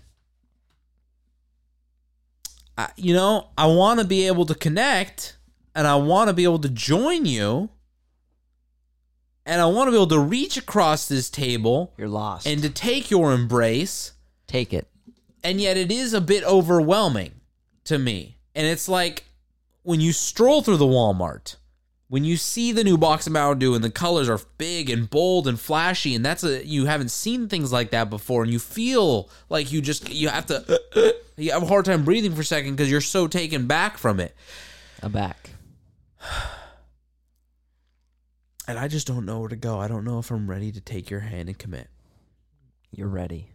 Speaker 3: I, you know, I want to be able to connect and I want to be able to join you and I want to be able to reach across this table
Speaker 1: You're lost.
Speaker 3: and to take your embrace
Speaker 1: take it.
Speaker 3: and yet it is a bit overwhelming to me. And it's like when you stroll through the Walmart, when you see the new box of Mountain Dew and the colors are big and bold and flashy, and that's a you haven't seen things like that before, and you feel like you just you have to you have a hard time breathing for a second because you're so taken back from it.
Speaker 1: I'm back.
Speaker 3: And I just don't know where to go. I don't know if I'm ready to take your hand and commit.
Speaker 1: You're ready.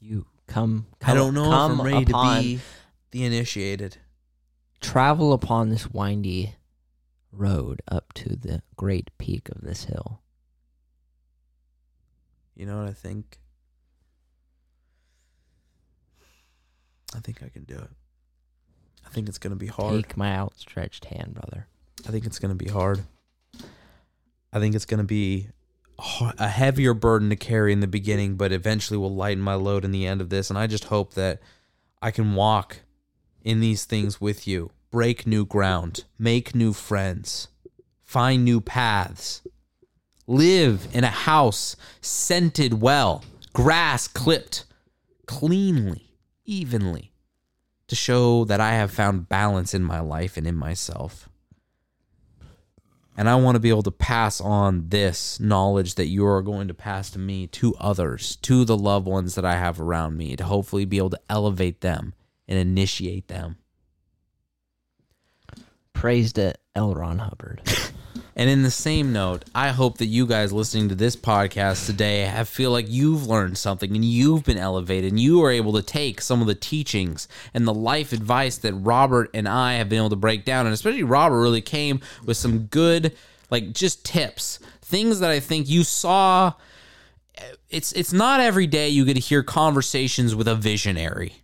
Speaker 1: You come.
Speaker 3: I don't know if
Speaker 1: come
Speaker 3: I'm ready to
Speaker 1: upon-
Speaker 3: be the initiated.
Speaker 1: travel upon this windy road up to the great peak of this hill.
Speaker 3: You know what I think? I think I can do it. I think it's gonna be hard.
Speaker 1: Take my outstretched hand, brother.
Speaker 3: I think it's going to be hard. I think it's going to be h- a heavier burden to carry in the beginning, but eventually will lighten my load in the end of this. And I just hope that I can walk in these things with you, break new ground, make new friends, find new paths, live in a house scented well, grass clipped cleanly, evenly, to show that I have found balance in my life and in myself. And I want to be able to pass on this knowledge that you are going to pass to me, to others, to the loved ones that I have around me, to hopefully be able to elevate them and initiate them.
Speaker 1: Praised at L. Ron Hubbard.
Speaker 3: And in the same note, I hope that you guys listening to this podcast today have feel like you've learned something and you've been elevated and you are able to take some of the teachings and the life advice that Robert and I have been able to break down. And especially Robert really came with some good, like just tips, things that I think you saw. It's it's not every day you get to hear conversations with a visionary.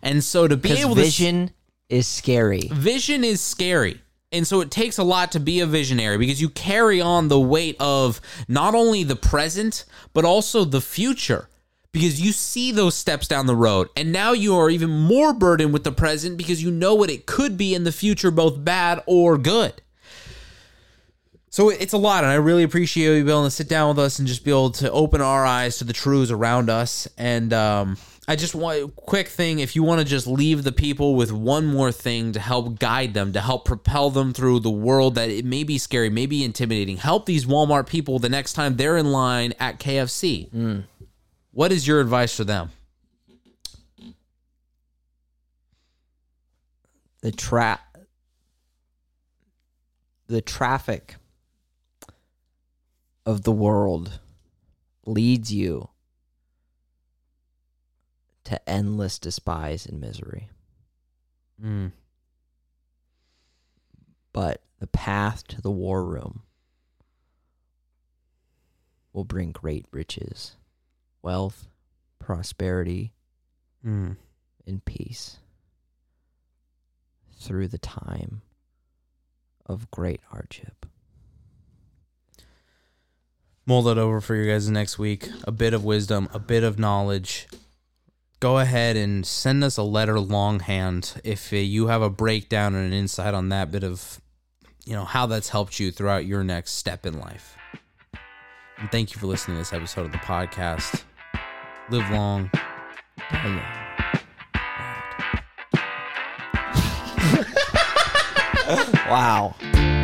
Speaker 3: And so to be
Speaker 1: Because
Speaker 3: able to
Speaker 1: vision is scary.
Speaker 3: vision is scary. And so it takes a lot to be a visionary because you carry on the weight of not only the present, but also the future. Because you see those steps down the road. And now you are even more burdened with the present because you know what it could be in the future, both bad or good. So it- it's a lot, and I really appreciate you being able to sit down with us and just be able to open our eyes to the truths around us. And um, I just want quick thing: if you want to just leave the people with one more thing to help guide them, to help propel them through the world that it may be scary, may be intimidating, help these Walmart people the next time they're in line at KFC. What is your advice for them?
Speaker 1: The tra the traffic of the world leads you to endless despise and misery.
Speaker 3: Mm.
Speaker 1: But the path to the war room will bring great riches, wealth, prosperity, in peace through the time of great hardship.
Speaker 3: mull that over for you guys next week. A bit of wisdom, a bit of knowledge. Go ahead and send us a letter longhand if uh, you have a breakdown and an insight on that bit of, you know, how that's helped you throughout your next step in life. And thank you for listening to this episode of the podcast. Live long. die young.
Speaker 1: Wow.